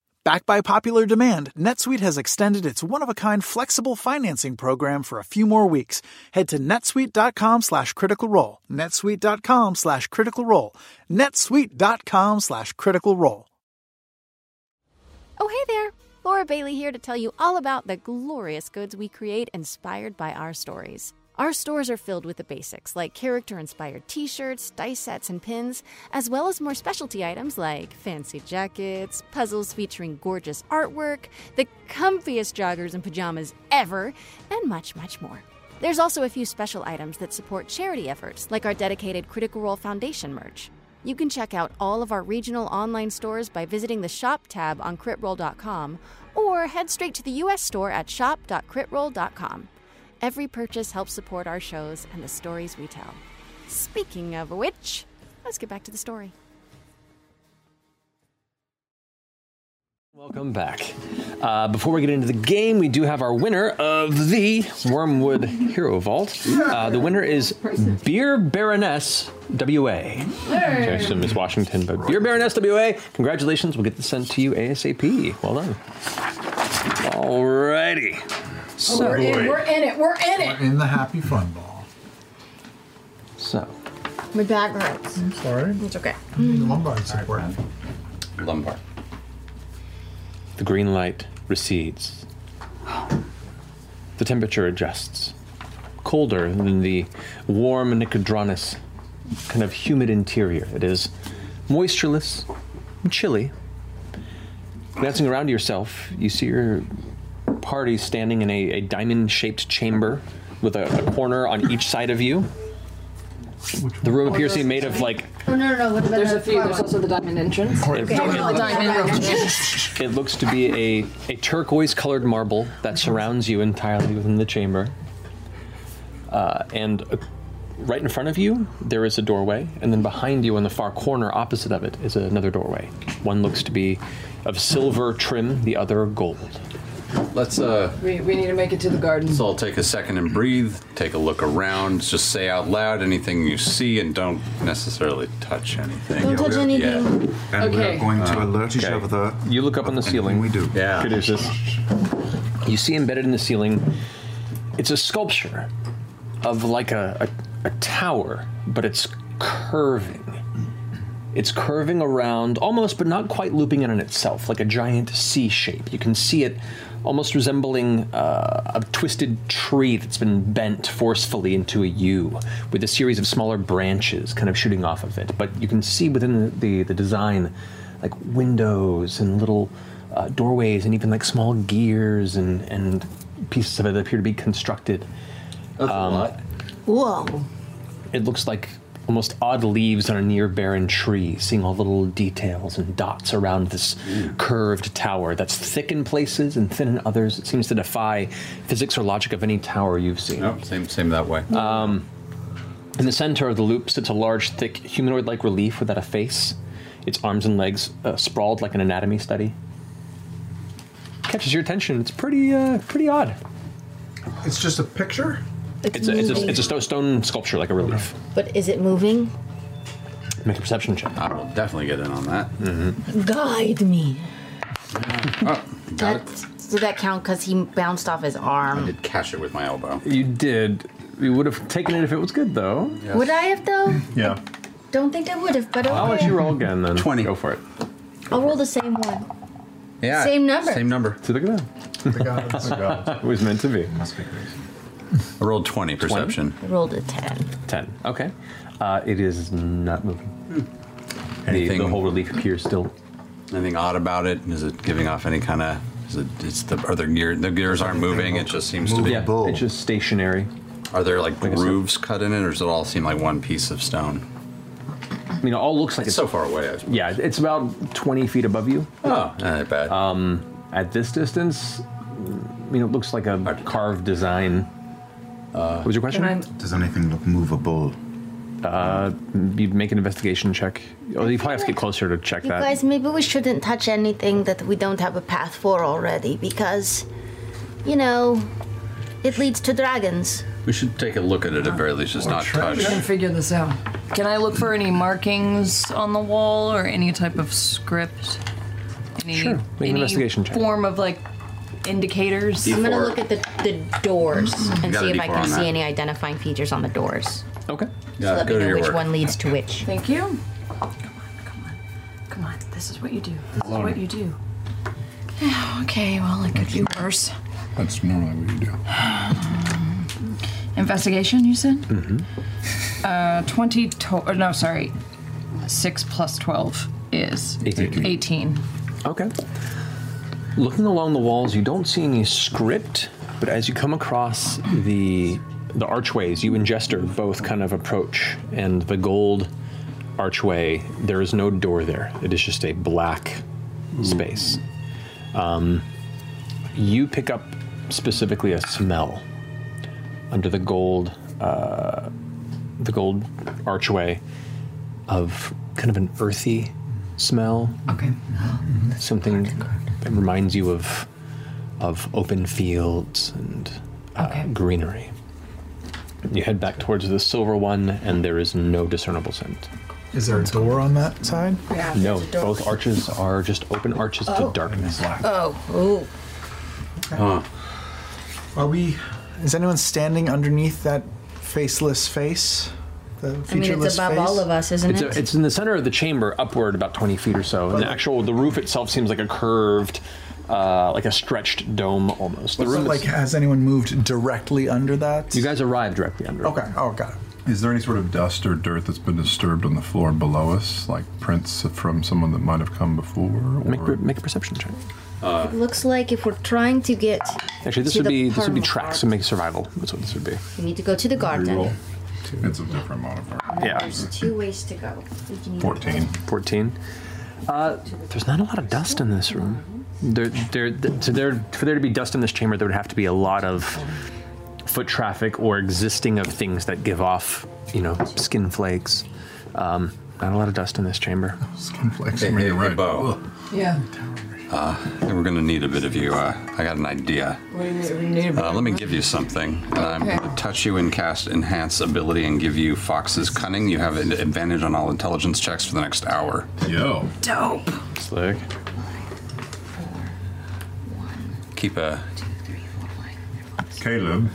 Backed by popular demand, NetSuite has extended its one-of-a-kind flexible financing program for a few more weeks. Head to netsuite.com slash critical role. netsuite.com slash critical role. netsuite.com slash critical role.
Oh, hey there! Laura Bailey here to tell you all about the glorious goods we create inspired by our stories. Our stores are filled with the basics, like character inspired t shirts, dice sets, and pins, as well as more specialty items like fancy jackets, puzzles featuring gorgeous artwork, the comfiest joggers and pajamas ever, and much, much more. There's also a few special items that support charity efforts, like our dedicated Critical Role Foundation merch. You can check out all of our regional online stores by visiting the Shop tab on critroll.com or head straight to the U.S. store at shop.critroll.com. Every purchase helps support our shows and the stories we tell. Speaking of which, let's get back to the story.
Welcome back. Uh, before we get into the game, we do have our winner of the Wormwood Hero Vault. Uh, the winner is Beer Baroness WA. Which I assume is Washington, but Beer Baroness WA, congratulations. We'll get this sent to you ASAP. Well done. Alrighty.
we're, in, we're in it. We're in it.
In the happy fun ball.
So,
My back hurts.
I'm sorry.
It's okay.
lumbar support.
Lumbar.
The green light recedes. The temperature adjusts. Colder than the warm Nicodranus, kind of humid interior. It is moistureless and chilly. Glancing around yourself, you see your party standing in a, a diamond shaped chamber with a, a corner on each side of you. The room appears to be made of like
Oh, no, no, no. What about
There's
the
a few. There's also the diamond entrance.
Okay. Okay.
The diamond entrance.
it looks to be a, a turquoise colored marble that surrounds you entirely within the chamber. Uh, and uh, right in front of you, there is a doorway, and then behind you, in the far corner opposite of it, is another doorway. One looks to be of silver trim, the other gold.
Let's uh,
We, we need to make it to the garden.
let's all take a second and breathe. Take a look around. Just say out loud anything you see, and don't necessarily touch anything. Uh,
Don't touch anything.
And
we're Okay. going
to
alert each other.
You look up on the ceiling. We
do. Yeah.
Caduceus. You see embedded in the ceiling, it's a sculpture of like a, a, a tower, but it's curving. It's curving around, almost but not quite looping in on itself, like a giant C shape. You can see it almost resembling uh, a twisted tree that's been bent forcefully into a U, with a series of smaller branches kind of shooting off of it. But you can see within the, the, the design, like windows and little uh, doorways, and even like small gears and, and pieces of it that appear to be constructed. Um, That's a lot.
Whoa.
It looks like almost odd leaves on a near barren tree, seeing all the little details and dots around this
Mm.
curved tower that's thick in places and thin in others. It seems to defy physics or logic of any tower you've seen.
Nope, same, same that way.
Um, in the center of the loop sits a large, thick, humanoid like relief without a face, its arms and legs uh, sprawled like an anatomy study. Catches your attention. It's pretty, uh, pretty odd.
It's just a picture?
It's, a, it's, a, it's a sto- stone sculpture, like a relief.
But is it moving?
Make a perception check.
I will definitely get in on that.
Guide me.
Oh,
Got it.
Did that count because he bounced off his arm?
Did catch it with my elbow.
You did. You would have taken it if it was good, though.
Would I have, though?
[LAUGHS] Yeah.
Don't think I would have, but okay.
I'll let you roll again then. 20. Go for it.
I'll roll the same one.
Yeah.
Same number.
Same number.
So look [LAUGHS]
at
that. it was meant to be.
I rolled 20 perception.
Rolled a 10.
10. Okay. Uh, it is not moving.
Anything?
The, the whole relief appears still.
Anything odd about it? Is it giving off any kind of? Is it? It's the are the gear? The gears aren't moving. It just seems to be.
Yeah, it's just stationary.
Are there like grooves cut in it, or does it all seem like one piece of stone?
I mean, it all looks like
it's so far away. I suppose.
Yeah, it's about 20 feet above you.
Oh, not bad.
Um, at this distance, I mean, it looks like a carved design. Uh, what was your question?
Can
Does anything look movable?
Uh, you make an investigation check. Oh, you probably have to get closer to check
You
that.
guys, maybe we shouldn't touch anything that we don't have a path for already because, you know, it leads to dragons.
We should take a look at it at very least, just not
We
touch.
can figure this out.
Can I look for any markings on the wall or any type of script? Any,
Sure. Make an
any
investigation check.
Form of like indicators.
I'm gonna look at the, the doors and
Got a
see if I
D4
can
on that. Uh,
see any identifying features on the doors.
Okay.
so that we know which one leads to which.
Thank you. Come on, this is what you do. This is
Lauren.
what you do. [SIGHS] okay, well, it could be worse.
That's normally what you do.
Investigation, you said?
Mm-hmm.
Uh, 20 to- or no, sorry. 6 plus 12 is
18.
18.
Okay. Looking along the walls, you don't see any script, but as you come across the the archways, you and Jester both kind of approach, and the gold archway, there is no door there. It is just a black space. Um, you pick up specifically a smell under the gold uh, the gold archway of kind of an earthy smell. Okay. Something that reminds you of of open fields and uh, greenery. You head back towards the silver one, and there is no discernible scent.
Is there a door on that side?
no, both arches are just open arches
Oh.
to darkness.
Oh, ooh.
Are we. Is anyone standing underneath that faceless face? The featureless face?
it's a- it's in the center of the chamber, upward about 20 feet or
Oh.
so. And the actual, the roof itself seems like a curved, uh, like a stretched dome almost. The
What's
room
it like,
is-
has anyone moved directly under that?
You guys arrived directly under.
Okay. Oh, got it.
Is there any sort of dust or dirt that's been disturbed on the floor below us, like prints from someone that might have come before? Or...
Make, make a perception check. Uh,
It looks like if we're trying to get.
Actually, this
to
would
the
be this would be
perma-
track, so make survival. That's what this would be.
We need to go to the garden.
Two. It's a different modifier.
Yeah.
There's two ways to go. We can either-
14.
Uh, there's not a lot of dust in this room.
There, there, th- so there, for there to be dust in this chamber, there would have to be a lot of
Foot traffic or existing of things that give off, you know, skin flakes. Um, not a lot of dust in this chamber. Skin flakes.
Hey, I mean, hey, you're hey, right. Bo.
Yeah.
Uh, we're going to need a bit of you. Uh, I got an idea.
We need, we need
Uh, let me give you something. And I'm
Okay.
going to touch you and cast Enhance Ability and give you Fox's Cunning. You have an advantage on all intelligence checks for the next hour.
Yo.
Dope.
Slick. Keep a.
Caleb.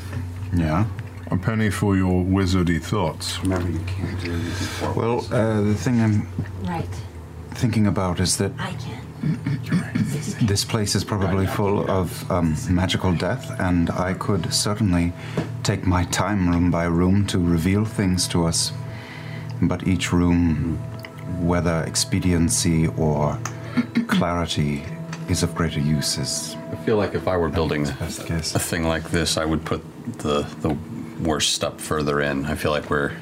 Yeah.
A penny for your wizardy thoughts.
Remember, you can't do anything Well, uh, the thing I'm
Right.
thinking about is that
I can.
this place is probably full of um, magical death, and I could certainly take my time room by room to reveal things to us. But each room, whether expediency or clarity is of greater use, is
I feel like if I were building a, a thing like this, I would put the the worst step further in. I feel like we're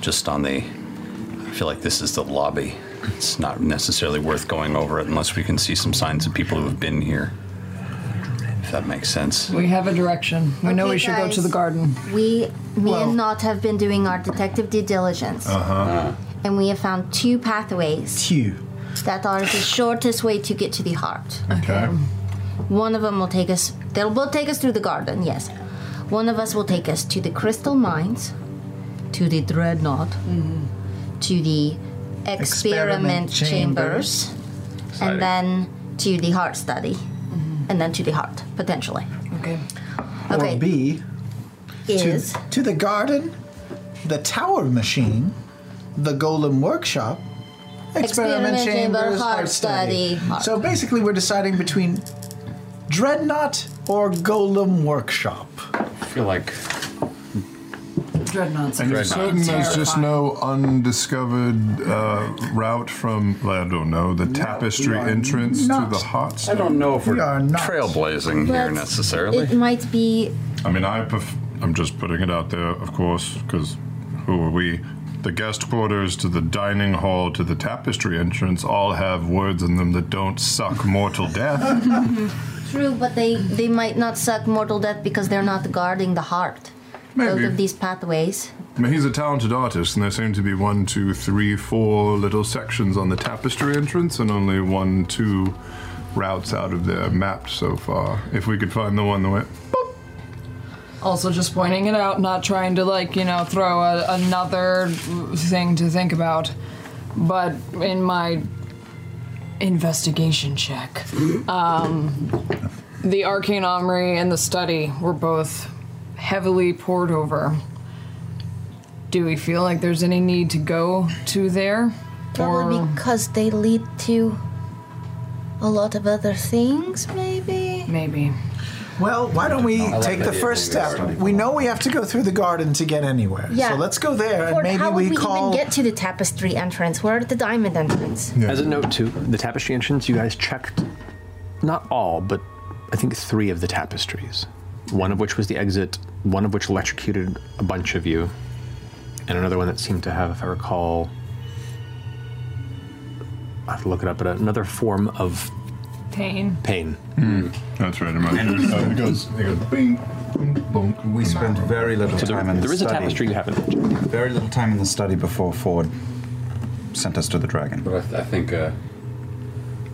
just on the. I feel like this is the lobby. It's not necessarily worth going over it unless we can see some signs of people who have been here. If that makes sense.
We have a direction. We know
Okay,
we should go to
guys.
the garden.
We, me and Not have been doing our detective due diligence,
huh.
and we have found two pathways
Two.
that are the shortest way to get to the heart.
Okay.
One of them will take us. They'll both take us through the garden. Yes. One of us will take us to the crystal mines, to the dreadnought, to the experiment,
Experiment
chambers,
Exciting.
and then to the heart study, and then to the heart potentially.
Okay.
Okay.
Or B.
Is-
To, to the garden, the tower machine, the golem workshop, experiment,
Experiment chamber,
chambers,
heart
art study.
study, heart.
So basically, we're deciding between dreadnought or golem workshop.
I feel like
Dreadnoughts.
And you're certain there's just no undiscovered uh, route from, I don't know, the tapestry entrance
not.
to the hot
I don't know if
we're
trailblazing here
But
necessarily.
It might be
[LAUGHS]
I mean, I pref- I'm just putting it out there, of course, because who are we? The guest quarters to the dining hall to the tapestry entrance all have words in them that don't suck mortal death.
True, but they, they might not suck mortal death because they're not guarding the heart. Both
Maybe.
of these pathways.
I mean, he's a talented artist, and there seem to be one, two, three, four little sections on the tapestry entrance, and only one, two routes out of there mapped so far. If we could find the one that went,
Also, just pointing it out, not trying to, like, you know, throw a, another thing to think about. But in my investigation check, um, the Arcane Omri and the study were both heavily poured over. Do we feel like there's any need to go to there?
Probably because they lead to a lot of other things, maybe?
Maybe.
Well, why don't we
I like
take
that
the
idea
first
of doing
step?
the garden.
We know we have to go through the garden to get anywhere. So let's go there, and
Or
Uh, maybe
how would
we,
we,
call.
even get to the tapestry entrance? We're at the diamond entrance.
As a note to the tapestry entrance, you guys checked not all, but I think three of the tapestries. One of which was the exit, one of which electrocuted a bunch of you, and another one that seemed to have, if I recall, I have to look it up, but another form of
Pain.
pain.
Hmm. That's right. it goes, it goes bing,
We spent very little
So there-
time in
there
the
is a
study.
tapestry you haven't.
Very little time in the study before Ford sent us to the dragon.
But I, th- I think uh,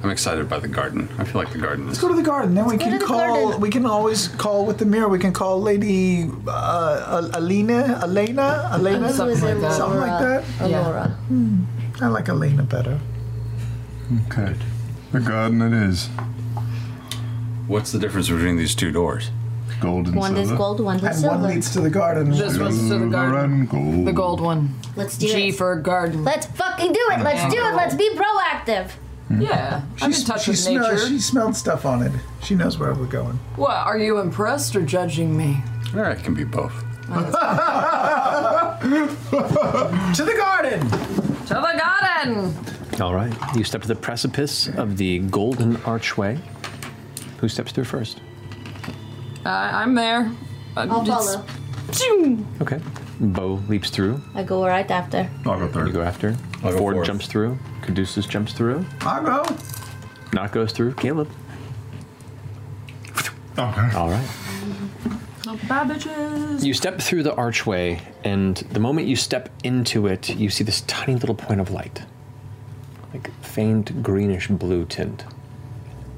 I'm excited by the garden. I feel like the garden
Let's
is.
go to the garden. Then we
go
can
to the
call. We can always call with the mirror. We can call Lady uh, Al- Alina, Elena, Elena,
Something like that.
Something like that.
Yeah.
Hmm. I like Elena better.
[LAUGHS] Okay. The garden it is.
What's the difference between these two doors?
Gold
One is gold, one
And
is
one
silver.
leads to the garden.
This one's to the garden. The gold one.
Let's do
G
it.
for garden.
Let's fucking do it. Let's do it. Let's be proactive.
Yeah. I'm in
She's- Hmm.
touch
she
with
smells-
nature.
She smelled stuff on it. She knows where we're going.
What, are you impressed or judging me? [LAUGHS]
Yeah, it can be both.
[LAUGHS] to the garden!
To the garden!
All right. You step to the precipice of the golden archway. Who steps through first?
Uh, I'm there. Uh,
I'll
it's-
follow.
Zoom.
Okay.
Bo leaps through.
I go right after.
I'll go third. You go after.
I'll go
Ford
fourth.
jumps through. Caduceus jumps through.
I'll go.
Not goes through. Caleb. Okay. All right.
Babbages.
You step through the archway, and the moment you step into it, you see this tiny little point of light, like faint greenish blue tint,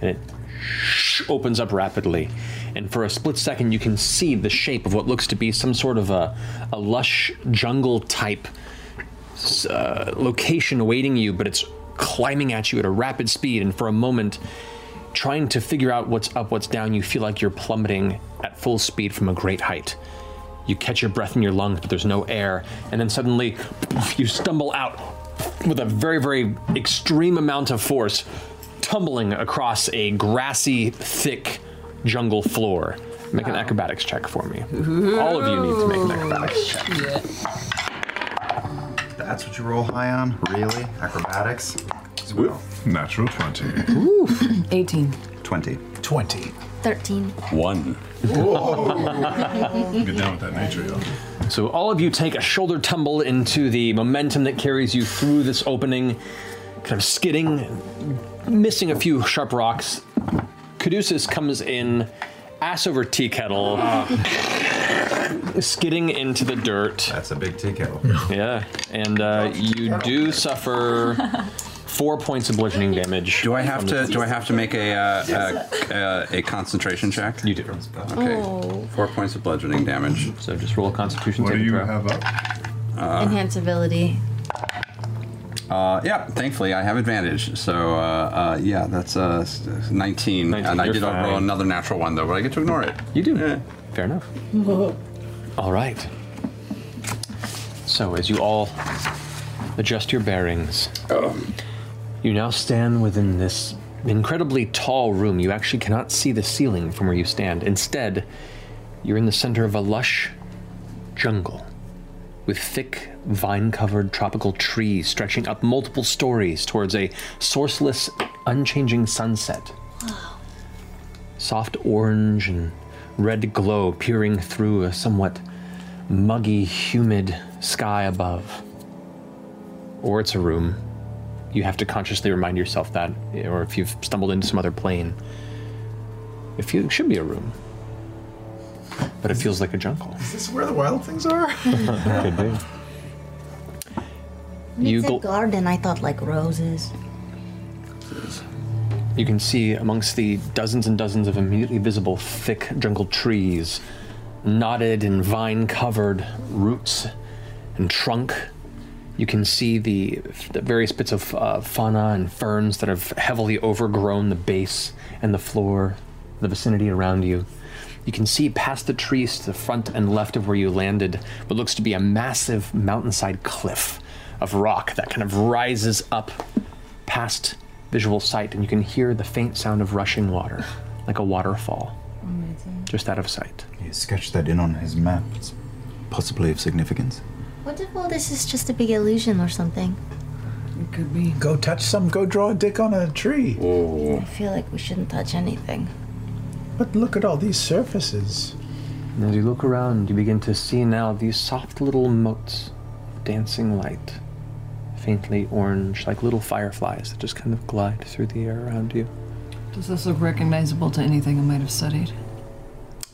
and it sh- opens up rapidly. And for a split second, you can see the shape of what looks to be some sort of a, a lush jungle type s- uh, location awaiting you, but it's climbing at you at a rapid speed. And for a moment, trying to figure out what's up, what's down, you feel like you're plummeting at full speed from a great height. You catch your breath in your lungs, but there's no air, and then suddenly you stumble out with a very, very extreme amount of force, tumbling across a grassy, thick jungle floor. Make an acrobatics check for me. All of you need to make an acrobatics check.
That's what you roll high on? Really? Acrobatics? As well.
Natural 20.
[CLEARS THROAT] 18.
20.
20.
13.
One.
Get down with that nature, yo.
So all of you take a shoulder tumble into the momentum that carries you through this opening, kind of skidding, missing a few sharp rocks. Caduceus comes in, ass over tea kettle, skidding into the dirt. That's
a big tea kettle.
[LAUGHS] Yeah, and uh, you do suffer four points of bludgeoning damage.
Do I have to? Do I have to make a uh, a, uh, a concentration check?
You do.
Okay.
Oh.
Four points of bludgeoning damage.
So just roll a Constitution
What do you
have
up? Uh,
Enhance ability.
uh, yeah. Thankfully, I have advantage. So uh, uh, yeah, that's uh, s- 19,
19,
and I
you're
did
fine.
roll another natural one though, but I get to ignore it.
You do. Fair enough. All right. So, as you all adjust your bearings, you now stand within this incredibly tall room. You actually cannot see the ceiling from where you stand. Instead, you're in the center of a lush jungle with thick, vine covered tropical trees stretching up multiple stories towards a sourceless, unchanging sunset soft orange and red glow peering through a somewhat muggy, humid sky above. Or it's a room. You have to consciously remind yourself that, or if you've stumbled into some other plane, if you, it should be a room. But it feels like a jungle.
Is this where the wild things are?
[LAUGHS] Could be. [LAUGHS] You
it's
go-
a garden. I thought like roses.
You can see amongst the dozens and dozens of immediately visible thick jungle trees, knotted and vine covered roots and trunk. You can see the, the various bits of uh, fauna and ferns that have heavily overgrown the base and the floor, the vicinity around you. You can see past the trees to the front and left of where you landed what looks to be a massive mountainside cliff of rock that kind of rises up past visual sight, and you can hear the faint sound of rushing water, like a waterfall, just out of sight.
He sketched that in on his map. It's possibly of significance.
What if all this is just a big illusion or something?
It could be.
Go touch some. Go draw a dick on a tree.
I feel like we shouldn't touch anything.
But look at all these surfaces.
And as you look around, you begin to see now these soft little motes of dancing light, faintly orange, like little fireflies that just kind of glide through the air around you.
Does this look recognizable to anything I might have studied?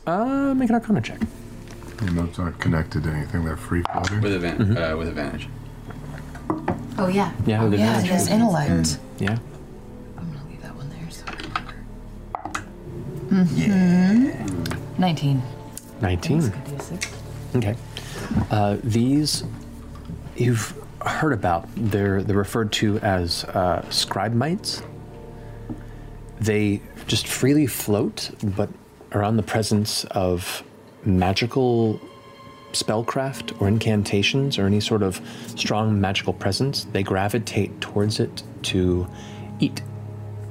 Uh, make an arcana check.
Your notes aren't connected to anything. They're free floating.
With, advan- uh, with advantage.
Oh yeah.
Yeah, with
yeah,
advantage.
it has intellect. Mm.
Yeah.
Yeah. 19.
19. Okay. Uh, these you've heard about. They're they're referred to as uh, scribe mites. They just freely float, but are on the presence of magical spellcraft or incantations or any sort of strong magical presence. They gravitate towards it to eat.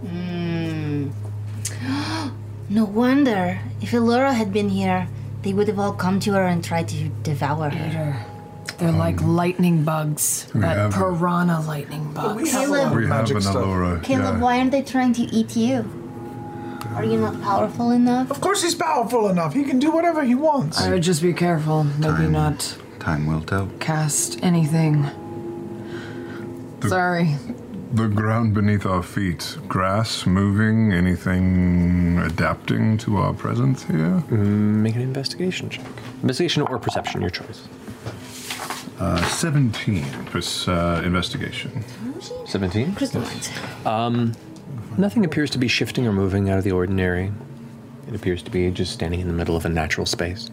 Hmm. [GASPS]
Mm. no wonder. If Elora had been here, they would have all come to her and tried to devour her.
They're like lightning bugs.
we
That
have-
piranha lightning bug.
Caleb,
we have an
Uh,
Allura.
Oh, Caleb,
yeah.
why aren't they trying to eat you? Are you not powerful enough?
Of course, he's powerful enough. He can do whatever he wants.
I would just be careful. Maybe not.
Time will tell.
Cast anything. Sorry.
The ground beneath our feet, grass moving, anything adapting to our presence here?
Make an investigation check. Investigation or perception, your choice.
Uh, 17 pers- uh, investigation.
17? Um,
nothing appears to be shifting or moving out of the ordinary. It appears to be just standing in the middle of a natural space.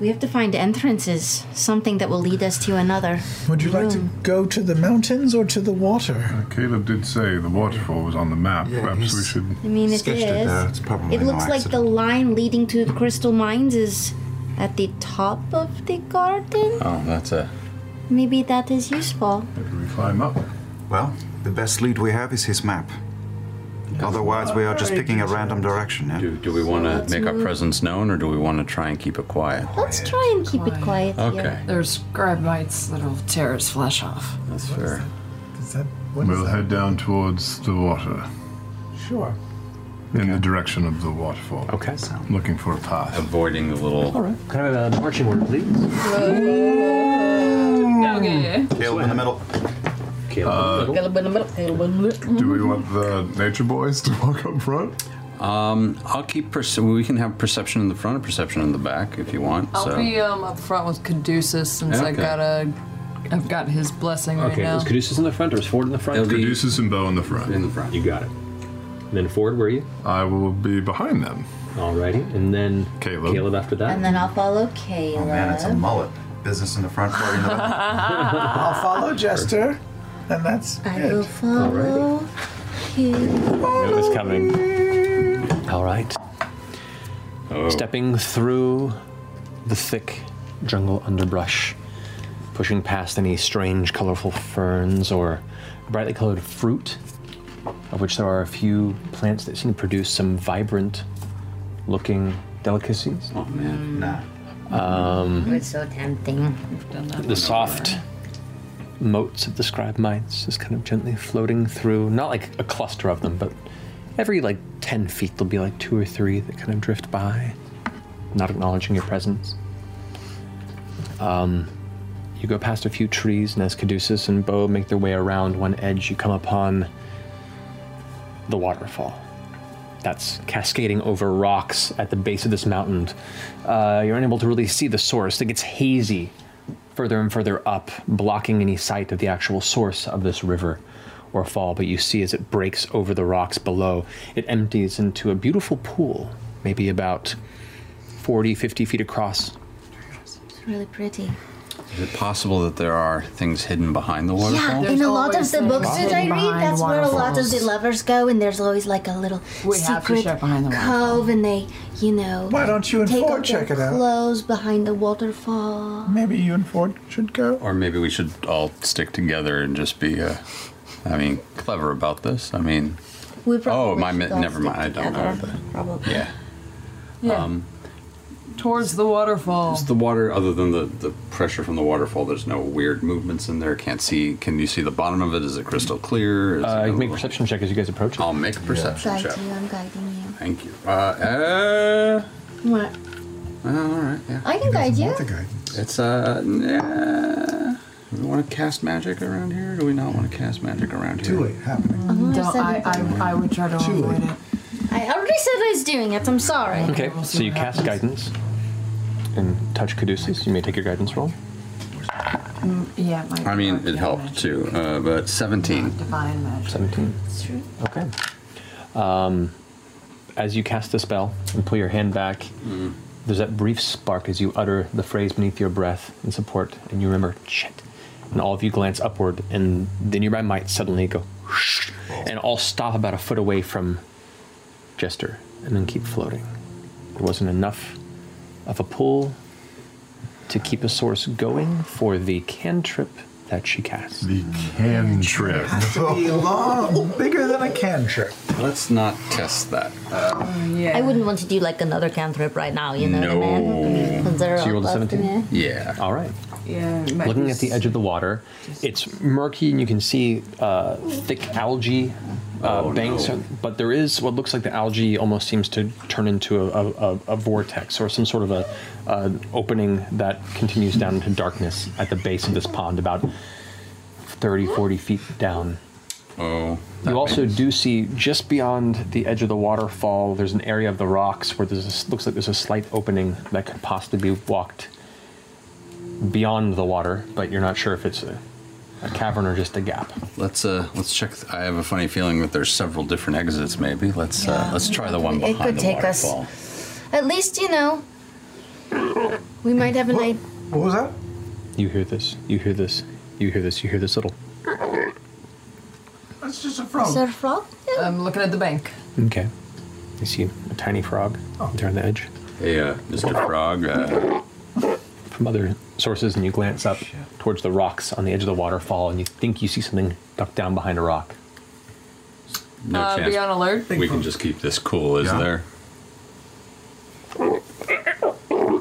We have to find entrances, something that will lead us to another.
Would you like to go to the mountains or to the water?
Uh, Caleb did say the waterfall was on the map. Perhaps we should.
I mean, it is. It looks like the line leading to the crystal mines is at the top of the garden.
Oh, that's a.
Maybe that is useful.
Maybe we climb up.
Well, the best lead we have is his map. Otherwise, we are just picking a random direction. Yeah?
Do, do we want to make our
move.
presence known or do we want to try and keep it quiet?
Let's try and keep it quiet.
Okay.
Here.
There's grab mites that'll tear his flesh off.
That's fair.
we'll head down towards the water,
Sure.
in the direction of the waterfall.
Okay.
Looking for a path.
Avoiding the little.
All right. Can I have a marching order, please?
Okay.
Caleb in the middle.
Uh, do we want the nature boys to [LAUGHS] walk up front?
Um, I'll keep. Perce- we can have perception in the front or perception in the back if you want.
I'll
so.
be um, up front with Caduceus since I
Okay.
got a, I've got his blessing right now.
Caduceus in the front or is Ford in the front?
It'll be
Caduceus and Bo in the front.
in the front.
You got it. And then Ford, where are you?
I will be behind them.
Alrighty. And then
Caleb.
Caleb after that.
And then I'll follow Caleb.
Oh man, it's a
[LAUGHS]
mullet. Business in the front, party in the back.
I'll follow Jester, and that's
I
it.
will follow him.
It was coming. All right. Oh. Stepping through the thick jungle underbrush, pushing past any strange, colorful ferns or brightly colored fruit, of which there are a few plants that seem to produce some vibrant looking delicacies.
Oh, man.
Nah. Um,
It's so tempting.
the soft motes of the scribe mites just kind of gently floating through. Not like a cluster of them, but every like 10 feet, there'll be like two or three that kind of drift by, not acknowledging your presence. Um, you go past a few trees, and as Caduceus and Bo make their way around one edge, you come upon the waterfall that's cascading over rocks at the base of this mountain. Uh, you're unable to really see the source. It gets hazy further and further up, blocking any sight of the actual source of this river or fall. But you see as it breaks over the rocks below, it empties into a beautiful pool, maybe about 40, 50 feet across.
It's really pretty.
Is it possible that there are things hidden behind the waterfall?
Yeah, in a lot of the books that I read,
behind
that's where a lot of the
waterfalls.
lovers go, and there's always like a little
We have to
secret
check behind the
cove, and they, you know,
Why don't you and
take
Ford
off their
check it out?
Clothes behind the waterfall.
Maybe you and Ford should go.
Or maybe we should all stick together and just be, uh, I mean, clever about this. I mean,
We
oh,
probably
my, mi-
should all
never
stick
mind. I don't know.
together, Probably.
But, yeah.
Yeah.
Um,
Towards the waterfall.
is the water, other than the, the pressure from the waterfall, there's no weird movements in there. Can't see. Can you see the bottom of it? Is it crystal clear? Is
Uh,
it
you make a perception check as you guys approach.
I'll make a perception
Guide
check.
you, I'm guiding
Thank you. Uh, uh,
you. What?
all right. Yeah.
I can guide you.
It's uh, nah. Do we want to cast magic around here? or Do we not want to cast magic around here? Too late, happening.
Don't-
Don't- I, I, I would try to avoid it.
I already said I was doing it. I'm sorry.
Okay, so you cast guidance and touch Caduceus. You may take your guidance roll.
Mm, Yeah, my
I mean, it helped too, uh, but 17.
divine magic.
17.
It's true.
Okay. Um, as you cast the spell and pull your hand back,
Mm.
there's that brief spark as you utter the phrase beneath your breath in support, and you remember, shit. And all of you glance upward, and the nearby might suddenly go, whoosh, and all stop about a foot away from Jester, and then keep floating. There wasn't enough of a pull to keep a source going for the cantrip that she casts. The
cantrip.
Be
[LAUGHS]
long, bigger than a cantrip.
Let's not test that.
Oh,
I wouldn't want to do like another cantrip right now, you know what I mean?
no.
They're all left in there.
Yeah.
All right.
Yeah. it might
Looking
be
at the edge of the water, it's murky and you can see uh, thick algae uh, banks.
Oh, no.
But there is what looks like the algae almost seems to turn into a, a, a, a vortex or some sort of a an opening that continues down into darkness at the base of this pond, about 30, 40 feet down.
Oh.
You also do see just beyond the edge of the waterfall. There's an area of the rocks where there's this, looks like there's a slight opening that could possibly be walked beyond the water, but you're not sure if it's a, a cavern or just a gap.
Let's uh let's check. th- I have a funny feeling that there's several different exits. Maybe let's uh, let's try the one
It could
behind the
take us-
waterfall.
At least, you know, we might have an idea.
What was that?
You hear this. You hear this. You hear this. You hear this little.
That's just a
Is
frog.
there a frog? I'm looking at the bank.
Okay. You see a tiny frog there on the edge.
Hey, uh, Mr. Frog. Uh,
From other sources, and you glance up towards the rocks on the edge of the waterfall, and you think you see something ducked down behind a rock.
no
Uh,
chance.
be on alert.
We can just keep this cool, is there?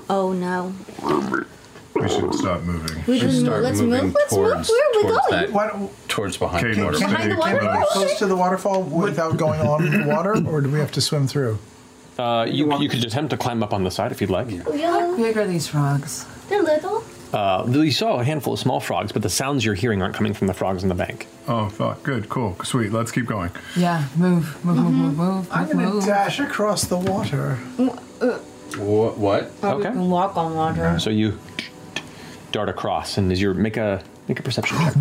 Oh no.
[LAUGHS]
We should start moving.
We should move. Let's move. Let's move. Where are we
towards
going?
that-
Why don't-
towards behind
Can
the
we
waterfall.
stay close to the waterfall without going on the water, or do we have to swim through?
Uh, you, you could attempt to climb up on the side if you'd like.
How big are these frogs?
Oh, They're little.
Uh, you saw a handful of small frogs, but the sounds you're hearing aren't coming from the frogs in the bank.
Oh, fuck. Good, cool. Sweet. Let's keep going.
Yeah, move, move, move, move, move.
Mm-hmm. I'm gonna
move.
dash across the water.
What? what?
Oh,
Okay.
Walk on
[LAUGHS]
water.
So you dart across, and as you make a make a
[LAUGHS]
perception check.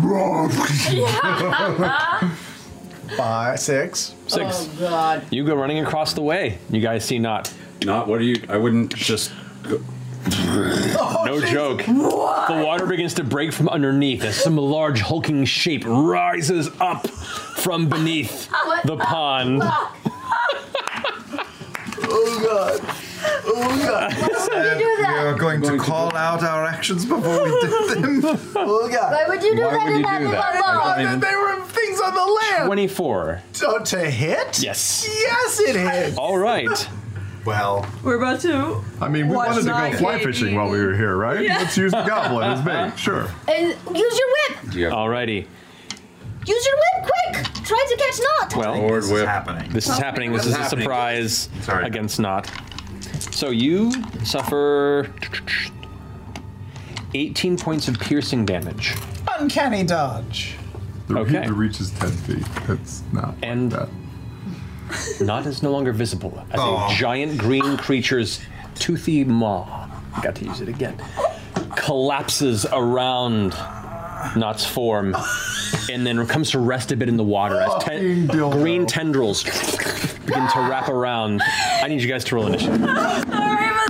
Five, six,
six.
Oh God.
You go running across the way. You guys see not.
Not what do you? I wouldn't just. Go.
no joke. The water begins to break from underneath as some large hulking shape rises up from beneath
Ah,
What
the pond.
Oh god. Oh god.
Said We are going, to call out our actions before we did them.
[LAUGHS]
oh god.
Why would you do that in that little
I
boat?
didn't know that they were things on the land.
Twenty-four.
To, to hit?
Yes.
Yes, it hit.
All right.
Well,
We're about to.
I mean,
we Watch wanted to go Nike. fly
fishing while we were here, right?
Yeah.
Let's use the goblin as
[LAUGHS]
bait. Sure.
And use your whip.
Alrighty.
Use your whip, quick. Try to catch Knot.
Well,
this is happening.
This is happening. This is a
Happening.
[LAUGHS]
surprise against Knot. So you suffer 18 points of piercing damage.
Uncanny dodge.
The,
Okay.
okay. the reach is 10 feet. That's not.
And Knot is no longer visible as
Oh.
a giant green creature's toothy maw. Got to use it again. Collapses around Knot's form and then comes to rest a bit in the water as ten, green tendrils begin to wrap around. I need you guys to roll initiative.
But I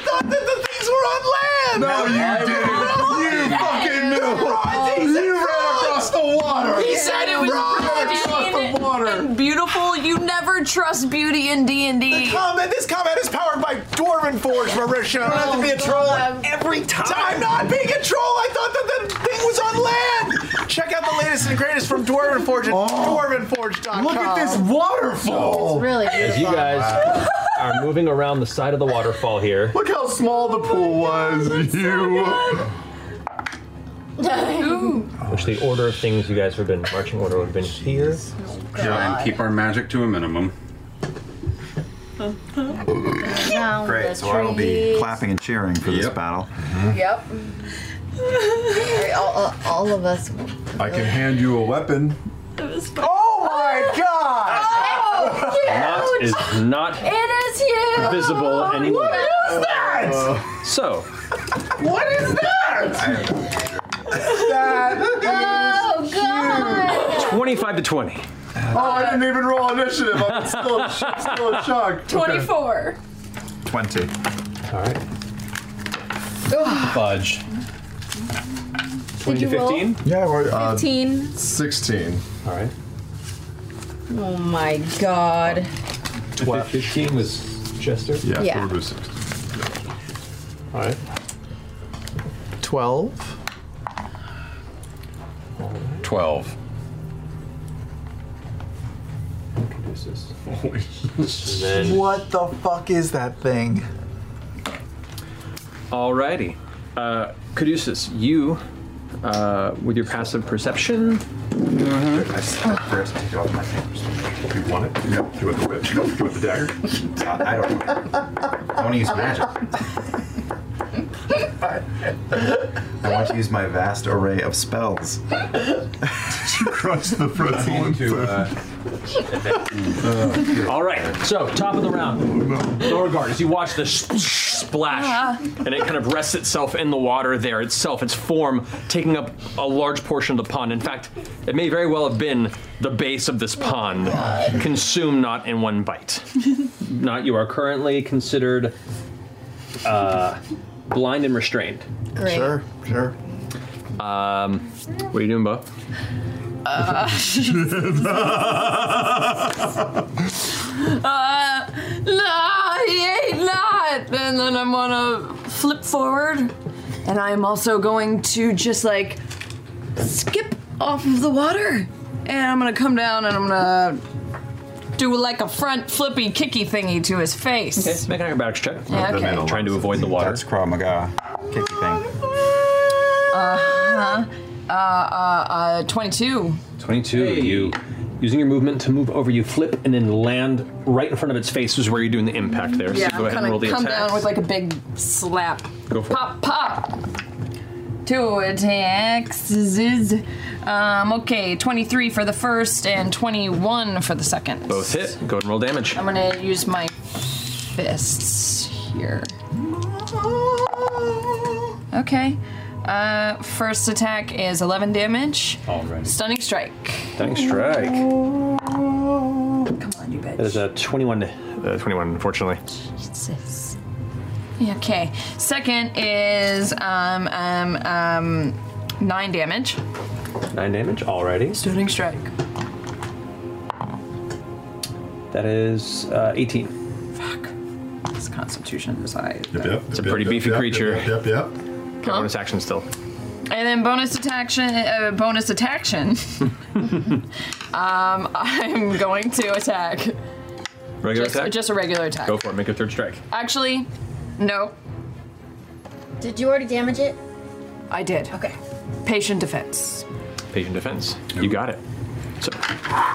thought that the things were on land. No, you didn't. You fucking knew. You ran across the water.
He said it was pristine and beautiful. You never trust beauty in D and D.
Combat. This combat is powered by Dwarven Forge, Marisha. I don't have to be a troll every time. I'm not being a troll. I thought that the thing was on land. Check out the latest and greatest from Dwarven Forge at dwarvenforge.com. Look at this waterfall.
really
As you guys are moving around the side of the waterfall here.
Look how small the pool was. you.
Which the order of things you guys have been marching order would have been here.
Oh,
Yeah, and keep our magic to a minimum.
Great, so I will be clapping and cheering for this battle.
Yep.
[LAUGHS]
all, all- all of us.
I can hand you a weapon.
Oh my
Oh,
god!
Knot is not
It is you.
visible anymore.
What is that?
So,
What is that? that
[LAUGHS] oh god.
25 to 20.
Oh, I didn't even roll initiative. I'm still, in sh- still in
[LAUGHS]
shock.
Twenty-four.
20.
All right. Fudge.
Did you roll?
Yeah, we're.
uh,
15.
16.
All right.
Oh my god.
15 was Chester?
Yeah, Yeah. Ford
was 16. All right.
12.
12.
What the fuck is that thing?
Alrighty. Uh, Caduceus, you, uh, with your passive perception.
I stop first take off my papers. You want it? Yeah. You want the whip? You want the dagger? I don't know.
I want to use magic.
I want to use my vast array of spells.
you cross the frontal one too.
uh, [LAUGHS] All right, so top of the round. Beauregard, as you watch the sh- sh- splash, and it kind of rests itself in the water there itself, its form taking up a large portion of the pond. In fact, it may very well have been the base of this pond, consumed not in one bite. [LAUGHS] Not you are currently considered uh, blind and restrained.
Great. Sure,
sure. Um, what are you doing, Bo? [LAUGHS]
[LAUGHS]
Uh, nah, he ain't not. And then I'm gonna flip forward, and I'm also going to just like skip off of the water, and I'm gonna come down and I'm gonna do like a front flippy kicky thingy to his
Okay,
face.
make an acrobatics check.
Yeah, okay. That made a
Trying to avoid the water. That's
Krav Maga. Kicky
thing.
Uh huh. Uh, uh, uh, 22.
22, you using your movement to move over, you flip and then land right in front of its face, is where you're doing the impact there.
yeah,
so go
I'm
ahead and
gonna
roll the
come
attack.
down with like a big slap.
Go for it.
pop, pop. Two attacks. Zzz. Um, okay, 23 for the first and 21 for the second.
Both hit. Go ahead and roll damage.
I'm gonna use my fists here. Okay. Uh, first attack is 11 damage.
Alrighty.
Stunning strike.
Stunning strike.
Come on, you bitch.
That is a 21. Uh, 21, unfortunately.
Jesus. Okay. Second is um um um nine damage.
Nine damage. Alrighty.
Stunning strike.
That is uh, 18.
This Constitution is high.
It's a pretty beefy creature. Yep, yep. Bonus action still.
And then bonus attaction. Uh, bonus attaction. um, I'm going to attack.
Regular
just,
attack.
Just a regular attack.
Go for it. Make a third strike.
Actually, no. Did you already damage it? I did. Okay. Patient defense.
Patient defense. You got it. So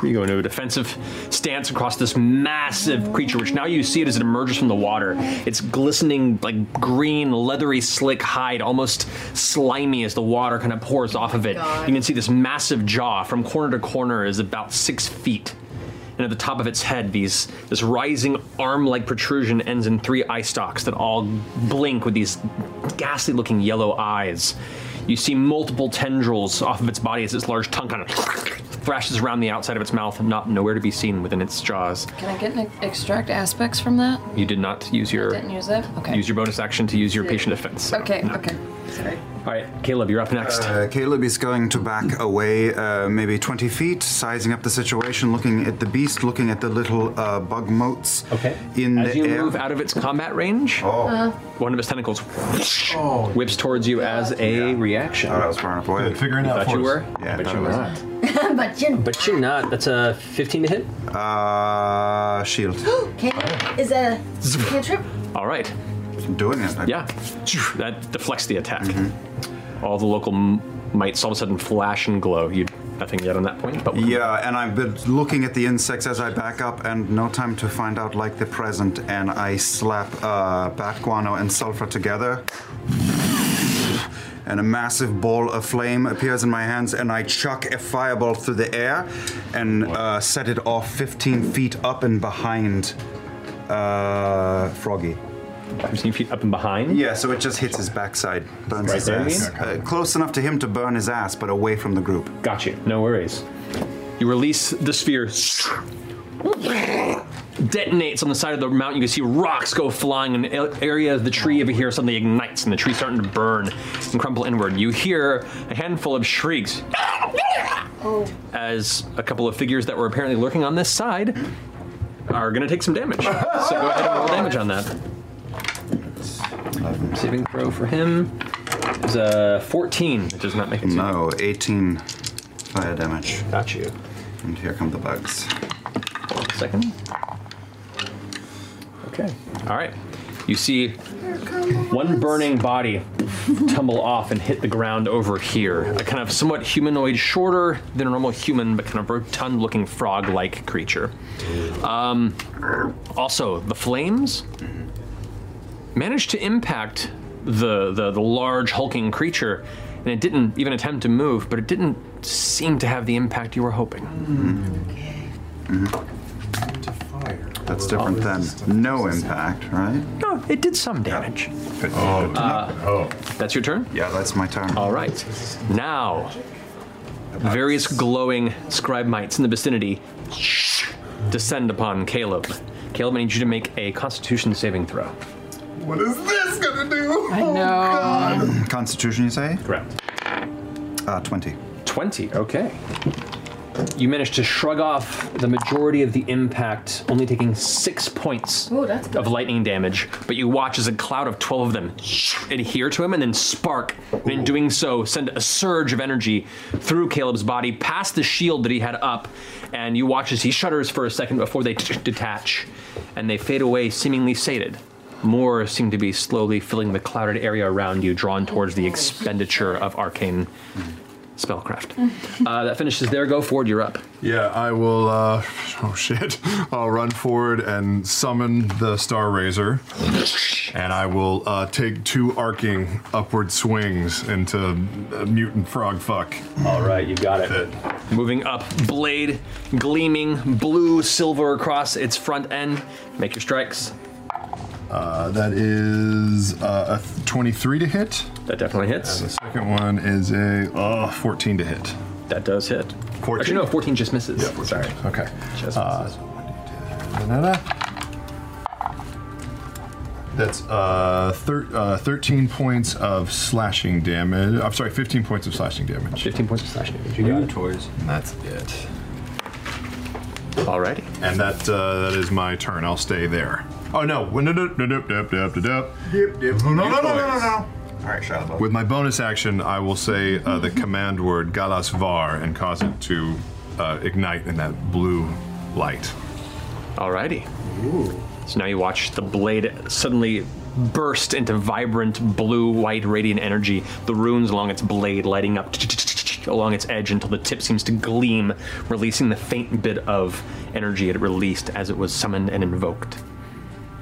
you go into a defensive stance across this massive creature, which now you see it as it emerges from the water. Its glistening, like green, leathery, slick hide, almost slimy as the water kind of pours off of it.
God.
You can see this massive jaw from corner to corner is about six feet. And at the top of its head, these this rising arm-like protrusion ends in three eye stalks that all blink with these ghastly-looking yellow eyes. You see multiple tendrils off of its body as its large tongue kind of thrashes around the outside of its mouth, not nowhere to be seen within its jaws.
Can I get an extract aspects from that?
You did not use your
Didn't use it. Okay.
use your bonus action to use your patient defense. so
Okay.
no.
Okay. Sorry.
All right, Caleb, you're up next.
Uh, Caleb is going to back away uh, maybe 20 feet, sizing up the situation, looking at the beast, looking at the little uh, bug motes okay. in
As
the
you
air.
move out of its combat range,
Uh-huh.
one of its tentacles whoosh,
Oh.
whips towards you as a reaction. I
was far enough away.
Figuring
out
Thought you
for
were.
us. Yeah,
but
thought
you
I
were
was.
[LAUGHS]
not.
but [GASPS] you
But you're not. That's a 15 to hit.
Uh, shield.
Caleb, is that a cantrip?
All right.
Doing it. Mm-hmm.
Yeah. That deflects the attack. All the local m- mites all of a sudden flash and glow. You nothing yet on that point, but
Yeah, and I've been looking at the insects as I back up, and no time to find out like the present. And I slap uh, bat guano and sulfur together, and a massive ball of flame appears in my hands, and I chuck a fireball through the air, and uh, set it off 15 feet up and behind uh, Froggy.
15 feet up and behind?
Yeah, so it just hits his backside, burns
Right
his
there, you
ass.
mean?
Uh, close enough to him to burn his ass, but away from the group.
Got you. No worries. You release the sphere. Detonates on the side of the mountain. You can see rocks go flying. An a- area of the tree over here suddenly ignites, and the tree's starting to burn and crumple inward. You hear a handful of shrieks as a couple of figures that were apparently lurking on this side are going to take some damage. So go ahead and roll damage on that. Saving throw for him is uh, a 14. It does not make it.
No, 18 fire damage.
Got you.
And here come the bugs.
Second. Okay. All right. You see one burning body tumble off and hit the ground over here. A kind of somewhat humanoid, shorter than a normal human, but kind of rotund looking frog like creature. Um, also, the flames managed to impact the, the, the large, hulking creature, and it didn't even attempt to move, but it didn't seem to have the impact you were hoping.
That's different than no impact, right?
No, it did some damage.
Oh,
oh. That's your turn?
Yeah, that's my turn.
All right. Now, various glowing scribe mites in the vicinity descend upon Caleb. Caleb, I need you to make a constitution saving throw.
What is this gonna do? Oh,
I know.
Constitution, you say?
Correct.
Uh, 20.
20, okay. You managed to shrug off the majority of the impact, only taking six points of lightning damage. But you watch as a cloud of 12 of them adhere to him and then spark, and in doing so, send a surge of energy through Caleb's body, past the shield that he had up. And you watch as he shudders for a second before they detach, and they fade away, seemingly sated. More seem to be slowly filling the clouded area around you, drawn towards the expenditure of arcane spellcraft. Uh, that finishes there. Go forward. You're up.
Yeah, I will. Uh, oh shit! [LAUGHS] I'll run forward and summon the Star Razor, and I will uh, take two arcing upward swings into uh, mutant frog fuck.
All right, you got it. Moving up, blade gleaming blue silver across its front end. Make your strikes.
Uh, that is uh, a 23 to hit.
That definitely hits.
And the second one is a uh, 14 to hit.
That does hit.
14.
Actually, no, 14 just misses.
Yeah, 14.
Sorry.
Okay.
Just
Uh, That's uh, thir- uh, 13 points of slashing damage. I'm sorry, 15 points of slashing damage.
15 points of slashing damage.
You got
toys.
And that's it.
Alrighty.
And that uh, that is my turn. I'll stay there. Oh no! No no no no no no no no no no no no no!
All right, Shiloh.
With my bonus action, I will say uh, the command word Galas Var and cause it to uh, ignite in that blue light.
Alrighty. So now you watch the blade suddenly burst into vibrant blue white radiant energy, the runes along its blade lighting up along its edge until the tip seems to gleam, releasing the faint bit of energy it released as it was summoned and invoked.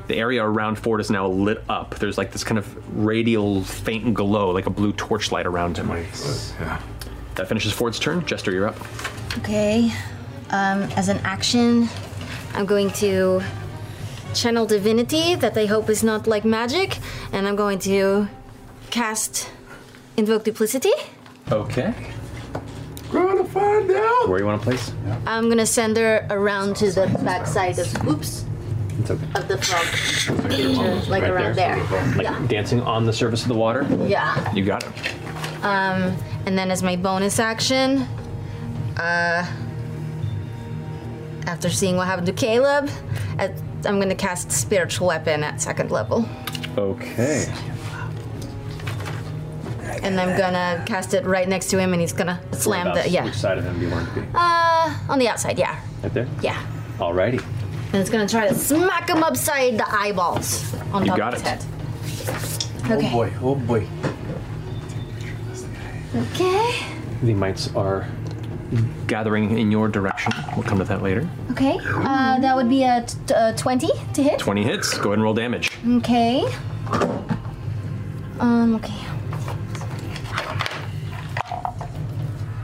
The area around Ford is now lit up. There's like this kind of radial faint glow, like a blue torchlight around him.
Yeah.
That finishes Ford's turn. Jester, you're up.
Okay. Um, as an action, I'm going to channel divinity that I hope is not like magic, and I'm going to cast invoke duplicity.
Okay.
Gonna find out.
Where you want to place?
I'm gonna send her around to the backside of oops
It's okay.
of the frog, Danger, like around there.
Like dancing on the surface of the water.
Yeah.
You got it.
Um, and then as my bonus action, uh, after seeing what happened to Caleb, at, I'm gonna cast spiritual weapon at second level.
Okay.
and I'm gonna cast it right next to him, and he's gonna slam the
Whereabouts?
yeah.
Which side of him do you want it to be?
Uh, on the outside, yeah,
Right there?
yeah.
Alrighty.
And it's gonna try to smack him upside the eyeballs on
You
top
got
of his
it.
head. Okay.
boy, oh boy.
Okay.
The mites are gathering in your direction. We'll come to that later.
Okay. Uh, that would be a t- t- uh, twenty to hit.
20 hits. Go ahead and roll damage.
Okay. Um. Okay.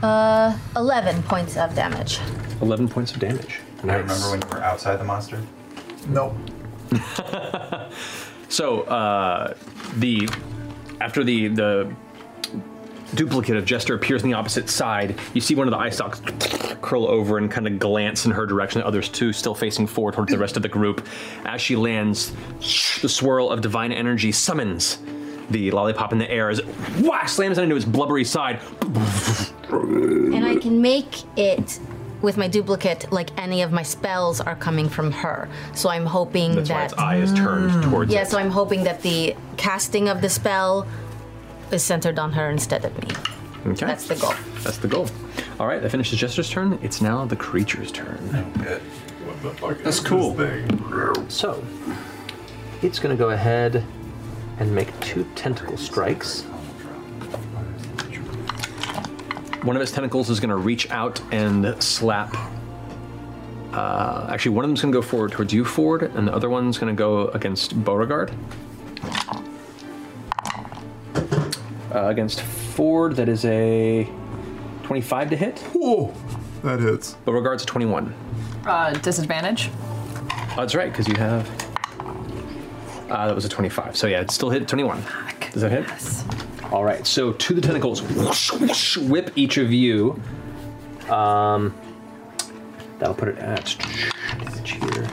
Uh, eleven points of damage.
11 points of damage.
And I remember when you were outside the monster.
Nope.
[LAUGHS] So uh, the after the the duplicate of Jester appears on the opposite side, you see one of the eye stalks curl over and kind of glance in her direction. The others too, still facing forward towards the rest of the group. As she lands, [SNIFFS] the swirl of divine energy summons the lollipop in the air as it whack slams into his blubbery side. [SNIFFS]
And I can make it with my duplicate like any of my spells are comoming from her. So I'm hoping
That's
that
why its eye is turned towards
Yeah,
it.
so I'm hoping that the casting of the spell is centered on her instead of me.
Okay.
That's the goal.
That's the goal. All right, that finishes Jester's turn. It's now the creature's turn. What the fuck? That's cool. So, It's going to go ahead and make two tentacle strikes. One of its tentacles is going to reach out and slap. Uh, actually, one of them's going to go forward towards you, Ford, and the other one's going to go against Beauregard. Uh, against Ford, that is a 25 to hit. Whoa,
that hits.
Beauregard's a 21.
Uh, disadvantage.
Oh, that's right, because you have. Uh, that was a 25. So yeah, it still hit 21. Does that hit? Yes. All right. So to the tentacles, whoosh, whoosh, whip each of you. Um, that'll put it at damage here.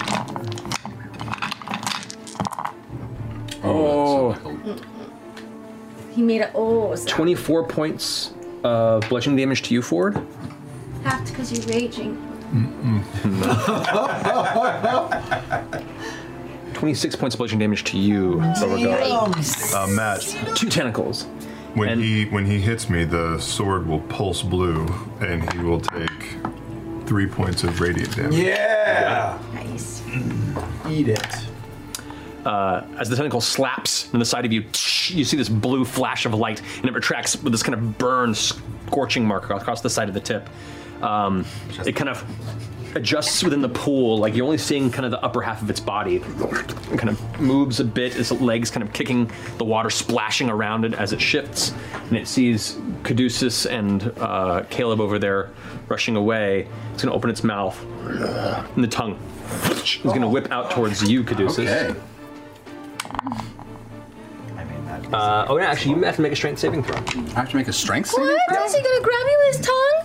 Oh,
He made it. Oh,
24 points of bludgeoning damage to you, Ford.
half because you're raging.
[LAUGHS] 26 points of bludgeoning damage to you, Beauregard.
Uh, Matt.
Two tentacles.
When he when he hits me, the sword will pulse blue, and he will take three points of radiant damage.
Nice.
Mm. Eat it. Uh, as the tentacle slaps on the side of you, you see this blue flash of light, and it retracts with this kind of burn, scorching mark across the side of the tip. Um, it kind of adjusts within the pool, like you're only seeing kind of the upper half of its body. It kind of moves a bit, its legs kind of kicking the water, splashing around it as it shifts, and it sees Caduceus and uh, Caleb over there rushing away. It's going to open its mouth, and the tongue is going to whip out towards you, Caduceus.
Okay.
Uh, oh, yeah, actually, you have to make a strength saving throw.
I have to make a strength saving
What? Is he gonna grab you with his tongue?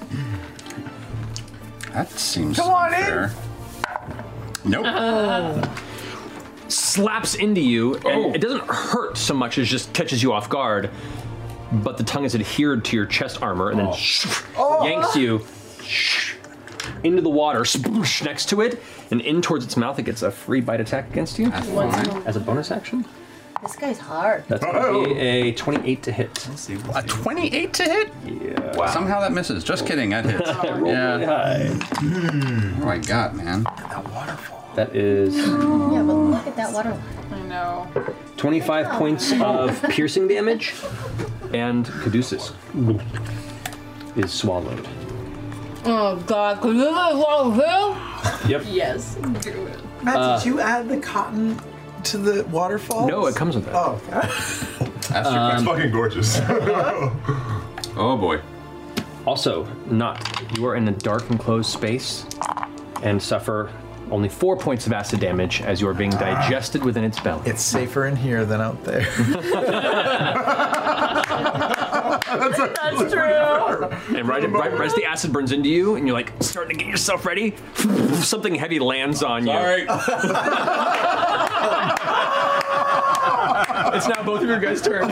That seems
Come on in.
unfair. Nope.
Uh-huh.
Slaps into you, and it doesn't hurt so much as just catches you off guard. But the tongue is adhered to your chest armor, and then
Oh!
yanks you into the water sploosh, next to it, and in towards its mouth. It gets a free bite attack against you
fine.
as a bonus action.
This guy's hard.
That's
Oh.
going to be a 28 to hit.
A 28 to hit?
Yeah.
Somehow that misses. Just kidding, that
[LAUGHS]
hits.
Roll really high.
Oh my god, man.
That is
Yeah, but look at that water.
I know.
25 points of piercing damage, and Caduceus is swallowed.
Oh God! Cause this is
Yep.
Yes, do it.
Matt,
Uh,
did you add the cotton to the waterfall?
No, it comes with that. Uh,
Oh, okay.
[LAUGHS]
That's
Um,
fucking gorgeous.
Oh boy. Also, not. You are in a dark enclosed space and suffer only four points of acid damage as you are being digested within its belly.
It's safer in here than out there.
[LAUGHS]
That's,
true. [LAUGHS] And right, right, right as the acid burns into you, and you're like starting to get yourself ready, something heavy lands on you. it's now both of your guys' turn.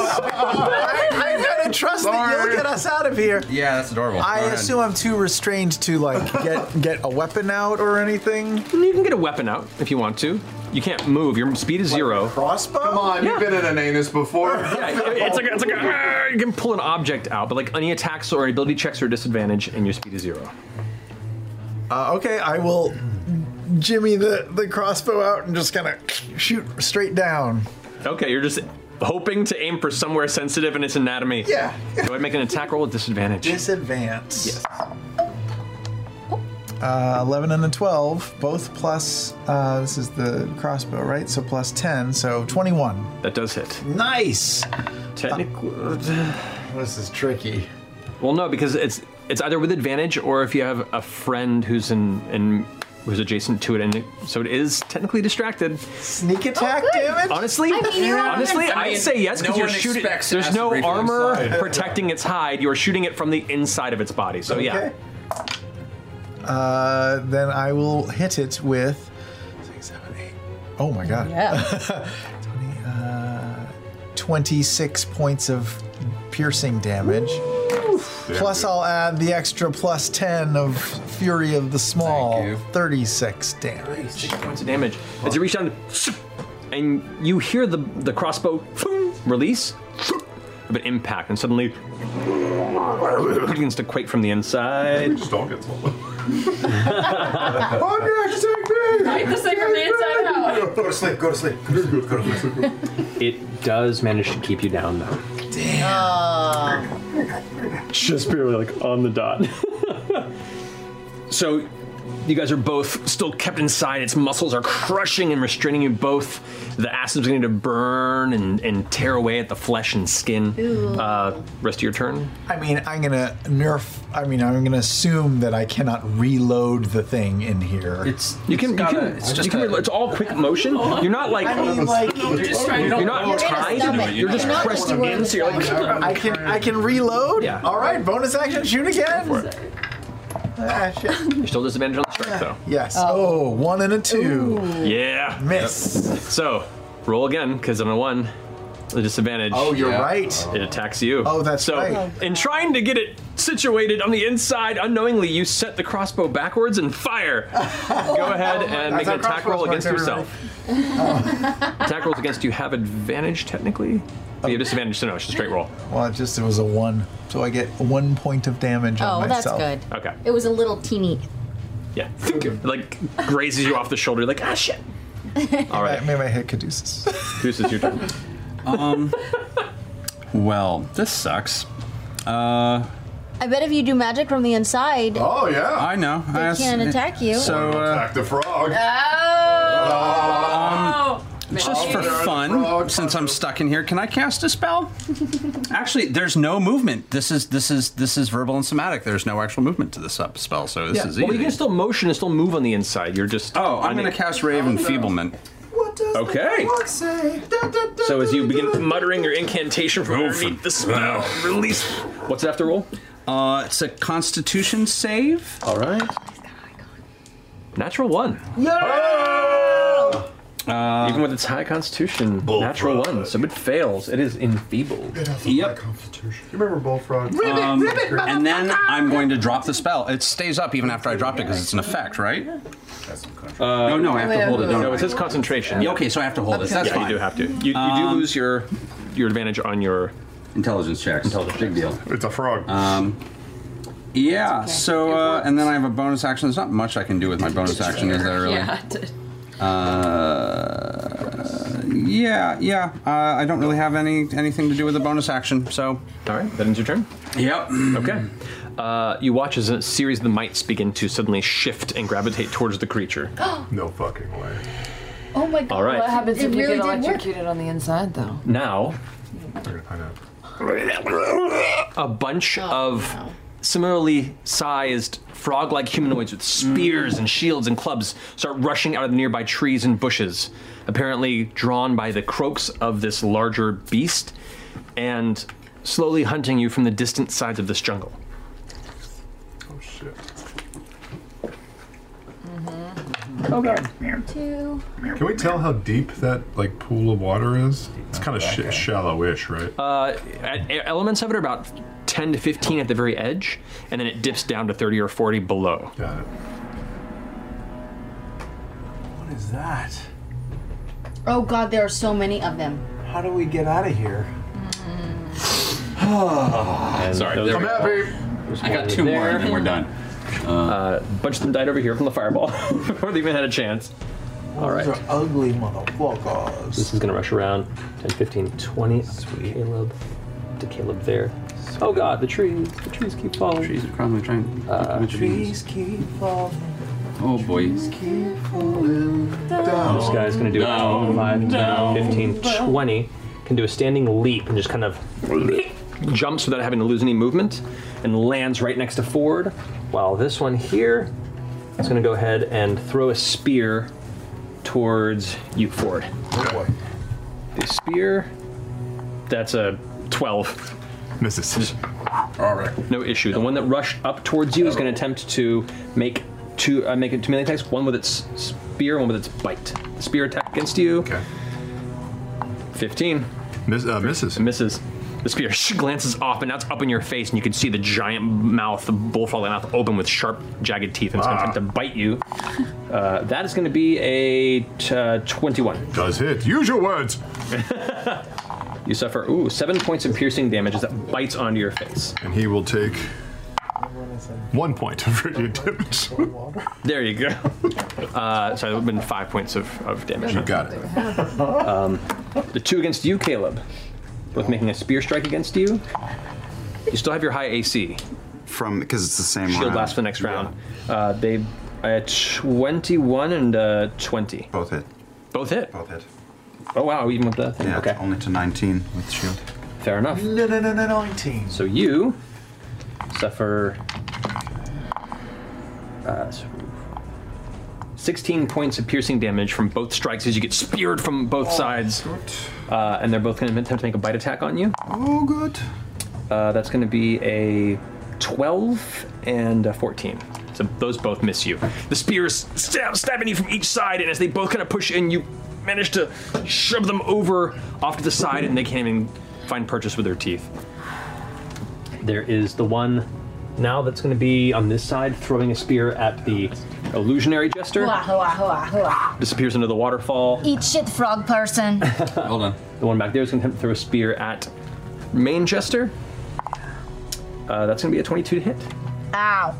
I, I gotta trust that you'll get us out of here.
[LAUGHS] Yeah, that's adorable.
I
Go ahead.
assume I'm too restrained to like get get a weapon out or anything.
You can get a weapon out if you want to. You can't move. Your speed is zero.
Crossbow?
Come on, you've been in an anus
[LAUGHS]
before.
It's like it's like a, you can pull an object out, but like any attacks or ability checks are a disadvantage, and your speed is zero.
Uh, okay, I will jimmy the, the crossbow out and just kind of shoot straight down.
Okay, you're just hoping to aim for somewhere sensitive in its anatomy.
Yeah.
Go ahead, make an attack roll with disadvantage.
Disadvance. Yes. Uh, 11 and a 12, both plus, uh, this is the crossbow, right? So plus 10, so
[SIGHS]
21.
That does hit.
Nice!
Technically.
Uh, this is tricky.
Well, no, because it's it's either with advantage or if you have a friend who's in in who's adjacent to it, and it, so it is technically distracted. Oh,
Sneak attack damage?
Honestly,
I mean, you're on
honestly,
the- I
I'd
mean,
say yes because
no
you're
one
shooting.
expects
There's
acid
no
rain from the
armor
side.
protecting its hide. You're shooting it from the inside of its body. So yeah,
Okay. Uh, then I will hit it with. Six, seven, eight. Oh my god.
Yeah.
20, uh, 26 points of piercing damage. Plus, I'll add the extra plus 10 of Fury of the Small. 36 damage.
six points of damage as you reach down, and you hear the the crossbow release of an impact, and suddenly it begins to quake from the inside.
I'm next to me!
Write this thing from the
[LAUGHS]
inside out.
Go to sleep, go to sleep. Go to sleep.
It does manage to keep you down though. Just barely like on the dot. [LAUGHS] so you guys are both still kept inside. Its muscles are crushing and restraining you both. The acid's going to burn and, and tear away at the flesh and skin. Uh, rest of your turn.
I mean, I'm gonna nerf. I mean, I'm gonna assume that I cannot reload the thing in here. It's Oh,
You can, you can, it's, just it's all quick motion. You're not like,
I mean, like-
you're,
You're just trying to-
not
You're in a
tied.
stomach.
You're just
You're not
pressed
like you were
in, so you're like,
I can I can reload. Yeah. All right, bonus action, shoot again. Ah, shit.
you're still disadvantaged on the strike though.
Yes. Oh, one and a two.
Yeah.
Miss.
So, roll again, because on a one, the disadvantage.
Oh, you're Yeah. right.
It attacks you.
Oh, that's
so,
right.
in trying to get it situated on the inside, unknowingly, you set the crossbow backwards and fire.
[LAUGHS]
Go ahead and make an attack roll against yourself. attack rolls against you have advantage, technically. You have disadvantage, so no, it's just a straight roll.
Well, it just it was a one, so I get one point of damage
Oh,
on
that's
myself.
good.
Okay.
It was a little teeny.
Yeah. like, grazes you off the shoulder, like,
[LAUGHS]
ah, shit. All right.
Maybe I hit Caduceus.
Caduceus, your turn.
Um, well, this sucks. Uh,
I bet if you do magic from the inside.
I know.
They
I asked-
can't attack you. Ah!
So uh,
Oh, attack the
Oh.
frog.
Um, just for fun, since I'm stuck in here, can I cast
[LAUGHS]
a spell? Actually, there's no movement. This is this is this is verbal and somatic. There's no actual movement to this up spell, so this
Yeah,
is
well,
easy.
you can still motion and still move on the inside. You're just.
oh, I'm going to cast Rave Enfeeblement.
Okay. So as you begin muttering your incantation from underneath the spell, release. What's it have to roll?
Uh, it's a Constitution save.
All right. Natural one.
Uh,
Even with its high constitution, natural one, so it fails. It is enfeebled.
Yep.
You remember Bullfrog?
Um, and then I'm going to drop the spell. It stays up even after I dropped it because it's an effect, right?
Uh,
no, no, I have to hold it.
No, it says concentration.
Yeah, okay, so I have to hold this. That's
yeah,
fine.
you do have to. You, you do
Um,
lose your your advantage on your
intelligence checks.
Intelligence.
Big deal.
It's a frog.
Um, yeah. So, uh, and then I have a bonus action. There's not much I can do with my bonus action, is there? Really?
Yeah. it did.
Uh, yeah, yeah. Uh, I don't really have any anything to do with the bonus action, so.
All right, that ends your turn.
Yep.
Okay. Uh, you watch as a series of the mites begin to suddenly shift and gravitate towards the creature. no fucking way.
Oh my
God. All right.
What happens
It
if
really
you
did
get
work.
electrocuted on the inside, though?
Now, a bunch of similarly sized frog like humanoids with spears and shields and clubs start rushing out of the nearby trees and bushes, apparently drawn by the croaks of this larger beast and slowly hunting you from the distant sides of this jungle.
Oh shit.
Two.
Can we tell how deep that like pool of water is? It's kind of sh- shallowish, right?
Uh, at- e- elements of it are about 10 to 15 at the very edge, and then it dips down to 30 or 40 below.
Got it.
What is that?
Oh god, there are so many of them. How do we get out of here?
Sorry, there we go.
I got two more and then we're done.
A uh, bunch of them died over here from the fireball [LAUGHS] before they even had a chance. All right.
Those are ugly motherfuckers.
This is going to rush around 10, 15, 20. Sweet. Caleb to Caleb there. Oh god, the trees. The trees keep falling.
trees are probably trying to uh,
trees
keep falling.
Oh boy.
This guy's going to do
No,
5,
no.
15, 20. Can do a standing leap and just kind of jumps without having to lose any movement and lands right next to Ford. While this one here is going to go ahead and throw a spear towards you, Ford. The spear, that's a 12.
Misses.
All right. No issue. The one that rushed up towards you is going to attempt to make two uh, make it two melee attacks. One with its spear, one with its bite. Spear attack against you. Okay. Fifteen.
Miss, uh, misses.
misses. The spear [LAUGHS] glances off, and now it's up in your face, and you can see the giant mouth, the bullfrog mouth, open with sharp, jagged teeth, and it's going to
Ah.
attempt to bite you. Uh, that is going to be a t- uh, twenty-one.
Does hit. Use your
[LAUGHS]
words.
You suffer ooh seven points of piercing damage as that bites onto your face.
And he will take
One point of radiant damage.
There you go. [LAUGHS] Uh, sorry, that would have been five points of, of damage.
You got
it. Um, the two against you, Caleb, both making a spear strike against you. You still have your high AC.
From because it's the same.
Shield
round.
lasts for the next round. Uh, they uh, 21 and uh, 20.
Both hit.
Both hit.
Both hit.
Oh wow! Even with the thing.
Yeah,
okay.
only to 19 with shield.
Fair enough.
No, no, no, no, 19.
So you suffer uh, so 16 points of piercing damage from both strikes as you get speared from
Oh,
both sides. Uh, and they're both going to attempt to make a bite attack on you.
Oh, good.
Uh, that's going to be a 12 and a 14. So those both miss you. The spears stab, stabbing you from each side, and as they both kind of push in, you manage to shove them over off to the side, and they can't even find purchase with their teeth.
There is the one now that's going to be on this side throwing a spear at the
illusionary jester.
Hua, hua, hua, hua.
Disappears into the waterfall.
Eat shit, frog person.
[LAUGHS] Hold on. The one back there is going to attempt to throw a spear at main jester. Uh, that's going to be a 22 to hit.
[LAUGHS] Ow.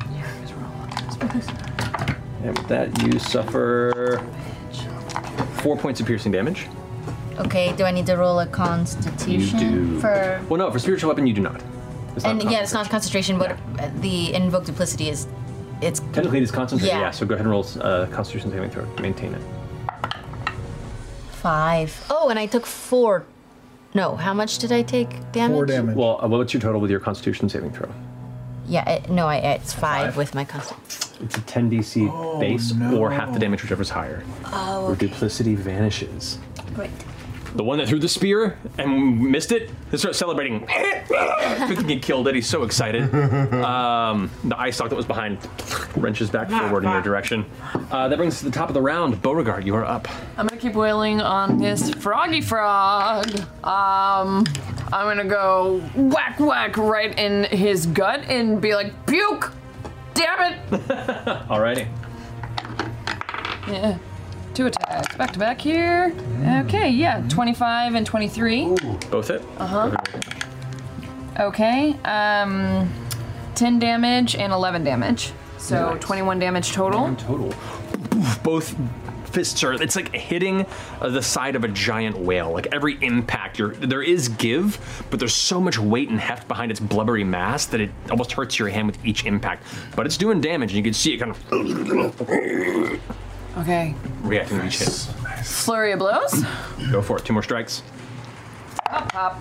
And with that, you suffer four points of piercing damage.
Okay, do I need to roll a constitution for.
Well, no, for spiritual weapon, you do not. It's not
and yeah, it's not concentration, but the invoke duplicity is. It's.
Technically, it is concentrated,
Yeah.
yeah. so go ahead and roll uh, Constitution saving throw to maintain it.
Five. Oh, and I took four. No, how much did I take damage?
Well, uh, what's your total with your Constitution saving throw?
Yeah, it, no, I, it's five, with my constitution.
It's a 10 DC base or half the damage, whichever's higher.
Oh,
Your duplicity vanishes.
Great.
The one that threw the spear and missed it, they start celebrating. [LAUGHS] Thinking he killed it. He's so excited. Um, the eye stalk that was behind wrenches back forward in your direction. Uh, that brings us to the top of the round. Beauregard, you are up.
I'm gonna keep wailing on this froggy frog. Um, I'm gonna go whack whack right in his gut and be like, puke! Damn it!
Alrighty.
Yeah. Two attacks back to back here. Okay, yeah, 25 and 23.
Both hit.
Uh huh. Okay, um, 10 damage and 11 damage. So
Nice.
21 damage total.
Total. Both fists are. It's like hitting uh, the side of a giant whale. Like every impact, you're, there is give, but there's so much weight and heft behind its blubbery mass that it almost hurts your hand with each impact. But it's doing damage, and you can see it kind of Mm-hmm.
Okay,
reacting to each hit.
flurry of blows.
Go for it. Two more strikes.
Pop, pop.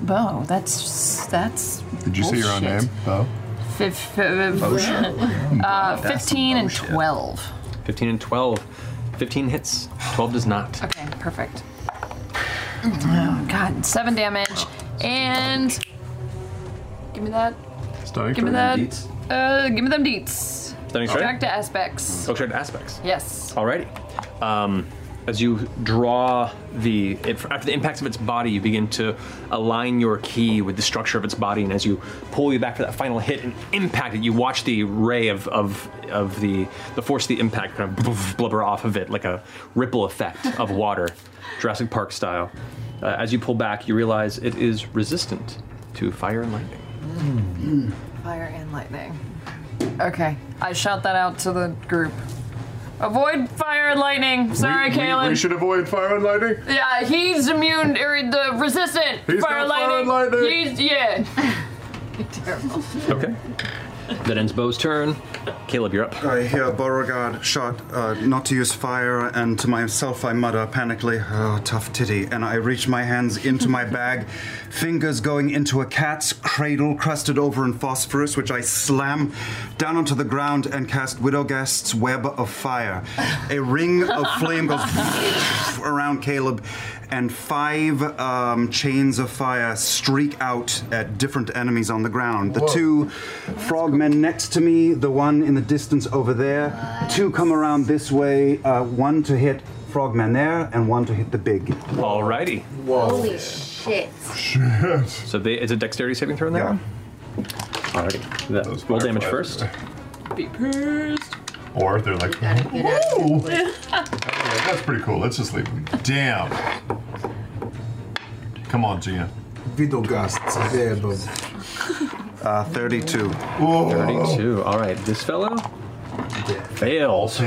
Bo, that's. that's.
Did you say your own
bullshit.
name? Oh.
Fif- f-
Oh, shit.
[LAUGHS] uh,
That's
15 and 12.
15 and 12. 15 hits. 12 does not.
Okay, perfect. Oh, God, 7 damage. And. Give me that. give me that. Uh, give me them deets.
Stunning strike?
Back to aspects.
Oh, straight to aspects.
Yes.
Alrighty. Um, as you draw the, if, after the impacts of its body, you begin to align your key with the structure of its body, and as you pull you back for that final hit and impact it, you watch the ray of, of, of the, the force of the impact kind of blubber off of it like a ripple effect of water, [LAUGHS] Jurassic Park style. Uh, as you pull back, you realize it is resistant to fire and lightning.
Fire and lightning. Okay, I shout that out to the group. Avoid fire and lightning. Sorry,
we,
Kalen.
We, we should avoid fire and lightning.
Yeah, he's immune or the resistant.
He's
fire,
got fire
lightning.
and lightning.
He's yeah. Terrible.
Okay. That ends Bo's turn. Caleb, you're up.
I hear Beauregard shot, uh, not to use fire, and to myself I mutter panically, oh, tough titty. And I reach my hands into my
[LAUGHS]
bag, fingers going into a cat's cradle crusted over in phosphorus, which I slam down onto the ground and cast Widowgast's Web of Fire. A ring
[LAUGHS]
of flame goes [LAUGHS] around Caleb, and five um, chains of fire streak out at different enemies on the ground. The
Whoa.
two frogmen next to me, the one in the distance over there, two come around this way, uh, one to hit frogman there, and one to hit the big.
Alrighty.
Holy shit.
Shit. So they, it's a dexterity saving throw in that one? Alrighty. That, roll damage first.
Be pissed.
Or they're like, whoa! That's pretty cool. Let's just leave them. Damn. Come on, Gina.
Vidogast Verbo.
Uh, 32.
32. All right, this fellow fails.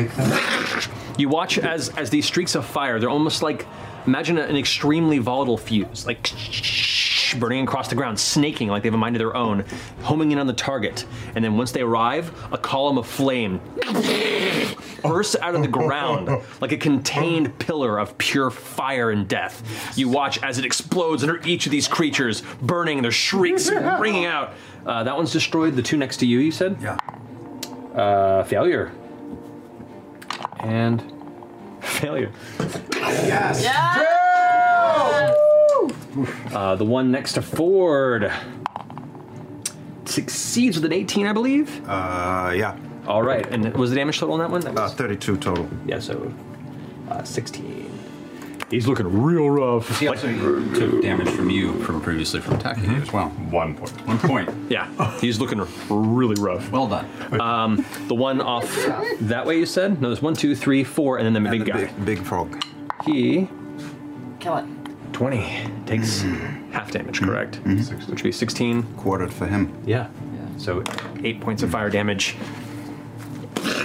You watch as as these streaks of fire. They're almost like imagine an extremely volatile fuse, like burning across the ground, snaking like they have a mind of their own, homing in on the target. And then once they arrive, a column of flame bursts out of the ground like a contained pillar of pure fire and death. You watch as it explodes under each of these creatures, burning their shrieks ringing out. Uh, that one's destroyed. The two next to you, you said? Yeah. Uh, failure. And failure.
Yes!
Uh, the one next to Ford succeeds with an 18, I believe. Uh, yeah. All right, and was the damage total on that one? That was... 32 total. Yeah, so uh, 16. He's [SIGHS] looking real rough.
He also took damage from you from previously from attacking you as well.
One point.
One point.
Yeah, he's looking really rough.
Well done.
Um, the one off that way, you said? No, there's one, two, three, four, and then the big guy. Big, frog. He
Kill it.
20 takes
Mm-hmm.
half damage, correct? Which would be 16. Quartered for him. Yeah. So eight points of fire damage.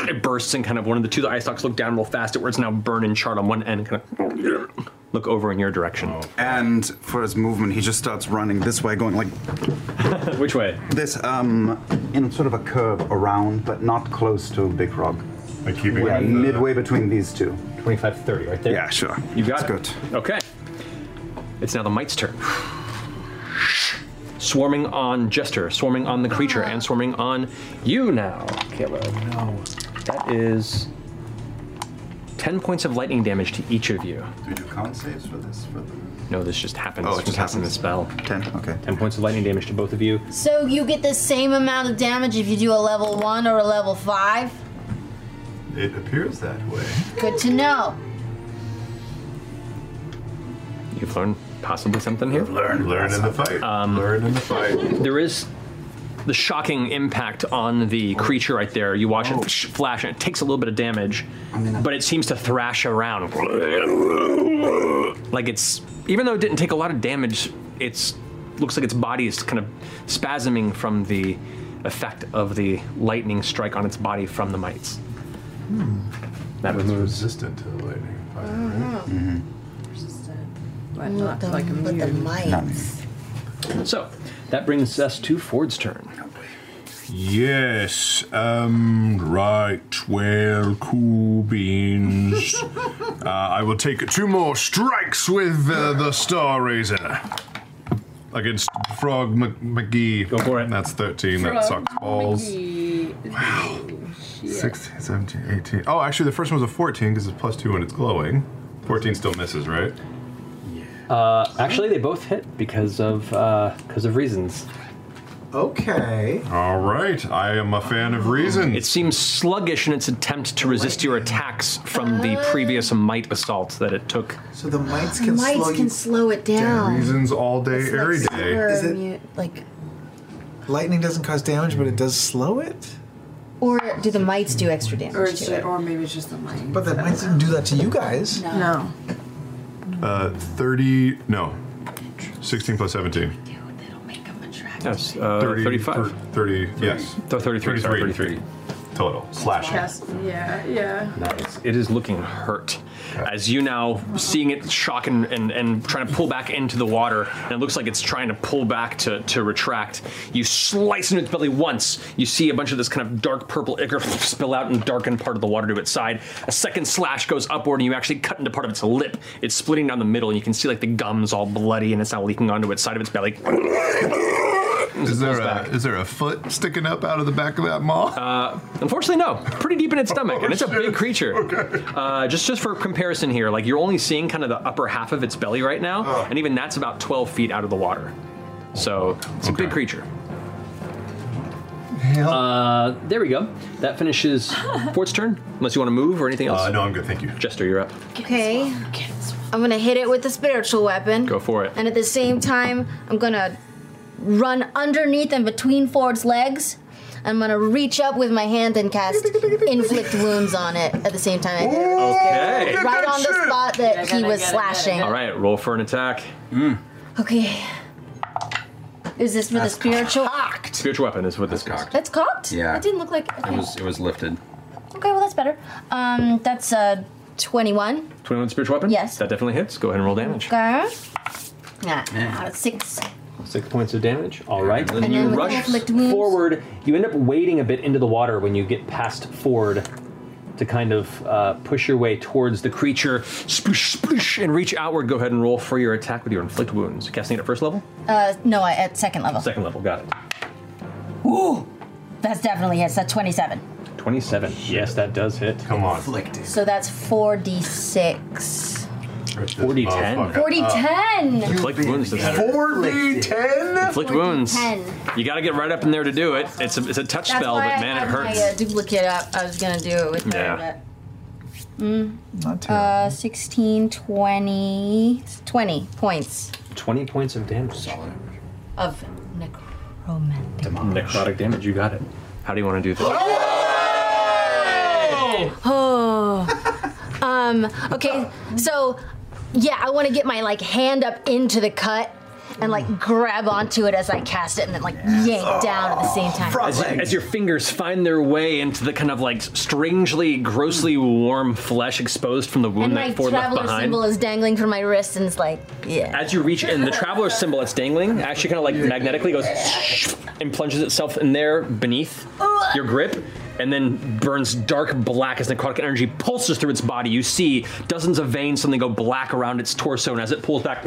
It bursts and kind of one of the two the ice stalks look down real fast at where it's now burned and charred on one end, kind of look over in your direction.
And for his movement, he just starts running this way, going like.
[LAUGHS] Which way?
This, um, in sort of a curve around, but not close to Big Frog. Like
keeping
We're
it, uh,
midway between these two.
25 30, right there.
Yeah, sure.
You got
That's
it. good. Okay. It's now the mite's turn. Swarming on Jester, swarming on the creature, and swarming on you now, Caleb. No. That is 10 points of lightning damage to each of you.
Do we do con saves for this? For the...
No, this just happens.
Oh, it
from
just
casting
happens.
the spell. 10, okay. 10 points of lightning damage to both of you.
So you get the same amount of damage if you do a level one or a level five.
It appears that way.
Good to know.
You've learned possibly something here. Learn,
learn in the fight.
Um,
learn in the fight.
There is the shocking impact on the creature right there. You
Oh.
watch it flash, and it takes a little bit of damage, but it seems to thrash around like it's even though it didn't take a lot of damage. It's looks like its body is kind of spasming from the effect of the lightning strike on its body from the mites.
Hmm.
That was resistant to lightning.
But not like a
But the might.
So that brings us to Ford's turn.
Yes, um, right, well, cool beans. uh, I will take two more strikes with uh, the Star Razor. Against Frog Mc- McGee. Go for it. That's 13, that sucks balls.
Wow.
16, 17, 18. Oh, actually, the first one was a 14 because it's plus 2 and it's glowing. 14 still misses, right?
Uh, actually, they both hit because of because of reasons.
Okay. All right. I am a fan of reason.
It seems sluggish in its attempt to resist your attacks from the previous might assault that it took.
So the mites
The
can
mites
slow
can
you.
slow it down.
Reasons all day,
It's like
every day.
super
Is it-
mute- like,
Lightning doesn't cause damage, but it does slow it.
or do the mites do extra damage?
Or,
to
it's,
it?
or maybe it's just the might.
But the mites didn't do that to you guys.
No. no.
Uh, 30, no. 16 plus 17.
Yes, uh, 35.
30, yes.
Th- 33, sorry, 33.
Total. Slashing.
Yeah, yeah.
Nice. It is looking hurt. As you now seeing it shock and, and, and trying to pull back into the water, and it looks like it's trying to pull back to, to retract. You slice into its belly once. You see a bunch of this kind of dark purple ichor [LAUGHS] spill out and darken part of the water to its side. A second slash goes upward, and you actually cut into part of its lip. It's splitting down the middle, and you can see like the gums all bloody, and it's now leaking onto its side of its belly.
Is there, a, is there a foot sticking up out of the back of that maw? Oh,
Uh, unfortunately, no. Pretty deep in its stomach, and it's a big creature. Uh, just just for comparison here, like you're only seeing kind of the upper half of its belly right now,
Oh.
and even that's about 12 feet out of the water. So it's a big creature. Uh, there we go. That finishes Fort's turn. Unless you want to move or anything else. Uh,
no, I'm good. Thank you.
Jester, you're up.
Okay. I'm gonna hit it with the spiritual weapon.
Go for it.
And at the same time, I'm gonna run underneath and between Ford's legs. I'm gonna reach up with my hand and cast inflict wounds on it at the same time. I did it.
Okay.
Right on the spot that he was slashing.
Mm.
All right, roll for an attack.
Okay. Is this for the spiritual?
Spiritual weapon is what this is.
That's cocked?
Yeah.
It didn't look like.
It was it was lifted.
Okay, well, that's better. Um, That's uh, 21.
21 spiritual weapon? Yes. That definitely hits. Go ahead and roll damage.
Okay. Nah,
Yeah.
six.
Six points of damage. All right.
And then with conflict wounds.
forward. You end up wading a bit into the water when you get past Ford to kind of uh, push your way towards the creature.
Sploosh, sploosh, and reach outward. Go ahead and roll for your attack with your inflict wounds. Casting it at first level?
Uh, no, I, at second level.
Second level, got it.
Ooh! That's definitely hits. That's 27.
27. Yes, that does hit. Come on.
So that's 4d6.
4d10.
4d10!
Inflict wounds. does that-
4d10?
Inflict wounds.
10.
You got to get right up in there to do it. It's a, it's a touch
That's
spell,
why
but
I
man,
had
it hurts.
My, uh, duplicate up. I was gonna do it with her,
Yeah.
but. Mm. Not uh, 16, 20, 20 points
20 points of damage. Solid.
of necromancy.
Necrotic damage. You got it. How do you want to do this?
Oh. [LAUGHS] um. Okay. So, yeah, I want to get my like hand up into the cut and like grab onto it as I cast it, and then like yank down at the same time.
As, as your fingers find their way into the kind of like strangely, grossly warm flesh exposed from the wound
and my
that Ford left
traveler
behind.
symbol is dangling from my wrist, and it's like, yeah.
As you reach in, the traveler symbol that's dangling actually kind of like magnetically goes and plunges itself in there beneath your grip, and then burns dark black as necrotic energy pulses through its body. You see dozens of veins suddenly go black around its torso, and as it pulls back,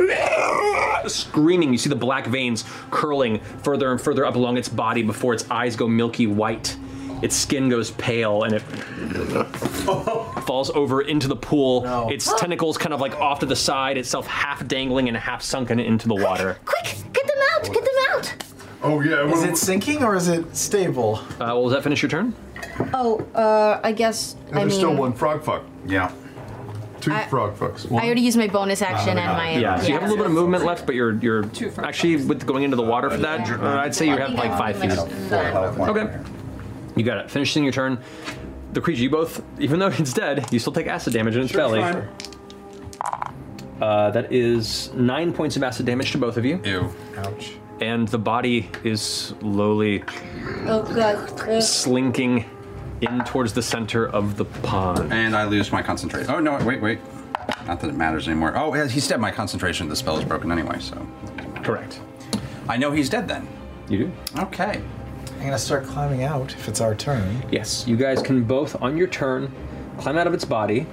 screaming, you see the black veins curling further and further up along its body before its eyes go milky white. Its skin goes pale and it falls over into the pool. Its tentacles kind of like off to the side, itself half dangling and half sunken into the water.
Get them out! Get them out!
Oh yeah.
Is it sinking or is it stable?
Uh, well, does that finish your turn?
Oh, uh, I guess. I mean,
there's still one frog fuck.
Yeah.
Two
I-
frog fucks. Ah,
I already used my bonus action and my.
Ah, yeah, so you have a little bit of movement left, but you're you're actually with going into the water for that. uh, I'd say you have like five feet. Okay, you got it. Finishing your turn, the creature you both, even though [LAUGHS] it's dead, you still take acid damage in its belly.
fine.
Uh, that is nine points of acid damage to both of you. Ew. Ouch. And the body is slowly
Oh god. Uh,
slinking in towards the center of the pond.
And I lose my concentration. Oh no! Wait, wait. Not that it matters anymore. Oh, yeah, he's dead. My concentration. The spell is broken anyway. So.
Correct.
I know he's dead then.
You do.
Okay.
I'm gonna start climbing out if it's our turn.
Yes, you guys can both, on your turn, climb out of its body.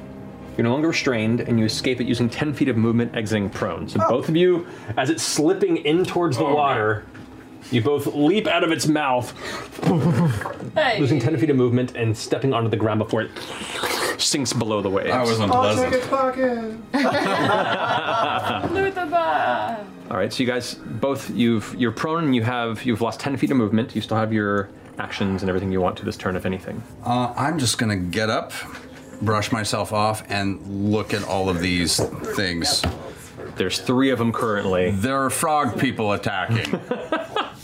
You're no longer restrained, and you escape it using 10 feet of movement, exiting prone. So, both of you, as it's slipping in towards the water, you both leap out of its mouth,
[LAUGHS]
losing 10 feet of movement and stepping onto the ground before it sinks below the waves. That was [LAUGHS] All right, so you guys both you've you're prone and you have you've lost 10 feet of movement. You still have your actions and everything you want to this turn, if anything.
Uh, I'm just gonna get up, brush myself off, and look at all of these things.
There's three of them currently.
There are frog
[LAUGHS]
people attacking.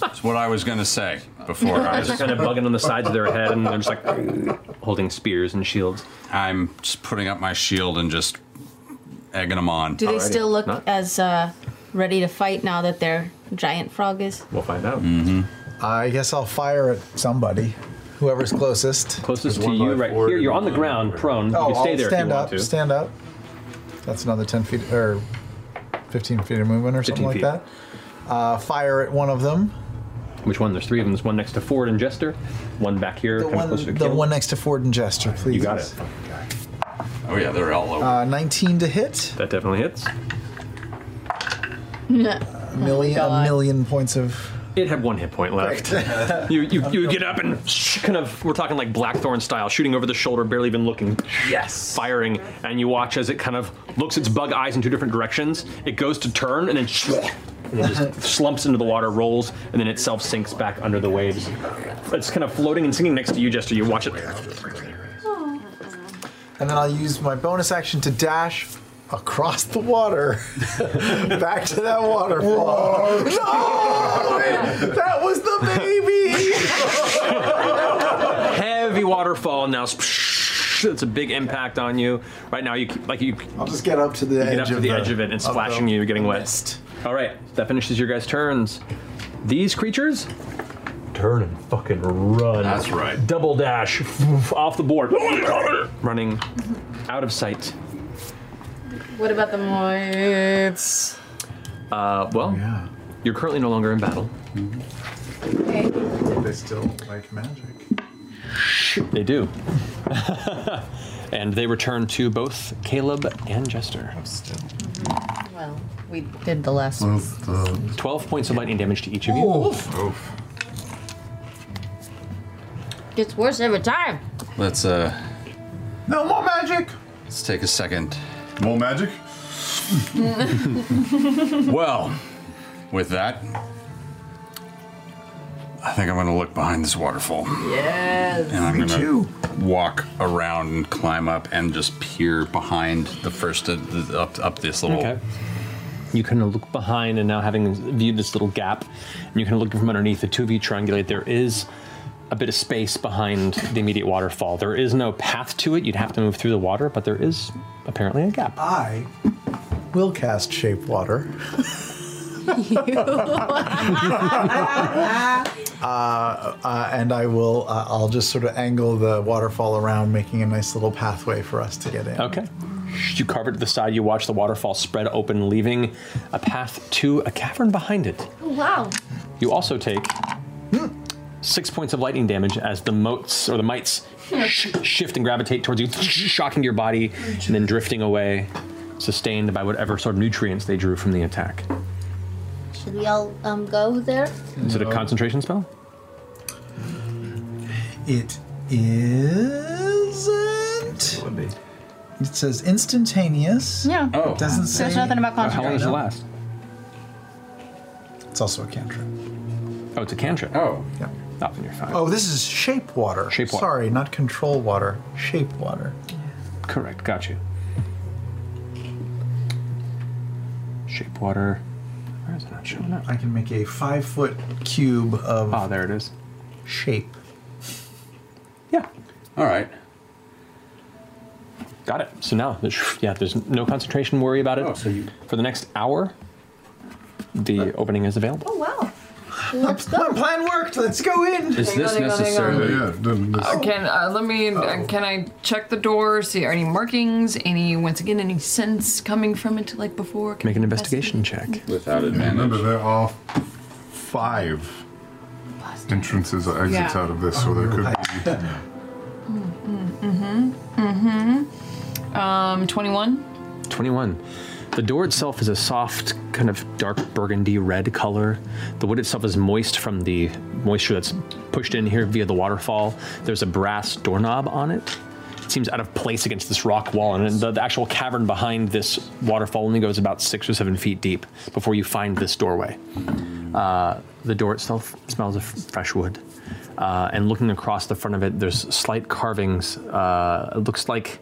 That's what I was gonna say before. I
Eyes
was
are kind of bugging on the sides of their head, and they're just like holding spears and shields.
I'm just putting up my shield and just egging them on.
Do they still look as uh, ready to fight now that their giant frog is?
We'll find out.
Mm-hmm.
I guess I'll fire at somebody, whoever's closest.
Closest to you, right here. You're on the ground, prone.
Oh,
you can stay
I'll
there if
stand
you
up.
want to.
Stand up. That's another ten feet or fifteen feet of movement or something
15
like
feet.
that. Uh, fire at one of them.
Which one? There's three of them. There's one next to Ford and Jester, one back here,
The
kind of
one,
closer to
the
Caleb.
one next to Ford and Jester, please.
You got it. Oh yeah, they're all
Uh, Nineteen to hit.
That definitely hits.
A million, a million points of.
It had one hit point left.
Great.
[LAUGHS] you, you, you get up and kind of, we're talking like Blackthorn style, shooting over the shoulder, barely even looking. Yes. Firing, and you watch as it kind of looks its bug eyes in two different directions. It goes to turn and then and it just slumps into the water, rolls, and then itself sinks back under the waves. It's kind of floating and sinking next to you, Jester. You watch it.
And then I'll use my bonus action to dash across the water [LAUGHS] back to that waterfall. no! That was the baby!
Heavy waterfall now. It's a big impact on you. Right now, you keep, like you.
I'll just get up to the
you get
edge
up to
of
the,
the-
edge of it and
of
splashing
the
you, getting wet. All right, that finishes your guys' turns. These creatures turn and fucking run.
That's right.
Double dash off the board, running out of sight.
What about the moits?
Uh, well, you're currently no longer in battle.
They still like magic.
They do.
[LAUGHS] and they return to both Caleb and Jester.
Oh,
Well, we did the last one.
12 points of lightning damage to each of you.
Gets worse every time.
Let's uh
No more magic.
[LAUGHS]
let's take a second.
More magic?
[LAUGHS]
[LAUGHS]
well, with that, I think I'm gonna look behind this waterfall.
Yes.
And I'm gonna walk around and climb up and just peer behind the first uh, th- up up this little.
Okay.
You kind of look behind, and now having viewed this little gap, and you kind of look from underneath, the two of you triangulate. There is a bit of space behind the immediate waterfall. There is no path to it. You'd have to move through the water, but there is apparently a gap.
I will cast Shape Water. uh, uh, and I will, uh, I'll just sort of angle the waterfall around, making a nice little pathway for us to get in.
Okay. You carve it to the side, you watch the waterfall spread open, leaving a path to a cavern behind it.
Oh, wow.
You also take six points of lightning damage as the motes or the mites sh- shift and gravitate towards you, shocking your body and then drifting away, sustained by whatever sort of nutrients they drew from the attack.
Should we all um, go there?
Is it a concentration spell?
It isn't. It would be. It says instantaneous.
Yeah.
Oh.
It doesn't say.
There's nothing about concentration.
It's also a cantrip.
Oh, it's a cantrip. Oh.
Yeah.
Not when you're fine.
Oh, this is shape water.
Shape water.
Sorry, not control water. Shape water.
Correct. Got you. Shape water. Where is it not showing up?
I can make a five foot cube of. Ah,
there it is.
Shape.
All right.
Got it. So now, there's, yeah, there's no concentration worry about it. Oh, so you... Uh, For the next hour, the opening is available.
Oh wow.
Let's go. My plan worked. Let's go in.
Is this
Hang on, hang on, hang on. Uh,
necessarily?
can uh, let me? Uh, can I check the door? See any markings? Any once again any scents coming from it like before?
Make an investigation check.
Without
Remember, there are five entrances or exits
Yeah.
out of this, so there could be.
Mm-hmm. Mm-hmm. Um, twenty-one.
21. The door itself is a soft, kind of dark burgundy red color. The wood itself is moist from the moisture that's pushed in here via the waterfall. There's a brass doorknob on it. It seems out of place against this rock wall, and the, the actual cavern behind this waterfall only goes about six or seven feet deep before you find this doorway. Uh, the door itself smells of fresh wood. Uh, and looking across the front of it, there's slight carvings. Uh, it looks like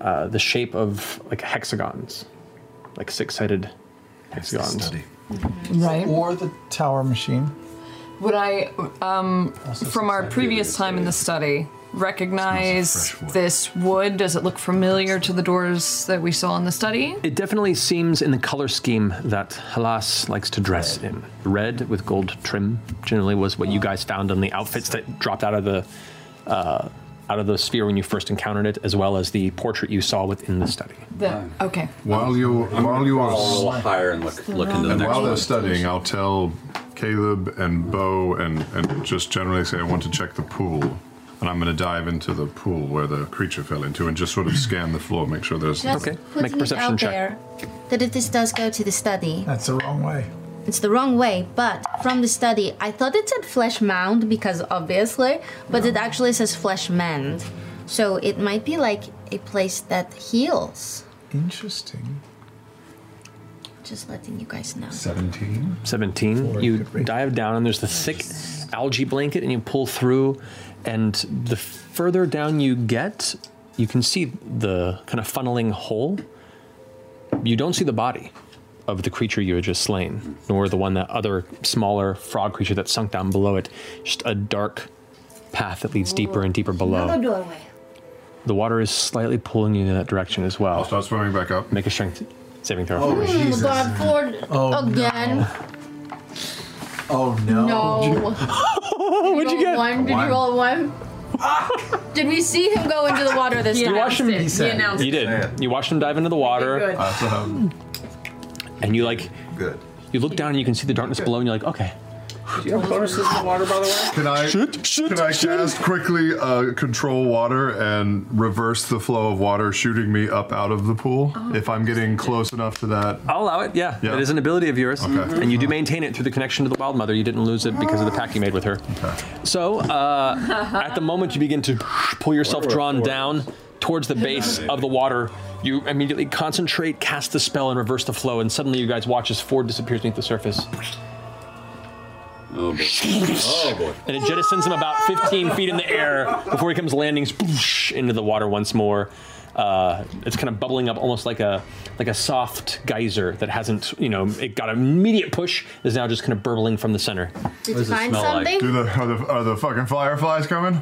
uh, the shape of like hexagons, like six-sided hexagons.
Right.
Or the tower machine.
Would I, um, from our previous time in the study, recognize this wood? Does it look familiar to the doors that we saw in the study?
It definitely seems in the color scheme that Halas likes to dress in. Red with gold trim generally was what you guys found on the outfits that dropped out of the uh, out of the sphere when you first encountered it, as well as the portrait you saw within the study.
The, okay.
While you while you are
crawl a little higher and look- look into the
and
next
while they're
one.
studying, I'll tell Caleb and Bo and and just generally say I want to check the pool. And I'm going to dive into the pool where the creature fell into and just sort of scan the floor, make sure there's
Just putting it out there that if this does go to the study,
That's the wrong way.
it's the wrong way. But from the study, I thought it said flesh mound because obviously, but it actually says flesh mend. So it might be like a place that heals.
Interesting.
Just letting you guys know.
17. 17. You dive down, and there's the thick algae blanket, and you pull through. And the further down you get, you can see the kind of funneling hole. You don't see the body of the creature you had just slain, nor the one that other smaller frog creature that sunk down below it. Just a dark path that leads deeper and deeper below.
doorway.
The water is slightly pulling you in that direction as well. I'll
start swimming back up.
Make a Oh, Hmm, strength saving throw.
Oh, God, Ford
Oh,
again.
Oh
No.
[LAUGHS] What'd you get?
One? Did you
One.
roll a one?
[LAUGHS]
Did we see him go into the water this
you
time?
watched him. you did. You watched him dive into the water.
good. I also
and you like. Good. You look down and you can see the darkness below, and you're like, okay.
Do you have bonuses in water, by the way? Can I, can I cast quickly uh, control water and reverse the flow of water shooting me up out of the pool
Oh.
if I'm getting close enough to that?
I'll allow it. Yeah,
Yeah.
it is an ability of yours,
Okay.
and you do maintain it through the connection to the Wild Mother. You didn't lose it because of the pact you made with her. So, uh, at the moment you begin to pull yourself drawn down towards the base of the water, you immediately concentrate, cast the spell, and reverse the flow. And suddenly, you guys watch as Ford disappears beneath the surface.
Oh boy. Oh boy.
And it jettisons him about 15 feet in the air before he comes landing sploosh, into the water once more. Uh, it's kind of bubbling up almost like a like a soft geyser that hasn't, you know, it got an immediate push, is now just kind of burbling from the center.
Did you find something?
Do the, are, the, are the fucking fireflies coming?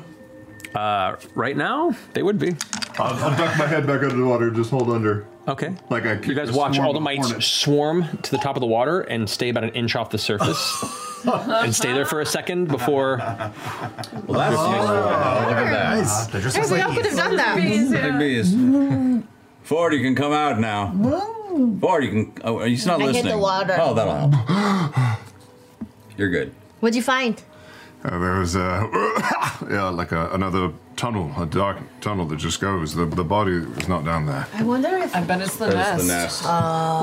Uh, right now, they would be.
I'll, I'll duck my head back under the water. Just hold under.
Okay.
Like I.
You guys watch all the mites swarm to the top of the water and stay about an inch off
[LAUGHS]
the surface. and stay there for a second before. Well,
that's- Oh, look at that. Nice. They're just like
could have done that.
Big bees. Ford, you can come out now. Ford, you can. Oh, he's not
I hit the
listening.
water.
Oh, that'll help. You're good.
What'd you find?
Uh, there was a [LAUGHS] yeah, like a, another tunnel, a dark tunnel that just goes. The the body is not down there.
I wonder if I bet it's the
That
nest.
is the nest.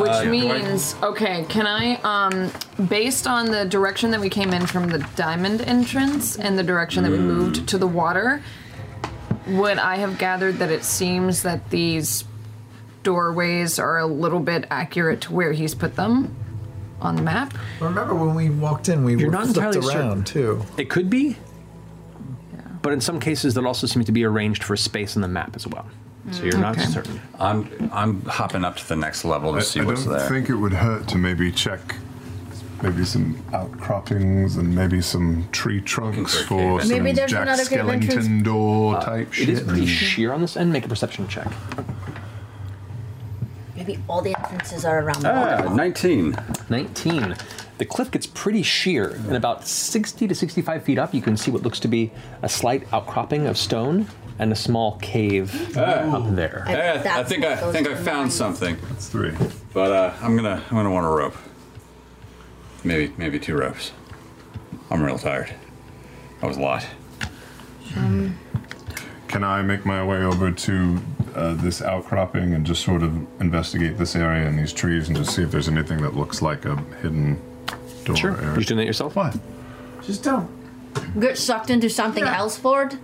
Which
Uh, yeah.
means
Means okay. Can I, um, based on the direction that we came in from the diamond entrance and the direction that we
Mm.
moved to the water, would I have gathered that it seems that these doorways are a little bit accurate to where he's put them on the map?
Remember when we walked in, we
You're
were
not
flipped
entirely certain.
around too.
It could be. But in some cases, that also seems to be arranged for space on the map as well. So you're not
Okay.
certain.
I'm I'm hopping up to the next level to
I,
see
I
what's
don't
there.
think it would hurt to maybe check maybe some outcroppings and maybe some tree trunks for some
Maybe there's
Jack
another cave entrance.
Skellington door
Uh,
type
It
shit.
is pretty sheer on this end. Make a perception check.
Maybe all the entrances are around the water.
Ah, 19. 19. The cliff gets pretty sheer, and about 60 to 65 feet up, you can see what looks to be a slight outcropping of stone and a small cave
Ah.
up there.
Hey, Eh, I think I think I found something. That's
three.
But uh, I'm gonna I'm gonna want a rope. Maybe maybe two ropes. I'm real tired. That was a lot.
Um,
Can I make my way over to uh, this outcropping and just sort of investigate this area and these trees and just see if there's anything that looks like a hidden door
Sure.
area?
You're doing that yourself?
What?
Just don't.
Get sucked into something else, Ford.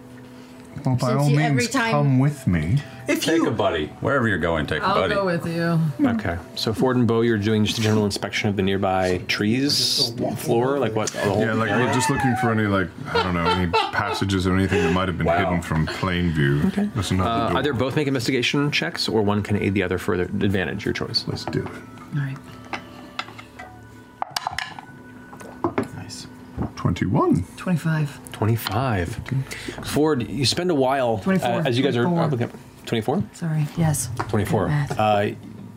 Well, by
Since
all
you-
means,
every time- [LAUGHS]
come with me.
If
take a buddy, wherever you're going, take a buddy.
with you.
Okay. So Ford and Bo, you're doing just a general inspection of the nearby trees, floor, like what? The whole
Yeah, like
area?
we're just looking for any like I don't know
[LAUGHS]
any passages or anything that might have been hidden from plain view. Okay. That's another
Uh,
door.
either both make investigation checks, or one can aid the other further. Advantage, your choice.
Let's do it.
Nice.
21.
25.
25. Ford, you spend a while
24,
uh, as you guys are, are
24.
looking. 24.
Sorry. Yes.
24. Uh,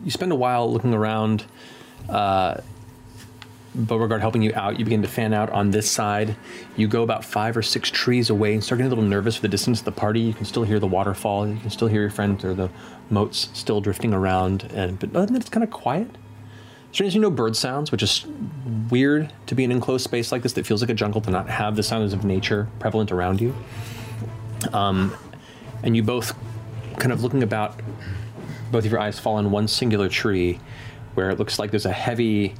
you spend a while looking around. Uh, Beauregard helping you out. You begin to fan out on this side. You go about five or six trees away and start getting a little nervous for the distance of the party. You can still hear the waterfall. You can still hear your friends or the moats still drifting around. And but other than that, it's kind of quiet. Strangely, no bird sounds, which is weird to be in an enclosed space like this that feels like a jungle to not have the sounds of nature prevalent around you. Um, and you both kind of looking about, both of your eyes fall on one singular tree where it looks like there's a heavy,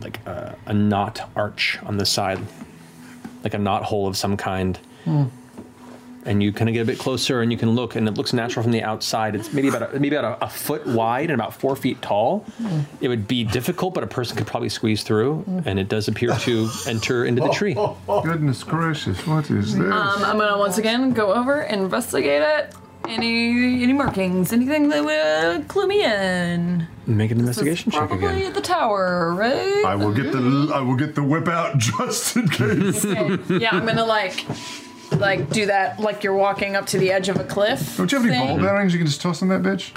like uh, a knot arch on the side, like a knot hole of some kind. And you kind of get a bit closer, and you can look, and it looks natural from the outside. It's maybe about a, maybe about a, a foot wide and about four feet tall.
Hmm.
It would be difficult, but a person could probably squeeze through, and it does appear to enter into the
Oh.
tree.
[LAUGHS] Goodness gracious, what is this?
Um, I'm gonna once again go over, investigate it. Any any markings? Anything that would uh, clue me in?
Make an investigation check
Probably
again.
at the
[LAUGHS]
tower, right?
I will get the I will get the whip out [LAUGHS] just
[LAUGHS]
in case.
yeah, I'm gonna like like do that like you're walking up to the edge of a cliff.
Don't you have any ball
thing.
bearings you can just toss on that bitch?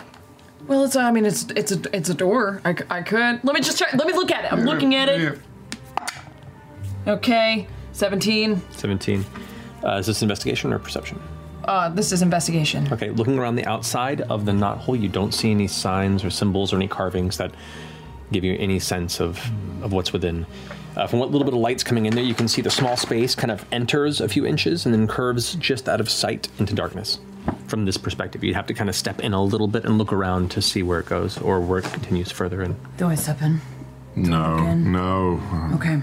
Well, it's I mean it's it's a it's a door. I, c- I could. Let me just check. Let me look at it. I'm looking at it.
Okay, 17.
17. Uh, is this investigation or perception?
Uh, this is investigation.
Okay, looking around the outside of the knot hole, you don't see any signs or symbols or any carvings that give you any sense of, of what's within. Uh, from what little bit of light's coming in there, you can see the small space kind of enters a few inches and then curves just out of sight into darkness. From this perspective, you'd have to kind of step in a little bit and look around to see where it goes or where it continues further. And
Do I
[LAUGHS]
step in? [LAUGHS]
No,
Again.
no.
Okay.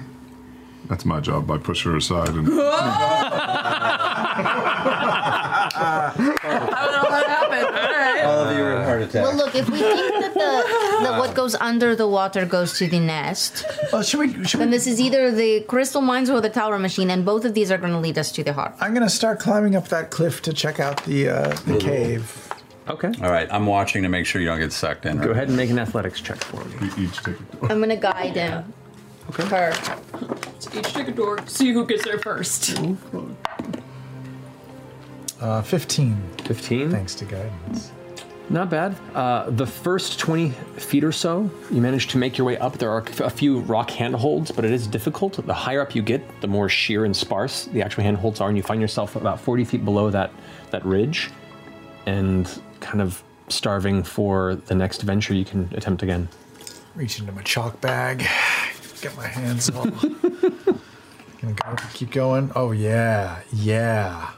That's my job. I push her aside
[GASPS]
and.
[LAUGHS] All of you are in heart attack.
Well, look, if we
[LAUGHS]
think that the,
[LAUGHS]
the what goes under the water goes to the nest,
well, should we, should
then this is either the crystal mines or the tower machine, and both of these are going to lead us to the heart.
I'm gonna start climbing up that cliff to check out the uh, the cave.
Okay.
All right, I'm watching to make sure you don't get sucked in. Go
ahead and make an athletics check for me.
Each take
I'm going to guide him.
Okay.
Her.
So each take a door, see who gets there first.
Uh, Fifteen.
Fifteen.
Thanks to guidance.
Not bad. Uh, the first 20 feet or so, you manage to make your way up. There are a few rock handholds, but it is difficult. The higher up you get, the more sheer and sparse the actual handholds are, and you find yourself about 40 feet below that, that ridge and kind of starving for the next venture you can attempt again.
Reach into my chalk bag. [SIGHS] Get my hands
[LAUGHS]
all. Gonna go, keep going. Oh yeah, yeah.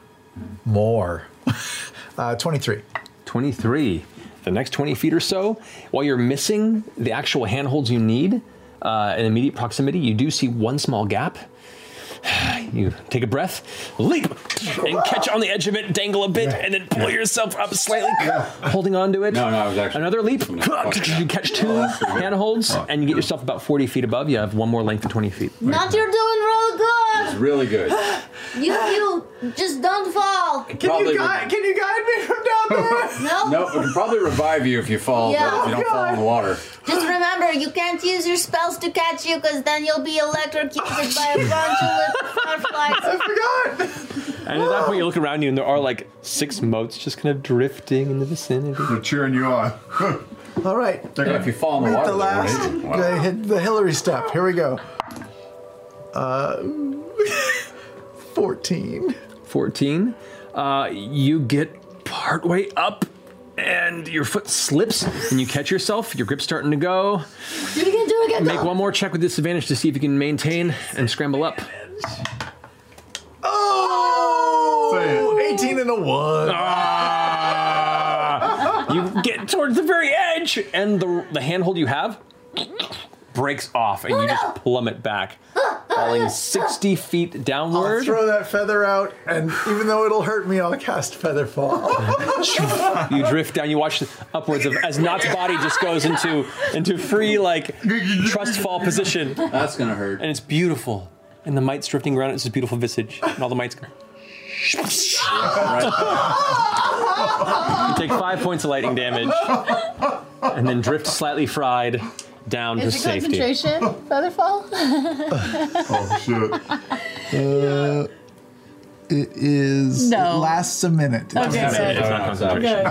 More. [LAUGHS] uh, Twenty-three.
23. The next 20 feet or so, while you're missing the actual handholds you need uh, in immediate proximity, you do see one small gap. [SIGHS] You take a breath, leap, and catch on the edge of it, dangle a bit, and then pull yourself up slightly, holding on to it. No, no, I was actually another leap. You catch two handholds, and you get yourself about 40 feet above. You have one more length of 20 feet.
Not you're doing real good.
really good.
You, you, just don't fall.
Can you Probably guide- would-
Uh, can you guide me from down there?
[LAUGHS]
no.
No, it can probably revive you if you fall,
Yeah.
but if you don't
Oh,
fall in the water.
Just remember, you can't use your spells to catch you, because then you'll be electrocuted by a [LAUGHS] bunch of little fireflies. I forgot.
And at that point, you look around you, and there are like six moats just kind of drifting in the vicinity. They're
cheering you on.
All right.
Yeah, if you fall in
Hit
the water,
the
though,
last.
right? Wow.
gonna hit the Hillary step. Here we go. Uh, [LAUGHS] Fourteen.
14. Uh, you get partway up and your foot slips and you catch yourself. Your grip's starting to go.
You can do it again.
Make one more check with disadvantage to see if you can maintain and scramble up.
Oh! 18 and a 1.
Ah. you get towards the very edge and the, the handhold you have breaks off and you just plummet back, falling 60 feet downward.
I'll throw that feather out, and even though it'll hurt me, I'll cast Feather
[LAUGHS]
Fall. Uh,
you drift down. You watch upwards of as Knott's body just goes into into free like trust fall position. That's gonna hurt. And it's beautiful. And the mites drifting around. It's this beautiful visage. And all the mites. go- You take five points of lightning damage, and then drift slightly fried down to
Is it
safety.
concentration,
[LAUGHS]
[LAUGHS] Featherfall?
oh, shit.
Uh, it is.
No.
It lasts a minute.
Okay,
It's-
good.
It's not concentration.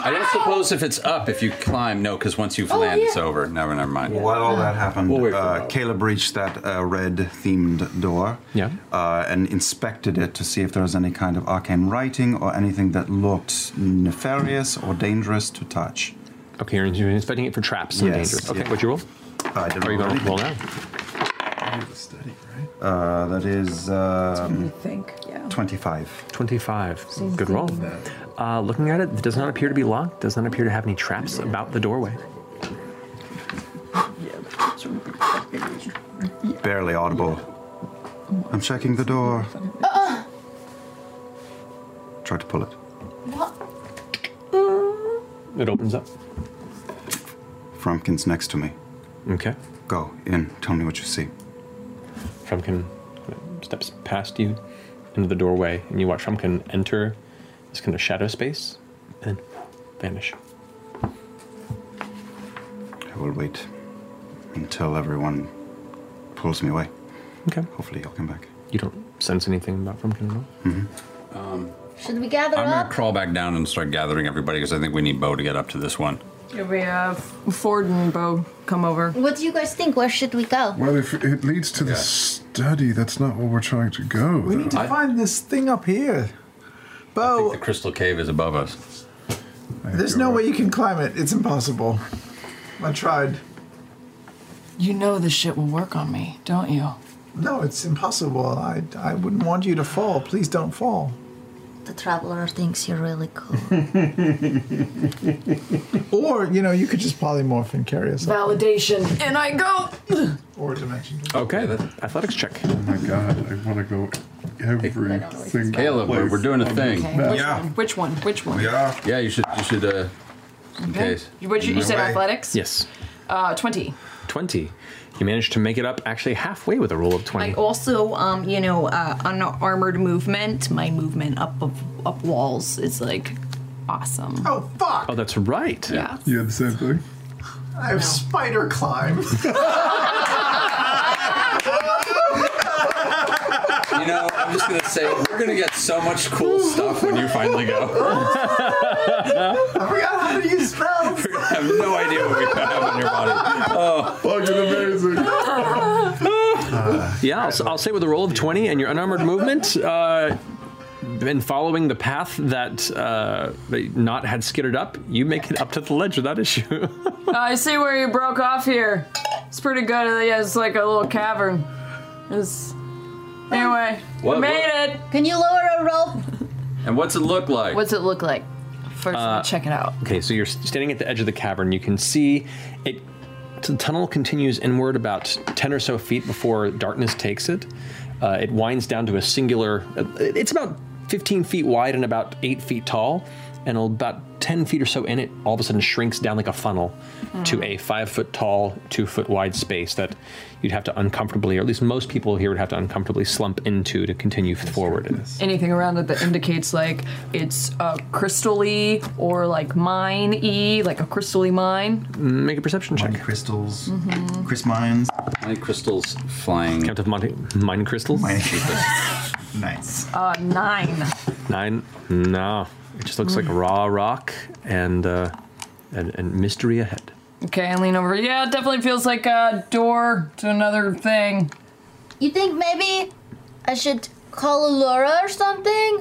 I don't suppose if it's up, if you climb, no, because once you've
Oh,
landed,
yeah.
it's over. Never, never mind.
While all that happened, uh, Caleb reached that uh, red themed door
Yeah.
uh, and inspected it to see if there was any kind of arcane writing or anything that looked nefarious or dangerous to touch.
Okay, you're inspecting it for traps and dangerous. Okay, what'd you roll?
I did
Are you gonna roll now?
Uh, that is. Um,
think, yeah.
25.
25.
Seems
Good roll.
like
Uh, looking at it, it does not appear to be locked, does not appear to have any traps about the doorway.
Barely audible. I'm checking the door.
Uh-uh.
Try to pull it.
It opens up.
Frumpkin's next to me.
Okay.
Go in. Tell me what you see.
Frumpkin steps past you into the doorway, and you watch Frumpkin enter this kind of shadow space and then vanish.
I will wait until everyone pulls me away.
Okay.
Hopefully, he'll come back.
You don't sense anything about Frumpkin at all?
Um,
[LAUGHS]
Mm-hmm.
Should we gather
I'm
up?
gonna crawl back down and start gathering everybody because I think we need Bo to get up to this one.
It'll be uh, Ford and Bo come over.
What do you guys think? Where should we go?
Well, if it leads to the study, that's not where we're trying to go.
We need to find this thing up here. Bo,
The crystal cave is above us.
there's no way you can climb it. It's impossible. I tried.
You know this shit will work on me, don't you?
No, it's impossible. I, I wouldn't want you to fall. Please don't fall.
The traveler thinks you're really cool.
[LAUGHS] or, you know, you could just polymorph and carry us up.
Validation. And I go.
Or dimension.
Okay, athletics check.
Oh my god, I want to go everything.
Caleb, we're, we're doing a thing.
Which one? Which one? Which one?
Yeah, you should. You should. Uh, in
Okay.
case.
You- what you- you said athletics?
Yes.
Uh, 20.
20. You managed to make it up actually halfway with a roll of 20.
I also, um, you know, uh, unarmored movement. My movement up of, up walls is like awesome.
Oh
[LAUGHS]
fuck!
Oh, that's right.
Yeah.
You had the same thing?
I have spider
[LAUGHS]
climb. [LAUGHS]
You know, I'm just gonna say we're gonna get so much cool stuff when you finally go.
I forgot how to use spells.
[LAUGHS] I have no idea what we have on your body. Oh,
fucking [LAUGHS]
[LAUGHS]
amazing! Uh,
yeah, I'll, s will say with a roll of 20 and your unarmored movement, uh, and following the path that uh, that Knot had skittered up, you make it up to the ledge without issue. [LAUGHS]
I see where you broke off here. It's pretty good. Yeah, It's like a little cavern. It's... Anyway,
What-
we made it. Can you lower a rope?
and what's it look like?
What's it look like? First,
Uh,
check it out.
Okay, so you're standing at the edge of the cavern. You can see it. The tunnel continues inward about ten or so feet before darkness takes it. Uh, it winds down to a singular. uh, It's about fifteen feet wide and about eight feet tall, and about ten feet or so in it, all of a sudden shrinks down like a funnel
Mm-hmm.
to a five foot tall, two foot wide space that you'd have to uncomfortably, or at least most people here would have to uncomfortably slump into to continue forward. in this.
Anything around it that indicates like it's uh, crystally or like mine y, like a crystally mine.
Make a perception check.
crystals.
Mm-hmm.
Mhm.
Chris mines. Mine crystals flying.
Count of Monte, mine crystals. [LAUGHS] Mine
crystals.
nice.
Uh, nine.
Nine? No. It just looks
Hmm.
like raw rock and, uh, and and mystery ahead.
Okay, I lean over. Yeah, it definitely feels like a door to another thing.
You think maybe I should call Laura or something?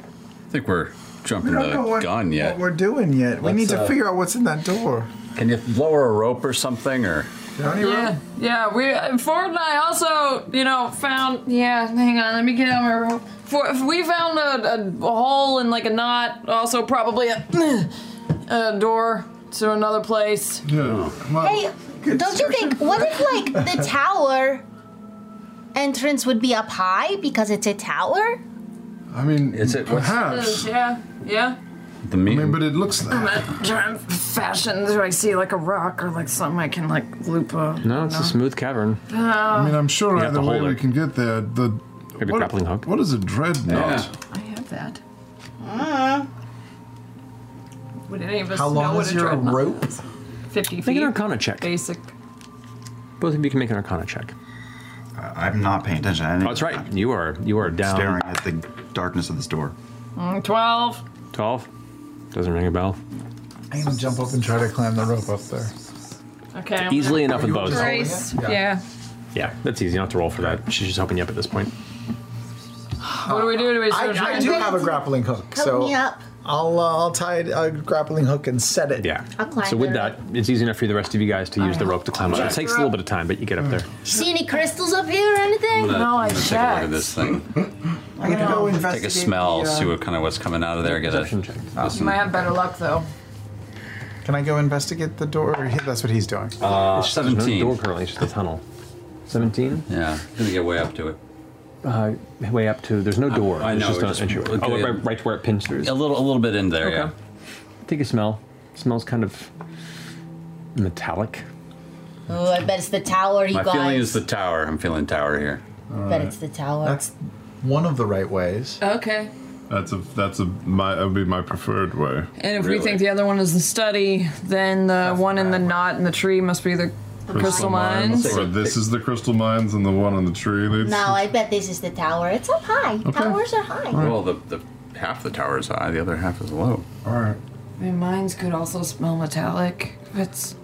I think we're jumping
I don't know
the
what,
gun yet.
what we're doing yet. we
Let's,
need to
uh,
figure out what's in that door.
Can you lower a rope or something, or?
Yeah, yeah. We uh, Ford and I also, you know, found. Yeah, hang on. Let me get out my rope. For, we found a, a, a hole and like a knot. Also, probably a, [CLEARS THROAT] a door to another place.
Yeah.
hey, don't you think? What if like the tower entrance would be up high because it's a tower?
I mean,
is it
perhaps?
Yeah, yeah.
The meat.
I mean, but it looks
I'm gonna try and fashion. Do I see like a rock or like something I can like loop a?
No, it's
no.
a smooth cavern.
Oh.
I mean, I'm sure
You have
either
to
way
hold
we
it.
can get there. The
Maybe
what,
grappling hook.
What is a dreadnought?
I have that. Would any of us
How
know
long
what
is
a
your
dreadnought
rope?
is? Fifty feet.
Make an arcana check.
Basic.
Both of you can make an arcana check. Oh,
I'm not paying attention. I
that's right. You are. You are down.
Staring at the darkness of this door.
Mm, Twelve.
12? Doesn't ring a bell.
I'm gonna jump up and try to climb the rope up there.
Okay. I'm
Easily
gonna-
enough with bows.
Grace.
Yeah.
Yeah.
Yeah, that's easy. You don't have to roll for that. She's just helping you up at this point.
What do we do? Do we?
I, I do have a grappling hook,
Help
so
me up.
I'll uh, I'll tie a grappling hook and set it.
Yeah.
I'll climb
So with
the
that, it's easy enough for the rest of you guys
Oh,
to use the rope to climb up. It takes a little bit of time, but you get up there.
See any crystals up here or anything?
take a look at this thing.
I'm gonna go
Take a
investigate.
smell,
the, uh,
see what kind of what's coming out of there. Get a
You might have better luck though.
Can I go investigate the door? Or he- That's what he's doing.
Uh, It's just- there's no 17. door
currently. It's just a tunnel. Seventeen.
Yeah, gonna get way up to it.
Uh, way up to. There's no door.
I
There's
know.
Just
it's
an entryway.
just-
Oh, right, right where it pins through.
A little, a little bit in there. Yeah.
Take a smell. smells kind of metallic.
Oh, I bet it's the tower, you
My
guys.
feeling is the tower. I'm feeling tower here.
bet it's the tower.
one of the right ways.
Okay.
That's a that's a my that would be my preferred way.
And if we think the other one is the study, then the one in the knot in the tree must be the crystal, mines.
Or this is the crystal mines and the one on the tree leads.
No, I bet this is the tower. It's up high. Towers are high.
Well, the, the half the tower is high, the other half is low.
All right.
My mines could also smell metallic. It's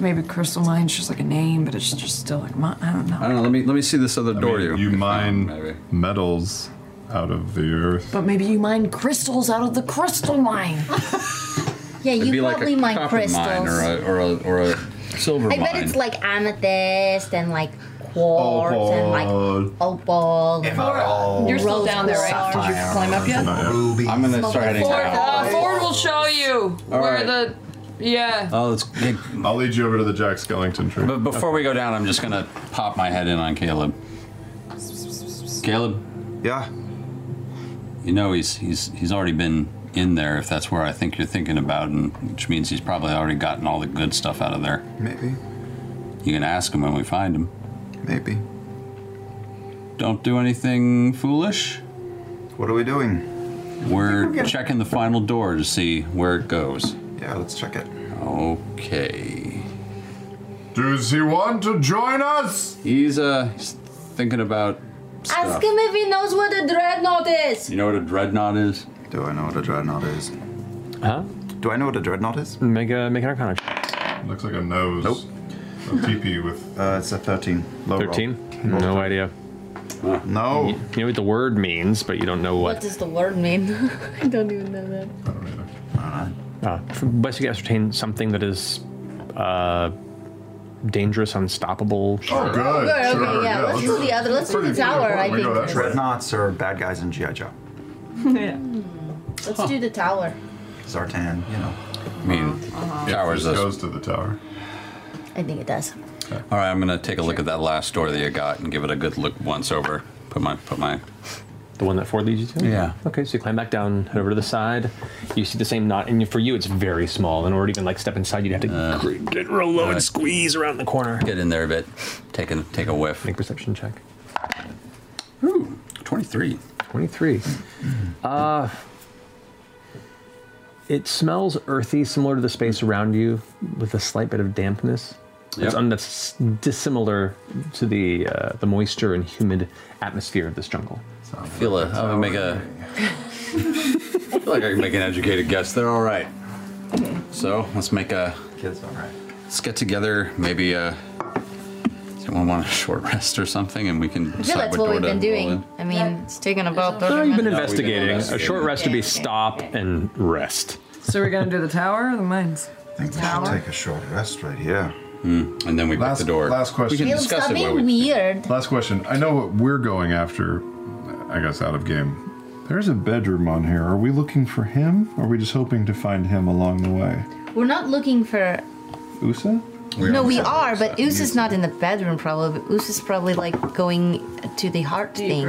maybe crystal mines, just like a name, but it's just still like mi- I don't know.
I don't know. Let me let me see this other door.
mean,
you [LAUGHS]
mine metals out of the earth.
But maybe you mine crystals out of the crystal mine.
Yeah,
It'd be
you
like a
probably mine
copper
crystals.
mine or a or a, or a silver
I
mine.
bet it's like amethyst and like quartz and like opal.
You're still down there, right? Did you climb up yet?
I'm gonna start heading
Ford,
down.
uh, Ford will show you
All
where
right.
the. Yeah.
Oh, let's
I'll lead you over to the Jack Skellington tree.
But before we go down, I'm just gonna pop my head in on Caleb. Caleb.
Yeah.
You know he's he's he's already been in there if that's where I think you're thinking about, and which means he's probably already gotten all the good stuff out of there.
Maybe.
You can ask him when we find him.
Maybe.
Don't do anything foolish.
What are we doing? we're
We're
gonna-
checking the final door to see where it goes.
Yeah, let's check it.
Okay.
Does he want to join us?
He's uh he's thinking about
Ask
stuff.
him if he knows what a dreadnought is.
You know what a dreadnought is?
Do I know what a dreadnought is?
Huh?
Do I know what a dreadnought is?
Make a make an arcana. check.
Looks like a nose. Nope. A TP with.
Uh, it's a 13. Low roll.
13? No idea.
No.
You, you know what the word means, but you don't know
What
what.
does the word mean? [LAUGHS] I don't even know that.
Uh, from best you can ascertain something that is uh, dangerous, unstoppable.
Oh, good. Oh, good, okay, Sure, yeah, yeah, let's let's- do the
other- let's do the pretty tower, important. I We know think. that.
Dreadnoughts are bad guys in G.I. Joe.
yeah. Let's do the tower.
Zartan, you know.
I mean,
Uh-huh.
towers
It
us.
goes
to the tower.
I think it does.
All right, I'm gonna take a look at that last door that you got and give it a good look once over. Put my put my.
The one that Ford leads you to?
Yeah.
Okay, so you climb back down, head over to the side. You see the same knot, and for you, it's very small. In order to even like step inside, you'd have to
Uh,
get real low and squeeze around the corner.
Get in there a bit. Take a take a whiff. Make
perception check.
Ooh, 23.
23. Uh, it smells earthy, similar to the space around you, with a slight bit of dampness.
Yep.
It's un- that's dissimilar to the uh, the moisture and humid atmosphere of this jungle.
I feel a. I'm gonna make a. I feel like I can make an educated guess. They're all right. So let's make a.
Kids, all right.
Let's get together. Maybe uh Does anyone want a short rest or something, and we can.
I
decide
feel that's
what
what
door
we've
to
been
roll
doing.
in?
I mean, it's taken about 30
No, you've been
minutes.
investigating. A
investigating.
short rest would be stop and rest.
so we're gonna do the tower or the mines? tower.
a short rest right here.
Hmm, And then we
last,
the door.
Last question.
Caleb, stop being weird.
Last question. I know what we're going after. I guess out of game. There's a bedroom on here. Are we looking for him? Or are we just hoping to find him along the way?
We're not looking for.
Usa?
no, we are, but Us is not in the bedroom, probably. Us is probably like going to the heart thing.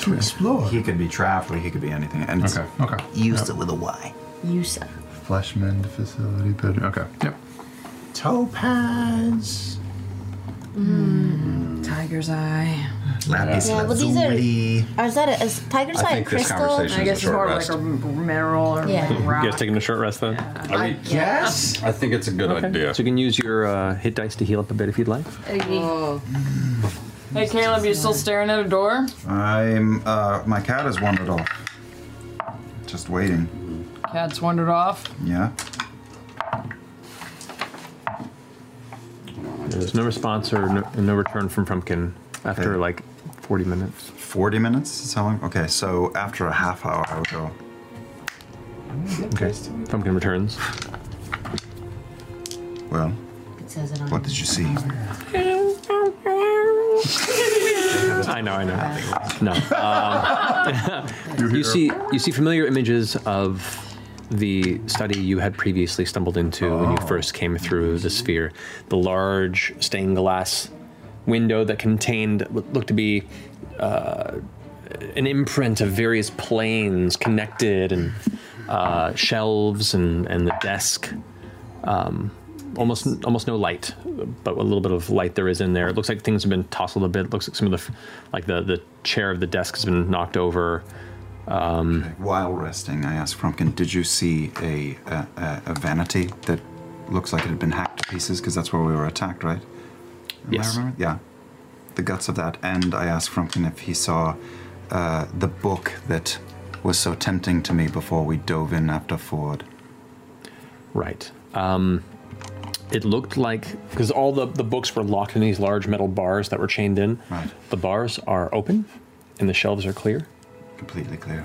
To explore. He could be trapped or he could be anything. And it's okay. Okay. Used it with a Y.
Us.
Fleshmend facility bedroom. Okay. Yep.
Topaz. Hmm. Tiger's eye.
Lapis
yeah, but these are. Is that a, is tiger's eye a crystal?
I guess it's more like a mineral or
Yeah.
like rock.
You guys taking a short rest then?
I
guess.
I think it's a good idea.
So you can use your uh, hit dice to heal up a bit if you'd like.
Oh. Hey, Caleb, you still staring at a door?
I'm, uh, my cat has wandered off. Just waiting.
Cat's wandered off.
Yeah.
There's no response or no, no return from Frumpkin after
Okay.
like 40 minutes.
40 minutes is how long? Okay, so after a half hour, I will go.
Okay. Frumpkin returns.
Well,
It says it on
what did you see?
I know, I know.
[LAUGHS]
No.
[LAUGHS]
[LAUGHS]
Um, you see, you see familiar images of the study you had previously stumbled into when you first came through the sphere. The large stained glass window that contained what looked to be uh, an imprint of various planes connected, and uh, shelves, and and the desk. Um, almost almost no light, but a little bit of light there is in there. It looks like things have been tousled a bit. It looks like some of the f- like the the chair of the desk has been knocked over. Um,
While resting, I asked Frumpkin, did you see a, a, a- a vanity that looks like it had been hacked to pieces? Because that's where we were attacked, right? Am I
Yes.
remembering? Yeah. The guts of that. And I asked Frumpkin if he saw uh, the book that was so tempting to me before we dove in after Ford.
Right. Um, it looked like because all the, the books were locked in these large metal bars that were chained in.
Right.
The bars are open, and the shelves are clear.
Completely clear.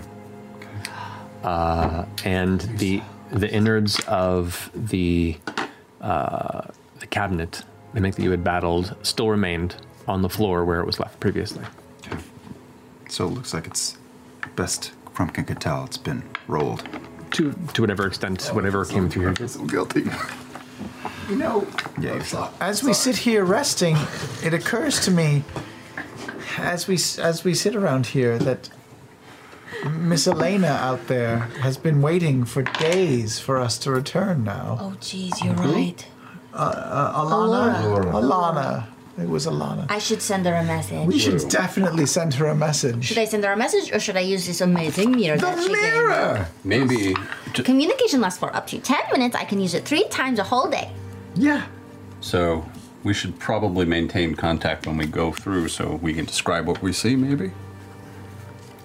Uh, and the the innards of the uh, the cabinet, the make that you had battled, still remained on the floor where it was left previously.
So it looks like it's best Frumpkin could tell it's been rolled.
To to whatever extent, whatever came through here.
I'm guilty.
You know,
Yeah,
as we sit here resting, it occurs to me, as we as we sit around here, that Miss Elena out there has been waiting for days for us to return. Now.
Oh, jeez, you're
Who?
right.
Uh, uh, Alana.
Alora.
Alana. It was Alana.
I should send her a message.
We should definitely send her a message.
Should I send her a message or should I use this amazing mirror? The that she gave me?
Maybe.
Communication lasts for up to 10 minutes. I can use it three times a whole day.
Yeah.
So we should probably maintain contact when we go through so we can describe what we see, maybe?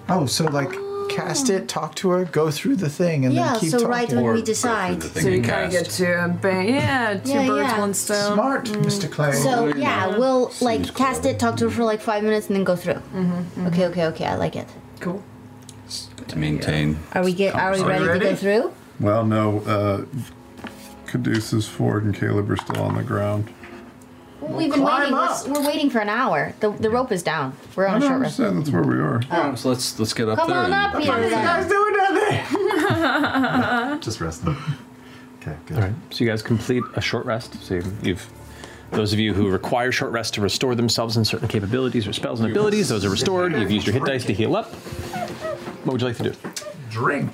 Oh, so like cast it, talk to her, go through the thing, and
Yeah,
then keep
so
talking.
right when Or we go through decide. the thing
So
you
you kind of
cast.
get to uh, bang, yeah, two
Yeah,
birds,
yeah.
one stone.
Smart,
Mm.
Mr. Clay.
So, yeah, we'll like cast it, talk to her for like five minutes, and then go through. Okay, okay, okay. I like it.
Cool.
To maintain.
Are we get? Are we
Are
ready,
you
to go
ready?
through?
Well, no. Uh, Caduceus, Ford, and Caleb are still on the ground.
We've been
climb
waiting. We're, we're waiting for an hour. The, the rope is down. We're
I
on a
don't
short rest.
understand. That's where we are.
Um,
so let's let's get up
Come
there.
on up here. then. [LAUGHS]
Just rest them. Okay, good. All right. So you guys complete a short rest. So you've, you've those of you who require short rest to restore themselves in certain capabilities or spells and abilities, those are restored. You've used your hit dice to heal up. What would you like to do?
Drink.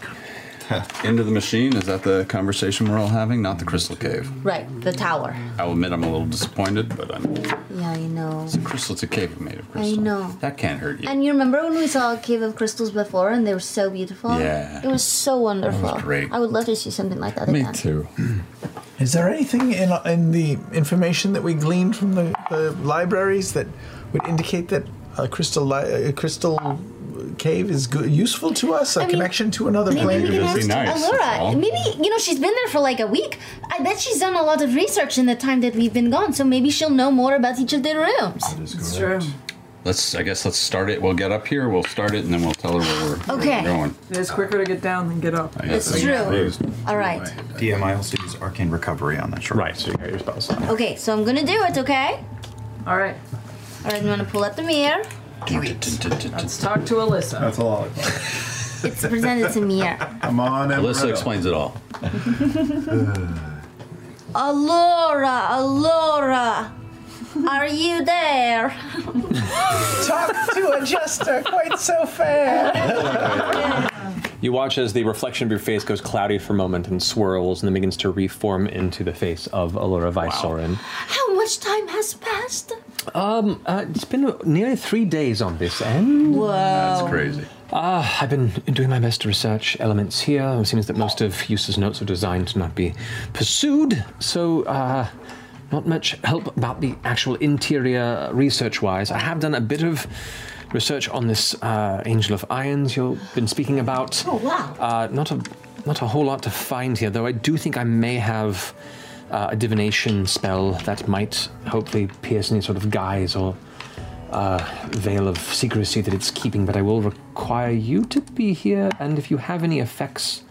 [LAUGHS] Into the machine? Is that the conversation we're all having? Not the crystal cave.
Right, the tower.
I'll admit I'm a little disappointed, but I'm.
Yeah, I know.
It's a crystal. It's a cave made of
I
crystal.
know.
That can't hurt you.
And you remember when we saw a cave of crystals before, and they were so beautiful.
Yeah.
it was so wonderful.
great.
I would love to see something like that again.
too.
[CLEARS THROAT] Is there anything in, in the information that we gleaned from the, the libraries that would indicate that a crystal li- a crystal cave is good, useful to us? A connection to another plane?
Maybe we can ask Alora. Maybe you know she's been there for like a week. I bet she's done a lot of research in the time that we've been gone, so maybe she'll know more about each of the rooms. That's true.
Let's. I guess let's start it. We'll get up here. We'll start it, and then we'll tell her where we're, where
Okay.
we're going.
It's quicker to get down than get up.
I guess
It's
I'm
true.
confused.
All right.
DM, I also use Arcane Recovery on that short Right,
so you got your spells.
Okay, so I'm gonna do it. Okay.
All right.
All right. I'm gonna pull up the mirror.
Let's talk to Alyssa.
That's a lot.
It's presented to [LAUGHS] me.
Come on,
Alyssa explains it all.
Alora, Alora, are you there?
Talk to a jester quite so fair.
You watch as the reflection of your face goes cloudy for a moment and swirls and then begins to reform into the face of Alora Vysorin.
How much time has passed?
Um, uh, it's been nearly three days on this end.
Whoa. That's
crazy.
Ah, I've been doing my best to research elements here. It seems that most of Eustace's notes are designed to not be pursued, so uh, not much help about the actual interior research-wise. I have done a bit of research on this uh, Angel of Irons you've been speaking about.
Oh wow!
Uh, not a not a whole lot to find here, though. I do think I may have uh, a divination spell that might hopefully pierce any sort of guise or uh, veil of secrecy that it's keeping. But I will require you to be here, and if you have any effects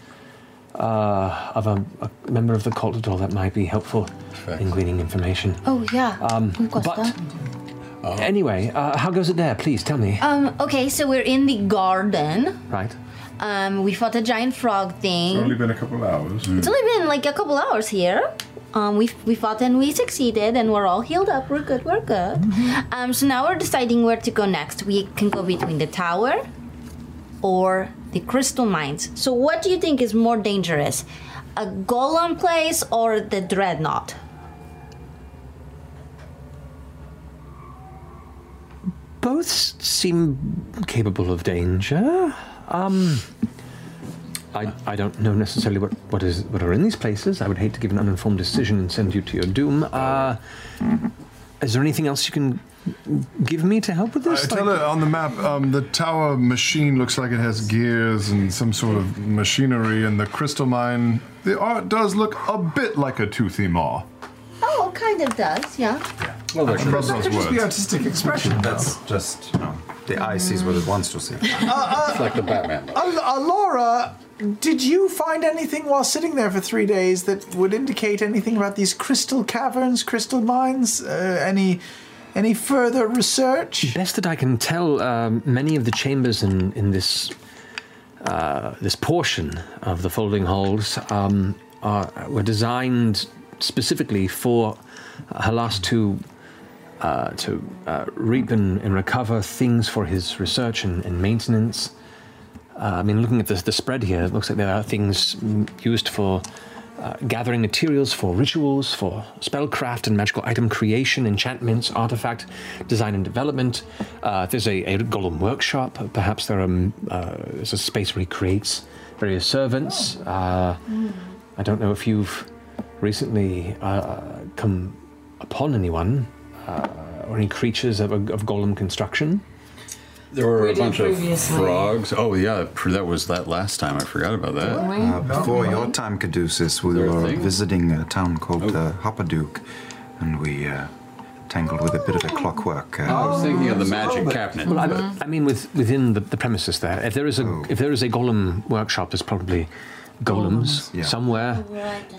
uh, of a, a member of the cult at all, that might be helpful in gleaning information.
Oh yeah.
Um, but anyway, uh, how goes it there? Please tell me.
Um. Okay, so we're in the garden.
right.
Um. We fought a giant frog thing.
It's only been a couple hours.
Mm.
It's only been like a couple hours here. Um, we we fought and we succeeded, and we're all healed up. We're good. We're good. Um, so now we're deciding where to go next. We can go between the tower or the crystal mines. So what do you think is more dangerous, a golem place or the dreadnought?
both s- seem capable of danger. Um, I, I don't know necessarily what, what is what are in these places. I would hate to give an uninformed decision and send you to your doom. Uh, is there anything else you can
give me to help with
I
this?
tell it on the map, um, the tower machine looks like it has gears and some sort of machinery, and the crystal mine, the art does look a bit like a toothy maw.
Oh, kind of does, yeah.
Well,
there
From those words.
artistic expression,
That's just, you know, the eye sees what it wants to see.
uh,
it's like the Batman.
Al- uh, Laura, did you find anything while sitting there for three days that would indicate anything about these crystal caverns, crystal mines? Uh, any, any further research?
Best that I can tell, um, many of the chambers in in this uh, this portion of the folding halls um, are were designed specifically for Halas to uh, to uh, reap and, and recover things for his research and, and maintenance. Uh, I mean, looking at the, the spread here, it looks like there are things mm, used for uh, gathering materials for rituals, for spellcraft and magical item creation, enchantments, artifact design and development. Uh, there's a, a golem workshop. Perhaps there are, um, uh, there's a space where he creates various servants. Uh,
Mm.
I don't know if you've recently uh, come upon anyone uh, or any creatures of, of golem construction.
There were
We
a
did
bunch of
previously.
frogs. Oh yeah, pr- that was that last time. I forgot about that.
Uh, before your time, Caduceus, we
There Oh. a
were
thing?
visiting a town called uh, Hoppaduke, and we uh, tangled with a bit of a clockwork. Uh,
I was thinking of the magic cabinet.
Oh.
Oh.
Well,
[LAUGHS]
I, I mean, with, within the, the premises there, if there is a if there is a golem workshop, there's probably golems
Golems. Yeah.
somewhere.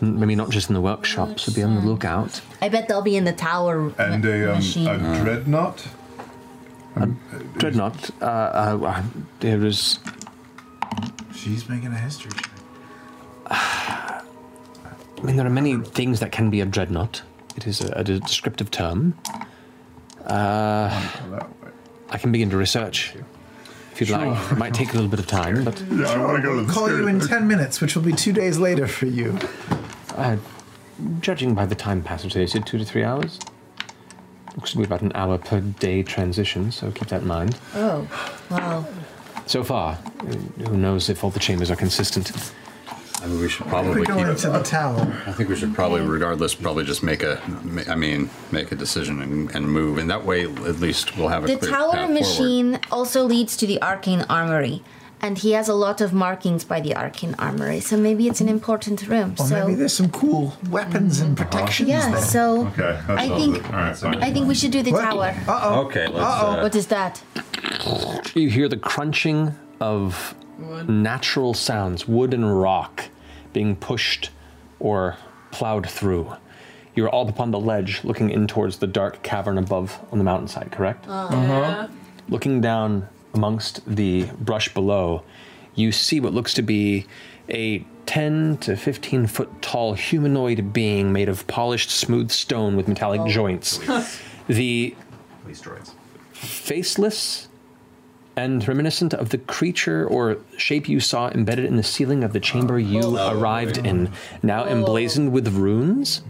N- Maybe not just in the workshop, so be on the lookout.
I bet they'll be in the tower.
And a, um,
machine.
a dreadnought?
Dreadnought. Uh, uh, uh, there is.
She's making a history check.
I mean, there are many things that can be a dreadnought. It is a, a descriptive term. Uh, I can begin to research if you'd like. It might take a little bit of time, but
yeah, I want to go to
Call you in ten minutes, which will be two days later for you.
Uh, judging by the time passage, they said two to three hours. Looks to be about an hour per day transition, so keep that in mind.
Oh, wow.
So far, uh, who knows if all the chambers are consistent?
I mean, we should probably
We're going
keep
to the tower.
I think we should probably, regardless, probably just make a, ma- I mean, make a decision and, and move, and that way at least we'll have a
The
clear
tower
path forward.
machine also leads to the arcane armory, and he has a lot of markings by the arcane armory, so maybe it's an important room.
Or
so
maybe there's some cool weapons and protections
Yeah,
there.
so
Okay,
that's I all think- good. I think we should do the tower.
Uh-oh. Okay, let's, uh,
what is that?
You hear the crunching of
Wood.
natural sounds, wood and rock being pushed or plowed through. You're all upon the ledge looking in towards the dark cavern above on the mountainside, correct?
Uh, Uh-huh. yeah.
Looking down amongst the brush below, you see what looks to be a 10 to 15 foot tall humanoid being made of polished, smooth stone with metallic joints. the faceless and reminiscent of the creature or shape you saw embedded in the ceiling of the chamber you arrived in, now emblazoned with runes.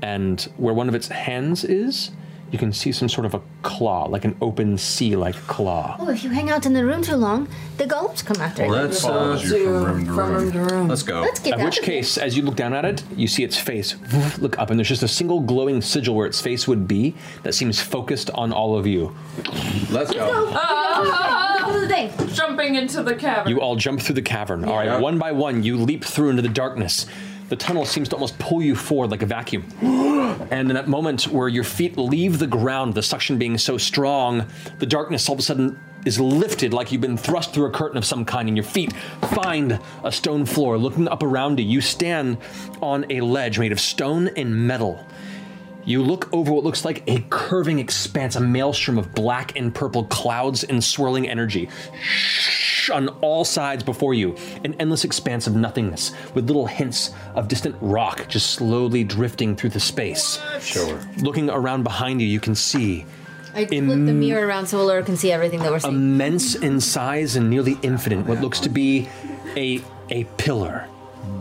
And where one of its hands is, you can see some sort of a claw, like an open sea like claw.
Oh, if you hang out in the room too long, the golems come after you.
uh, Let's go.
Let's get
At
out
which
of here.
case, as you look down at it, you see its face. [LAUGHS] Look up, and there's just a single glowing sigil where its face would be that seems focused on all of you. Let's go.
Jumping into the cavern.
You all jump through the cavern. All right, one by one, you leap through into the darkness. The tunnel seems to almost pull you forward like a vacuum. [GASPS] And in that moment where your feet leave the ground, the suction being so strong, the darkness all of a sudden is lifted like you've been thrust through a curtain of some kind, and your feet find a stone floor. Looking up around you, you stand on a ledge made of stone and metal. You look over what looks like a curving expanse, a maelstrom of black and purple clouds and swirling energy on all sides before you, an endless expanse of nothingness, with little hints of distant rock just slowly drifting through the space. Sure. Looking around behind you, you can see
I flip the mirror around so Laura can see everything that we're
Um,
seeing.
immense in size and nearly infinite, what looks to be a a pillar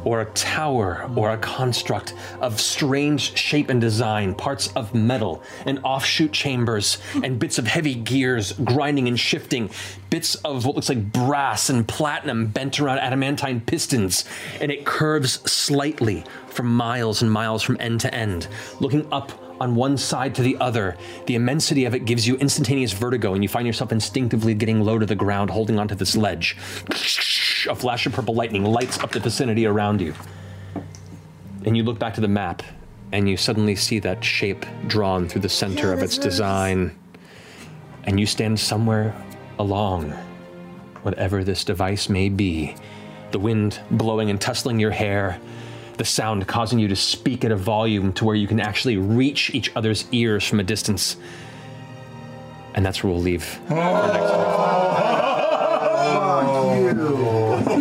or a tower or a construct of strange shape and design, parts of metal and offshoot chambers and bits of heavy gears grinding and shifting, bits of what looks like brass and platinum bent around adamantine pistons, and it curves slightly for miles and miles from end to end, looking up on one side to the other. The immensity of it gives you instantaneous vertigo, and you find yourself instinctively getting low to the ground, holding onto this ledge. A flash of purple lightning lights up the vicinity around you. And you look back to the map, and you suddenly see that shape drawn through the center of its design. And you stand somewhere along whatever this device may be. The wind blowing and tussling your hair, the sound causing you to speak at a volume to where you can actually reach each other's ears from a distance. And that's where we'll leave.
Oh,
Oh.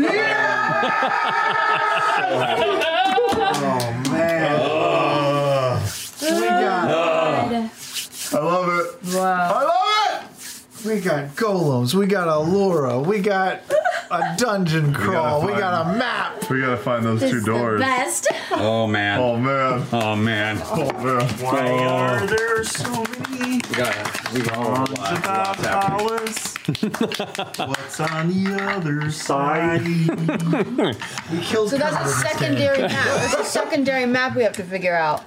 Ah.
I love it. Wow. I love it. We got golems. We got Allura. We got a dungeon crawl. We got a map.
We gotta find those
This
two
is the
doors.
best.
Oh man. Oh
man.
Oh man.
Oh man.
Why are
there so many?
We got we got a lot,
about
lots happening.
Alice? What's on the other side?
[LAUGHS]
we
killed
So that's a secondary map. That's a secondary map we have to figure out.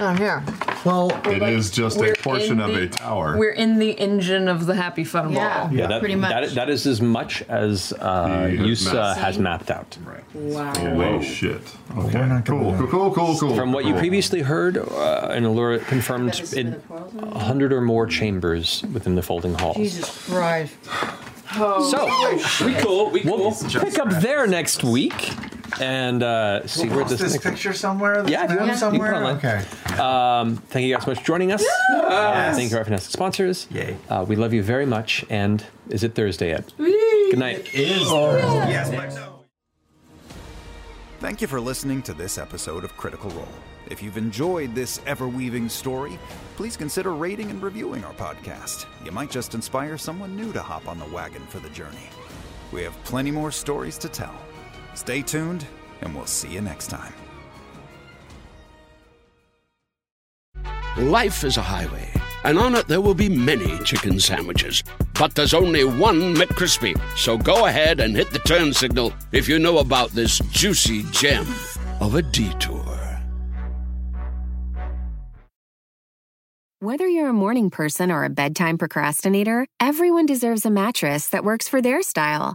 Oh yeah.
Well,
It is just a
We're
portion
in
of
the-
a tower.
We're in the engine of the happy fun ball.
Yeah, that, that- that is as much as uh,
He has
Yusa
mapped.
has mapped out.
wow.
Holy shit.
Okay.
Cool, cool, cool, cool, cool.
From what you
cool.
previously heard, uh, an allure confirmed in a hundred or more chambers within the folding halls.
Jesus
[SIGHS]
Christ.
Oh,
Oh,
So we cool. We cool. Pick up there next week and uh, see
We'll
where
post
this.
this
thing-
picture somewhere. This
yeah, if you
map
want, you
somewhere.
can put it
okay.
online. Um, thank you guys so much for joining us.
Yes.
Thank you to our fantastic sponsors. Yay. Uh, we love you very much. And is it Thursday yet? Good night. Oh.
Yes, Thank you for listening to this episode of Critical Role. If you've enjoyed this ever-weaving story, please consider rating and reviewing our podcast. You might just inspire someone new to hop on the wagon for the journey. We have plenty more stories to tell. Stay tuned, and we'll see you next time.
Life is a highway, and on it there will be many chicken sandwiches. But there's only one McCrispy. So go ahead and hit the turn signal if you know about this juicy gem of a detour.
Whether you're a morning person or a bedtime procrastinator, everyone deserves a mattress that works for their style.